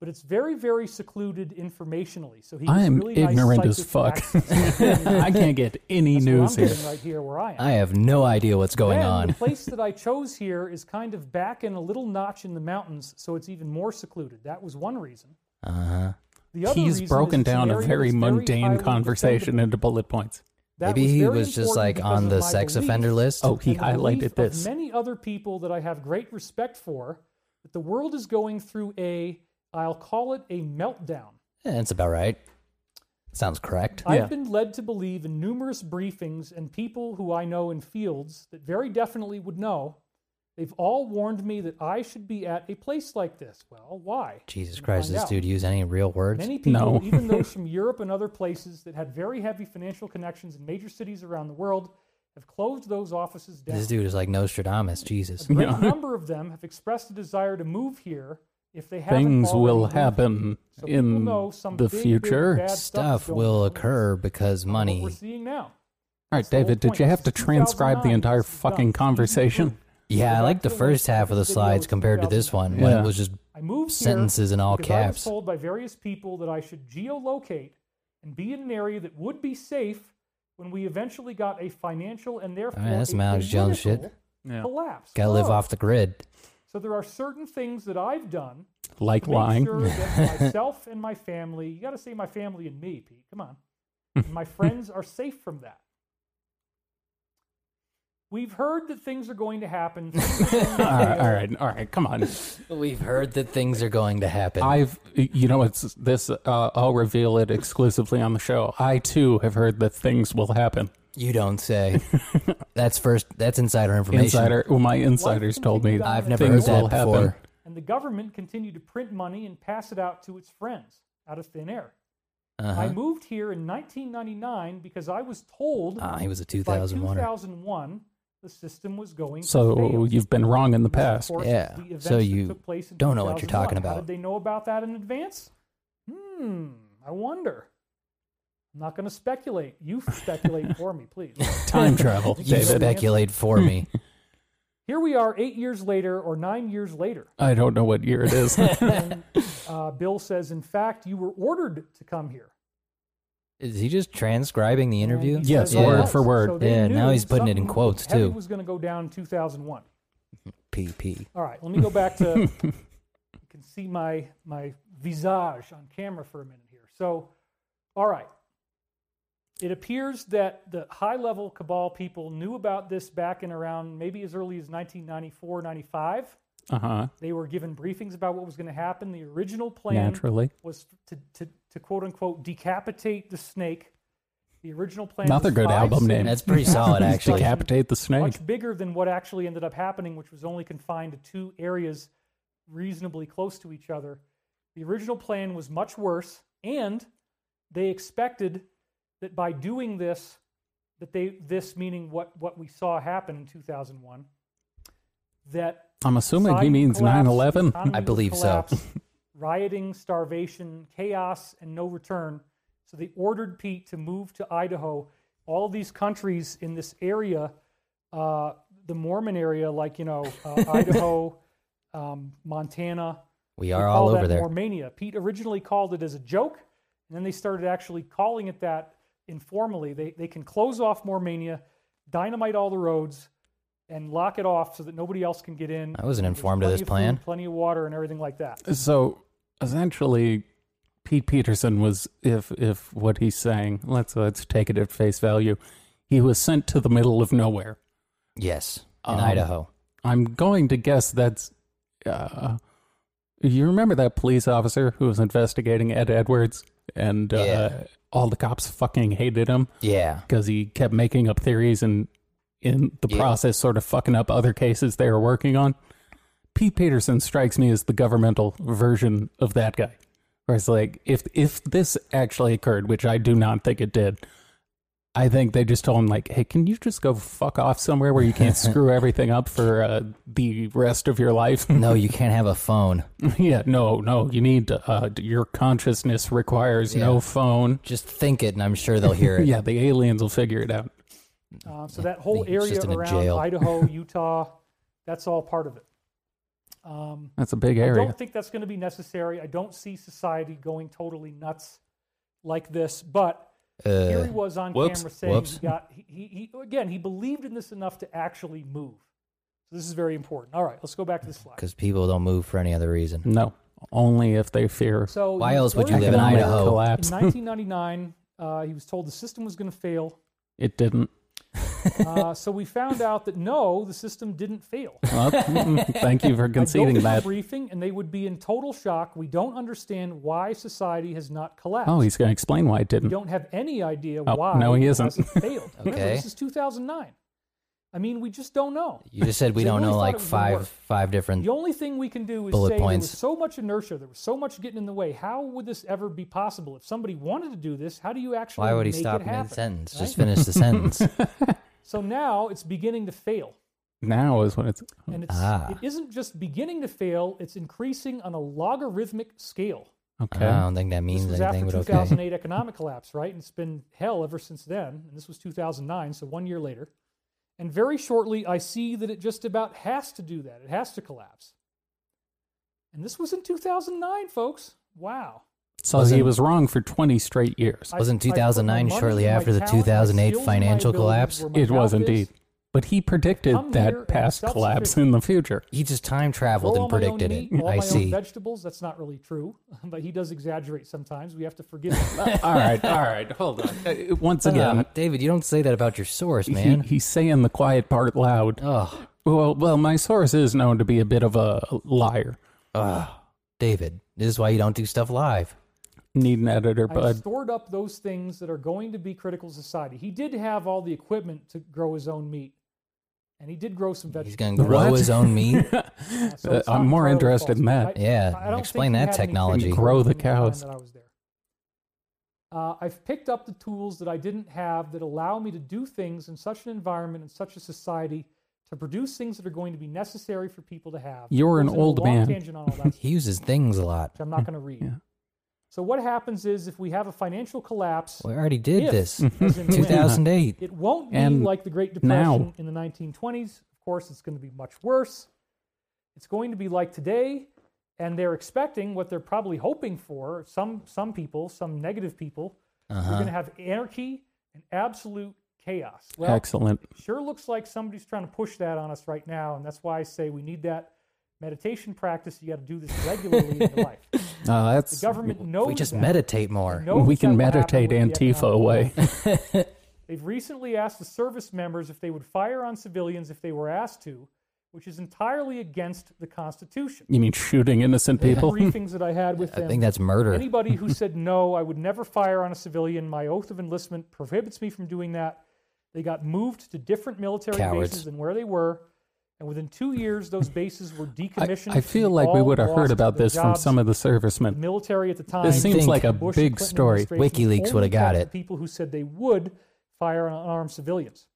But it's very, very secluded informationally. So he I gets am really ignorant nice as psychic fuck. access. I can't get any That's news what I'm here. getting right here where I am. I have no idea what's going Then The on. place that I chose here is kind of back in a little notch in the mountains, so it's even more secluded. That was one reason. Uh-huh. The other He's reason broken is it's an down a area that's very highly mundane defendable. conversation into bullet points. That Maybe he very was just important like because on of the my sex belief offender list. Oh, he and the belief highlighted of this. Many other people that I have great respect for, that the world is going through a, I'll call it a meltdown. Yeah, that's about right. Sounds correct. Yeah. I've been led to believe in numerous briefings and people who I know in fields that very definitely would know. They've all warned me that I should be at a place like this. Well, why? Jesus We'll Christ, find this out. dude used any real words? Many No. people, even those from Europe and other places that had very heavy financial connections in major cities around the world, have closed those offices down. This dude is like Nostradamus. Jesus. A great Yeah. number of them have expressed a desire to move here if they haven't Things already will moved happen here. So in people know some the big, big future. bad stuff is Stuff going will on. occur because Some of money. What we're seeing now. All That's right, the whole David, did point. you have to This is transcribe the 2009. entire This is done. fucking conversation? Yeah, I Go like back the to first half of the video slides was compared to this one 2009. when Yeah. it was just I moved here sentences in all because I was caps. told by various people that I should geolocate and be in an area that would be safe when we eventually got a financial and therefore that's a Mao Zedong shit. political Yeah. collapse. Gotta live Oh. off the grid. So there are certain things that I've done Like to lying. make sure that myself and my family, you got to say my family and me, Pete. Come on. And my friends are safe from that. We've heard that things are going to happen. all, right, all right, all right. Come on. We've heard that things are going to happen. I've, you know, it's this. Uh, I'll reveal it exclusively on the show. I too have heard that things will happen. you don't say. that's first. That's insider information. Insider, well, my insiders told me Life I've I've never never heard things continues that will on. happen. before. and the government continued to print money and pass it out to its friends out of thin air. I Uh-huh. moved here in 1999 because I was told Ah, he was a by 2001. 2001 the system was going to So fail. you've been wrong in the This, of past. course, is Yeah. the events So that you took place in don't know what you're 2001. talking How about. did they know about that in advance? Hmm. I wonder. I'm not going to speculate. You speculate for me, please. Time travel, You David. speculate for me. Here we are, eight years later or nine years later. I don't know what year it is. Uh, Bill says, "In fact, you were ordered to come here." Is he just transcribing the interview? And he Yes, says, "I word was." for word. So they Yeah, now knew he's putting it in something quotes, heavy too. Was going to go down in 2001. PP. All right, let me go back to. you can see my my visage on camera for a minute here. So, all right. It appears that the high level cabal people knew about this back in around maybe as early as 1994, 95. Uh huh. They were given briefings about what was going to happen. The original plan Naturally, was to, to, to quote unquote decapitate the snake. The original plan. another was good five album name. That's pretty solid, actually. Decapitate the snake. much bigger than what actually ended up happening, which was only confined to two areas reasonably close to each other. The original plan was much worse, and they expected that by doing this, that they this meaning what what we saw happen in 2001, that I'm assuming he society means collapse, 9 11. economy I would believe so. collapse, rioting, starvation, chaos, and no return. So they ordered Pete to move to Idaho. All these countries in this area, uh, the Mormon area, like you know uh, Idaho, um, Montana, We they are call all that over there. Mormania. Pete originally called it as a joke, and then they started actually calling it that informally. They they can close off Mormania, dynamite all the roads, and lock it off so that nobody else can get in. I wasn't There's informed of plenty this food, plan. Uh, plenty of water, and everything like that. So essentially, Pete Peterson was, if if what he's saying, let's let's take it at face value, he was sent to the middle of nowhere. Yes, in Um, Idaho. I'm going to guess that's. Uh, you remember that police officer who was investigating Ed Edwards, and uh, Yeah. all the cops fucking hated him Yeah. because he kept making up theories and in the Yeah. process sort of fucking up other cases they were working on. Pete Peterson strikes me as the governmental version of that guy. Where it's like, if if this actually occurred, which I do not think it did, I think they just told him like, hey, can you just go fuck off somewhere where you can't screw everything up for uh, the rest of your life? No, you can't have a phone. yeah, no, no, you need uh, your consciousness requires Yeah. no phone. Just think it, and I'm sure they'll hear it. Yeah, the aliens will figure it out. Uh, so that whole think it's area just in a around jail. Idaho, Utah, that's all part of it. Um, That's a big I area. don't think that's going to be necessary. I don't see society going totally nuts like this, but here Uh, he was on whoops, camera saying whoops. he got he, he, he again he believed in this enough to actually move. So this is very important. All right, let's go back to the slide. Because people don't move for any other reason. No, only if they fear So Why he was else would you ordered live in to economic move. Idaho? collapse. In 1999, uh, he was told the system was going to fail. It didn't. Uh, so we found out that no, the system didn't fail. Well, mm, thank you for I go to conceding the that. briefing, and they would be in total shock. We don't understand why society has not collapsed. Oh, he's going to explain why it we didn't. don't have any idea Oh, why. no, he it isn't. hasn't failed. Remember, Okay. this is 2009. I mean, we just don't know. You just said we They don't know really thought like it was gonna five work. five different. The only thing we can do is Bullet say there points. was so much inertia, there was so much getting in the way. How would this ever be possible? If somebody wanted to do this, how do you actually? Why would he make stop it mid happen, sentence? right? Just finish the sentence. So now it's beginning to fail, Now is when it's. and it's Ah. it isn't just beginning to fail; it's increasing on a logarithmic scale. Okay. I don't think that This means was anything, after but okay. 2008 economic collapse, right? And it's been hell ever since then. And this was 2009, so one year later. And very shortly, I see that it just about has to do that. It has to collapse. And this was in 2009, folks. Wow. so Wasn't- he was wrong for 20 straight years. I- Wasn't I put my 2009 money, shortly my after the talent, my 2008 skills, and my financial abilities collapse? where my It was mouth is. indeed. But he predicted Come here that and past collapse in the future. He just time Grow traveled all and my own predicted it. meat, grow all I my Own see. vegetables. That's not really true, but he does exaggerate sometimes. We have to forgive him. all right, all right, hold on. Uh, Once again, Ugh, David, you don't say that about your source, he, man. he's saying the quiet part loud. oh, Well, well, my source is known to be a bit of a liar. David, this is why you don't do stuff live. Need an editor, I've bud. stored up those things that are going to be critical to society. He did have all the equipment to grow his own meat, and he did grow some He's vegetables. gonna grow What? his own meat. Uh, so Uh, it's I'm not more entirely interested false. in that. I- Yeah, I- I don't explain that think he had anything technology. to Grow the from time cows. that I was there. Uh, I've picked up the tools that I didn't have that allow me to do things in such an environment in such a society to produce things that are going to be necessary for people to have. You're It an goes into a old long man. tangent on all that He uses things a lot. which I'm not going to read. Yeah. So what happens is if we have a financial collapse, We already did If- this. as in when, 2008. it won't be And like the Great Depression now. in the 1920s. Of course, it's going to be much worse. It's going to be like today, and they're expecting what they're probably hoping for. Some some people, some negative people, we're going to have anarchy and absolute chaos. Well, Excellent. sure looks like somebody's trying to push that on us right now, and that's why I say we need that meditation practice. You got to do this regularly in your life. Uh, The that's government knows We just that. meditate more. Knows we can that will happen meditate with the Antifa economic away. They've recently asked the service members if they would fire on civilians if they were asked to, which is entirely against the Constitution. You mean shooting innocent The people? briefings that I had with I them. think that's murder. anybody who said no, I would never fire on a civilian. My oath of enlistment prohibits me from doing that. They got moved to different military Cowards. bases than where they were, and within two years, those bases were I, decommissioned. I feel They like we all would have heard lost about their this from jobs. some of the The servicemen. military at the time. This seems think like a the Bush and big Clinton story. administrations WikiLeaks only would've got kept it. the People who said they would fire on unarmed civilians.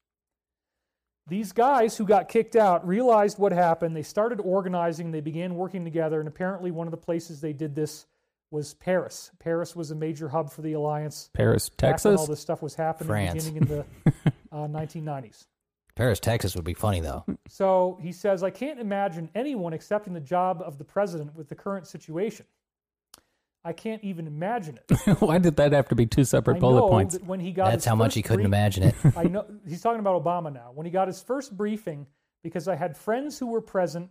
These guys who got kicked out realized what happened. They started organizing. They began working together. And apparently, one of the places they did this was Paris. Paris was a major hub for the alliance. Paris, back when all Texas. this stuff was happening, France. beginning in the uh, 1990s. Paris, Texas would be funny though. So he says, I can't imagine anyone accepting the job of the president with the current situation. I can't even imagine it. Why did that have to be two separate I bullet know points? that when he got That's his how much first he couldn't brief- imagine it. I know he's talking about Obama now. When he got his first briefing, because I had friends who were present,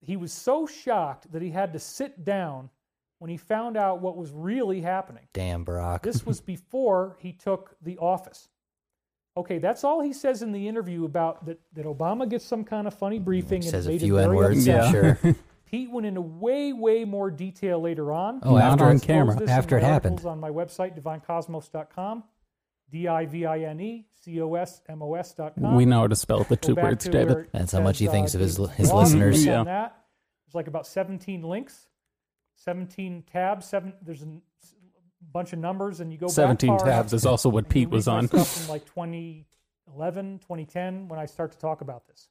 he was so shocked that he had to sit down when he found out what was really happening. Damn, Barack. This was before he took the office. Okay, that's all he says in the interview about that, that Obama gets some kind of funny briefing and Says it a made few him n very words. upset. Yeah. I'm sure. Pete went into way, way more detail later on. Oh, Not after on it- Explores camera. this in After it the happened. articles On my website, divinecosmos.com, D I V I N E C O S M O S.com. We know how to spell the Go two back words, to David. where it That's how much he says, uh, thinks of his- David's his blog. listeners. Click Yeah. on that. There's like about 17 links, 17 tabs, seven, there's a n- s- bunch of numbers, and you go back 17 far tabs enough, is also what and you Pete was read my on. stuff from like 2011, 2010, when I start to talk about this.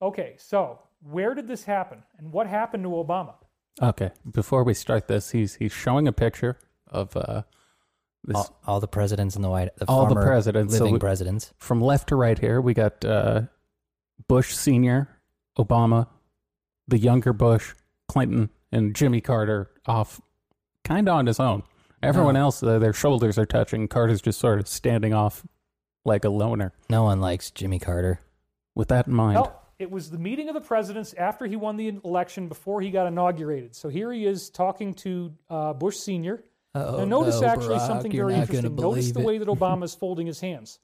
Okay, so where did this happen, and what happened to Obama? Okay, before we start this, he's he's showing a picture of uh, this All, all the presidents in the White the All the former presidents, so living we- presidents. from left to right here. We got uh, Bush Senior, Obama, the younger Bush, Clinton, and Jimmy Carter off, kind of on his own. Everyone else, uh, their shoulders are touching. Carter's just sort of standing off like a loner. No one likes Jimmy Carter. With that in mind, Well, it was the meeting of the presidents after he won the election, before he got inaugurated. So here he is talking to uh, Bush Senior. Oh, Now, notice actually something very interesting. Notice the way that Obama is folding his hands.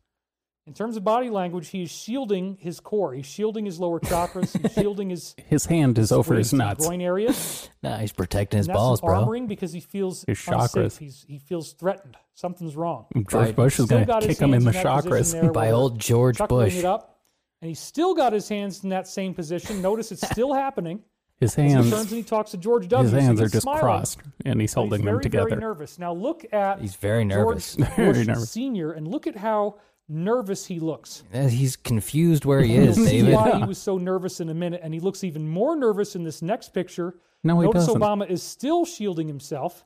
In terms of body language, he is shielding his core. He's shielding his lower chakras. He's shielding his his hand is over his ribs and nuts. groin areas. Nah, he's protecting his and that's balls, an bro. armoring because he feels His unsafe. chakras. He's, he feels threatened. Something's wrong. George Right. Bush is Still going to got his kick him in the hands that position chakras. there By where old George chuckling Bush. it up, and he's still got his hands in that same position. Notice it's still happening. His As he turns hands, and he talks to George W. his hands he's are just smiling, crossed, and he's but he's holding very, them Very together. nervous. Now look at He's very nervous. George Very Bush nervous. Senior, and look at how nervous he looks. Uh, He's confused where he is, You'll see David. why he was so nervous in a minute, and he looks even more nervous in this next picture. No, he Notice doesn't. Obama is still shielding himself.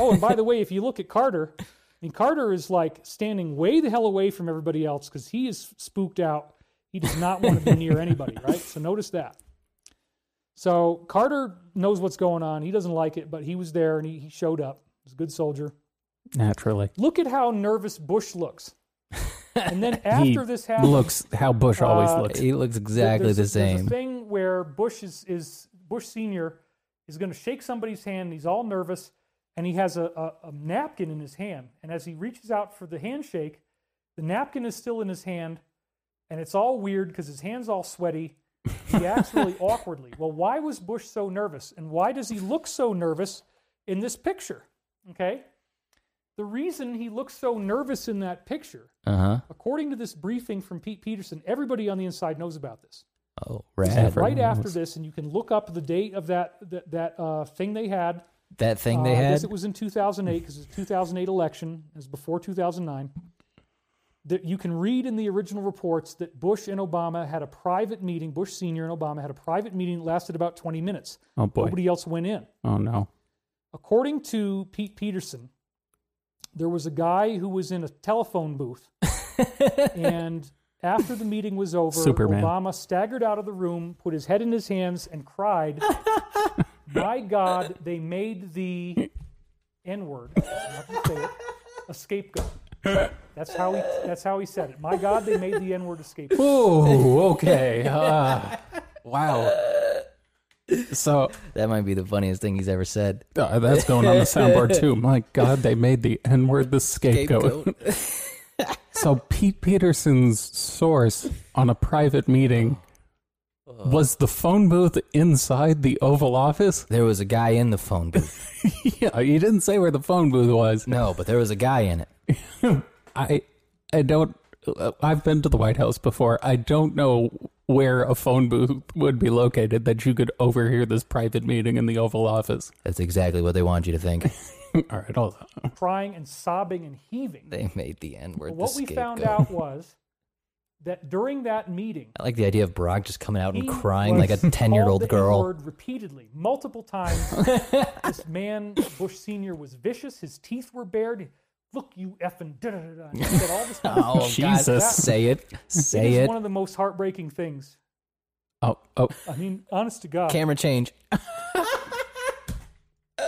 Oh, and by the way, if you look at Carter, I mean Carter is like standing way the hell away from everybody else because he is spooked out. He does not want to be near anybody, right? So notice that. So Carter knows what's going on. He doesn't like it, but he was there and he, he showed up. He's a good soldier. Naturally, Look at how nervous Bush looks. And then He after this happens, looks how Bush always Uh, looks. He looks th- exactly there's- the There's a same. thing where Bush is, is Bush Senior is going to shake somebody's hand. And he's all nervous, and he has a, a, a napkin in his hand. And as he reaches out for the handshake, the napkin is still in his hand, and it's all weird because his hand's all sweaty. He acts really awkwardly. Well, why was Bush so nervous, and why does he look so nervous in this picture? Okay, the reason he looks so nervous in that picture, Uh huh. according to this briefing from Pete Peterson, everybody on the inside knows about this Oh, Yeah, rad. for- right after Nice. this, and you can look up the date of that that, that uh, thing they had. That thing they Uh, I had. guess it was in 2008 because the 2008 election it was before 2009. That you can read in the original reports that Bush and Obama had a private meeting. Bush Senior and Obama had a private meeting that lasted about 20 minutes. Oh boy. Nobody else went in. oh no. According to Pete Peterson, there was a guy who was in a telephone booth, and after the meeting was over, Superman. Obama staggered out of the room, put his head in his hands, and cried, "My God, they made the N-word I'm not gonna say it, a scapegoat." That's how he. That's how he said it. My God, they made the N-word a scapegoat. Oh, okay. Ah, wow. So that might be the funniest thing he's ever said. uh, that's going on the soundboard too. My God, they made the N word the scapegoat. Scapegoat. So Pete Peterson's source on a private meeting was the phone booth inside the Oval Office. there was a guy in the phone booth. Yeah, you didn't say where the phone booth was. No, but there was a guy in it. I I don't. uh, I've been to the White House before. I don't know where a phone booth would be located that you could overhear this private meeting in the Oval Office. That's exactly what they want you to think. All right, hold on. Crying and sobbing and heaving. They made the N word. But what the we found scapegoat. out was that during that meeting, I like the idea of Brock just coming out and He crying was like a ten year called the old girl. N-word repeatedly, multiple times. this man, Bush Senior, was vicious. His teeth were bared. Look, you effing da da da da. He said all this kind of Oh stuff. God! Jesus. Say it. It Say is it. one of the most heartbreaking things. Oh, oh. I mean, honest to God. Camera change.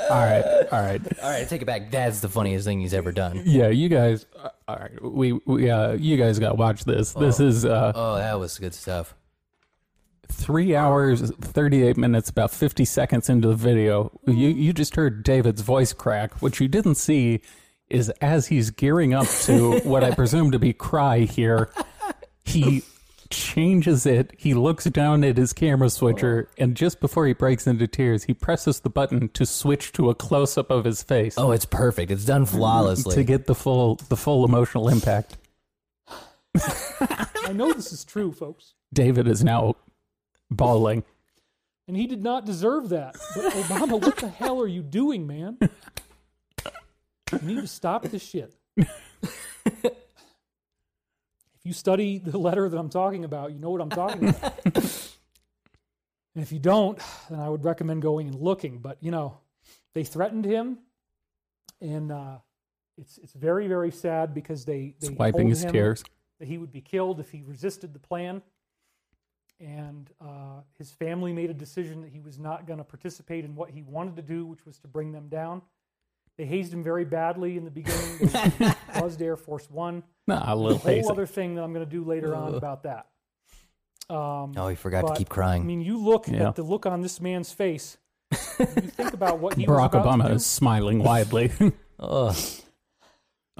All right, all right. All right, take it back. That's the funniest thing he's ever done. Yeah, you guys. uh, All right, we we uh, you guys got to watch this. This is uh, Oh, that was good stuff. three hours thirty eight minutes, about fifty seconds into the video. You you just heard David's voice crack. What you didn't see is as he's gearing up to what I presume to be cry here, he changes it. He looks down at his camera switcher, and just before he breaks into tears, he presses the button to switch to a close up of his face. Oh, it's perfect. It's done to flawlessly. get the full the full emotional impact. I know this is true, folks. David is now bawling. And he did not deserve that. But Obama, what the hell are you doing, man? You need to stop this shit. If you study the letter that I'm talking about, you know what I'm talking about. And if you don't, then I would recommend going and looking. But you know, they threatened him, and uh, it's it's very very sad because they they He's wiping told his him tears. that he would be killed if he resisted the plan. And uh, his family made a decision that he was not going to participate in what he wanted to do, which was to bring them down. They hazed him very badly in the beginning. They buzzed Air Force One. Nah, a A little whole hazy. other thing that I'm going to do later on about that. Um, Oh, he forgot to but, keep I crying. mean, you look Yeah. at the look on this man's face. and you think about what he Barack was about to Obama do. is smiling widely. Oh, Oh,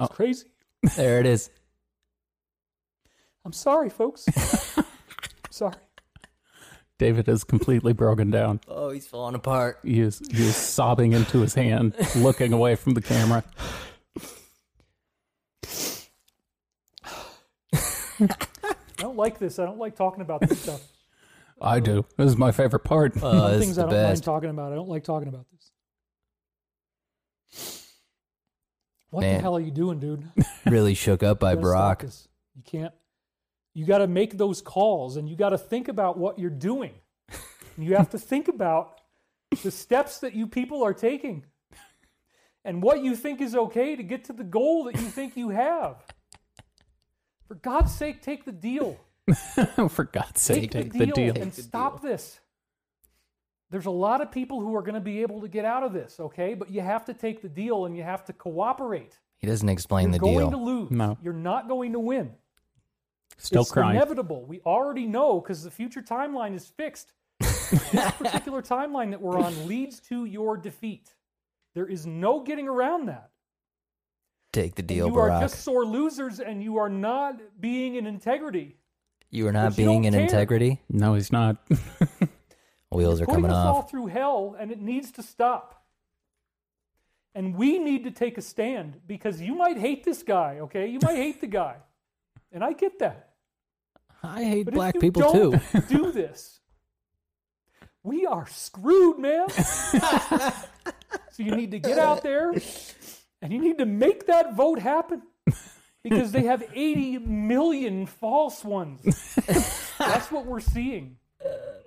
It's crazy. there it is. I'm sorry, folks. sorry. David is completely broken down. Oh, he's falling apart. He is, he is sobbing into his hand, looking away from the camera. I don't like this. I don't like talking about this stuff. I do. This is my favorite part. Oh, Some this is things I the don't mind best. talking about. I don't like talking about this. What Man. the hell are you doing, dude? Really shook up by You gotta stop Brock. this. You can't. You got to make those calls, and you got to think about what you're doing. And you have to think about the steps that you people are taking, and what you think is okay to get to the goal that you think you have. For God's sake, take the deal. For God's sake, take, take the deal. and stop this. There's a lot of people who are going to be able to get out of this, okay? But you have to take the deal and you have to cooperate. He doesn't explain the You're going deal. to lose. No. You're not going to win. Still it's crying. inevitable. We already know because the future timeline is fixed. this particular timeline that we're on leads to your defeat. There is no getting around that. Take the And deal, you Barack. are just sore losers, and you are not being in integrity. you are not but you being in don't care. integrity. no, he's not. Wheels are Putting coming us all off. through hell, and it needs to stop. And we need to take a stand because you might hate this guy. Okay, you might hate the guy, and I get that. I hate But black if you people too. don't do this. We are screwed, man. so you need to get out there and you need to make that vote happen because they have 80 million false ones. That's what we're seeing.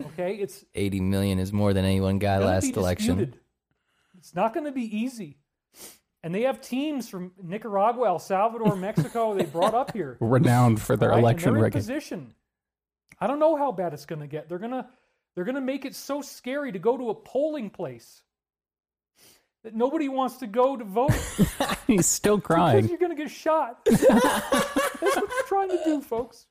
Okay, it's 80 million is more than any one guy gonna last be election. disputed. It's not going to be easy. And they have teams from Nicaragua, El Salvador, Mexico. they brought up here. Renowned for their Right? And election they're in rigging. position. I don't know how bad it's going to get. They're gonna they're gonna make it so scary to go to a polling place that nobody wants to go to vote He's still because crying. you're gonna get shot. That's what they're trying to do, folks.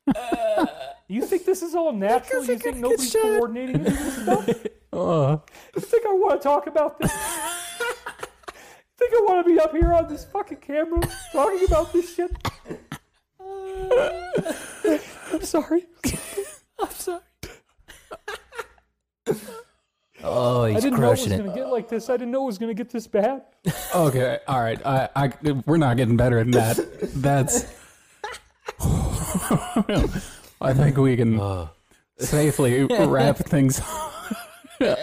You think this is all natural? You think nobody's coordinating any of this stuff? Ugh. You think I want to talk about this? You think I want to be up here on this fucking camera talking about this shit? I'm sorry. I'm sorry. Oh, I he's didn't know it was crushing going to it. get like this. I didn't know it was going to get this bad. Okay, all right. I, I, we're not getting better than that. That's. I think we can Uh. safely wrap things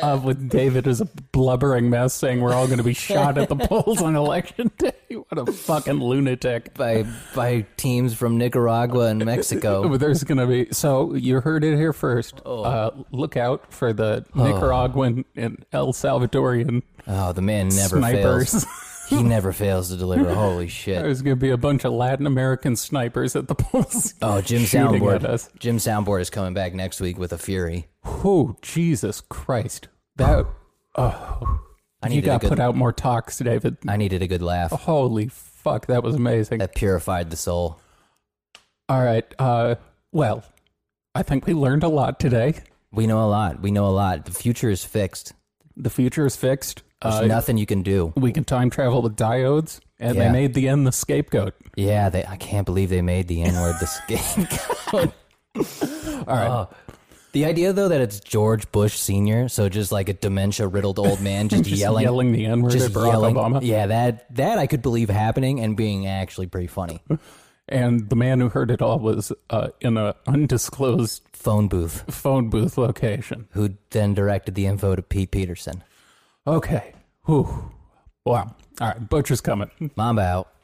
up with David as a blubbering mess, saying we're all going to be shot at the polls on election day. What a fucking lunatic! By by teams from Nicaragua and Mexico. There's going to be so you heard it here first. Oh. Uh, look out for the Nicaraguan and El Salvadorian Oh, the man never snipers. fails. He never fails to deliver. Holy shit. There's going to be a bunch of Latin American snipers at the polls. Oh, Jim shooting at Soundboard. us. Jim Soundboard is coming back next week with a fury. Oh, Jesus Christ! That oh. I you needed a got good put out more talks, David. I needed a good laugh Holy fuck, that was amazing. that purified the soul. All right. Uh, well, I think we learned a lot today. We know a lot. We know a lot. The future is fixed. The future is fixed. There's Uh, nothing you can do. we can time travel with diodes, and they Yeah. made the end the scapegoat. Yeah, they, I can't believe they made the N word this game. All right. The idea though that it's George Bush Senior, so just like a dementia riddled old man just, Just yelling, yelling the N word just at Barack yelling. Obama. Yeah, that that I could believe happening and being actually pretty funny. And the man who heard it all was uh, in an undisclosed Phone booth, phone booth location. who then directed the info to Pete Peterson. Okay. Whew. Wow. All right. Butcher's coming. Mamba out.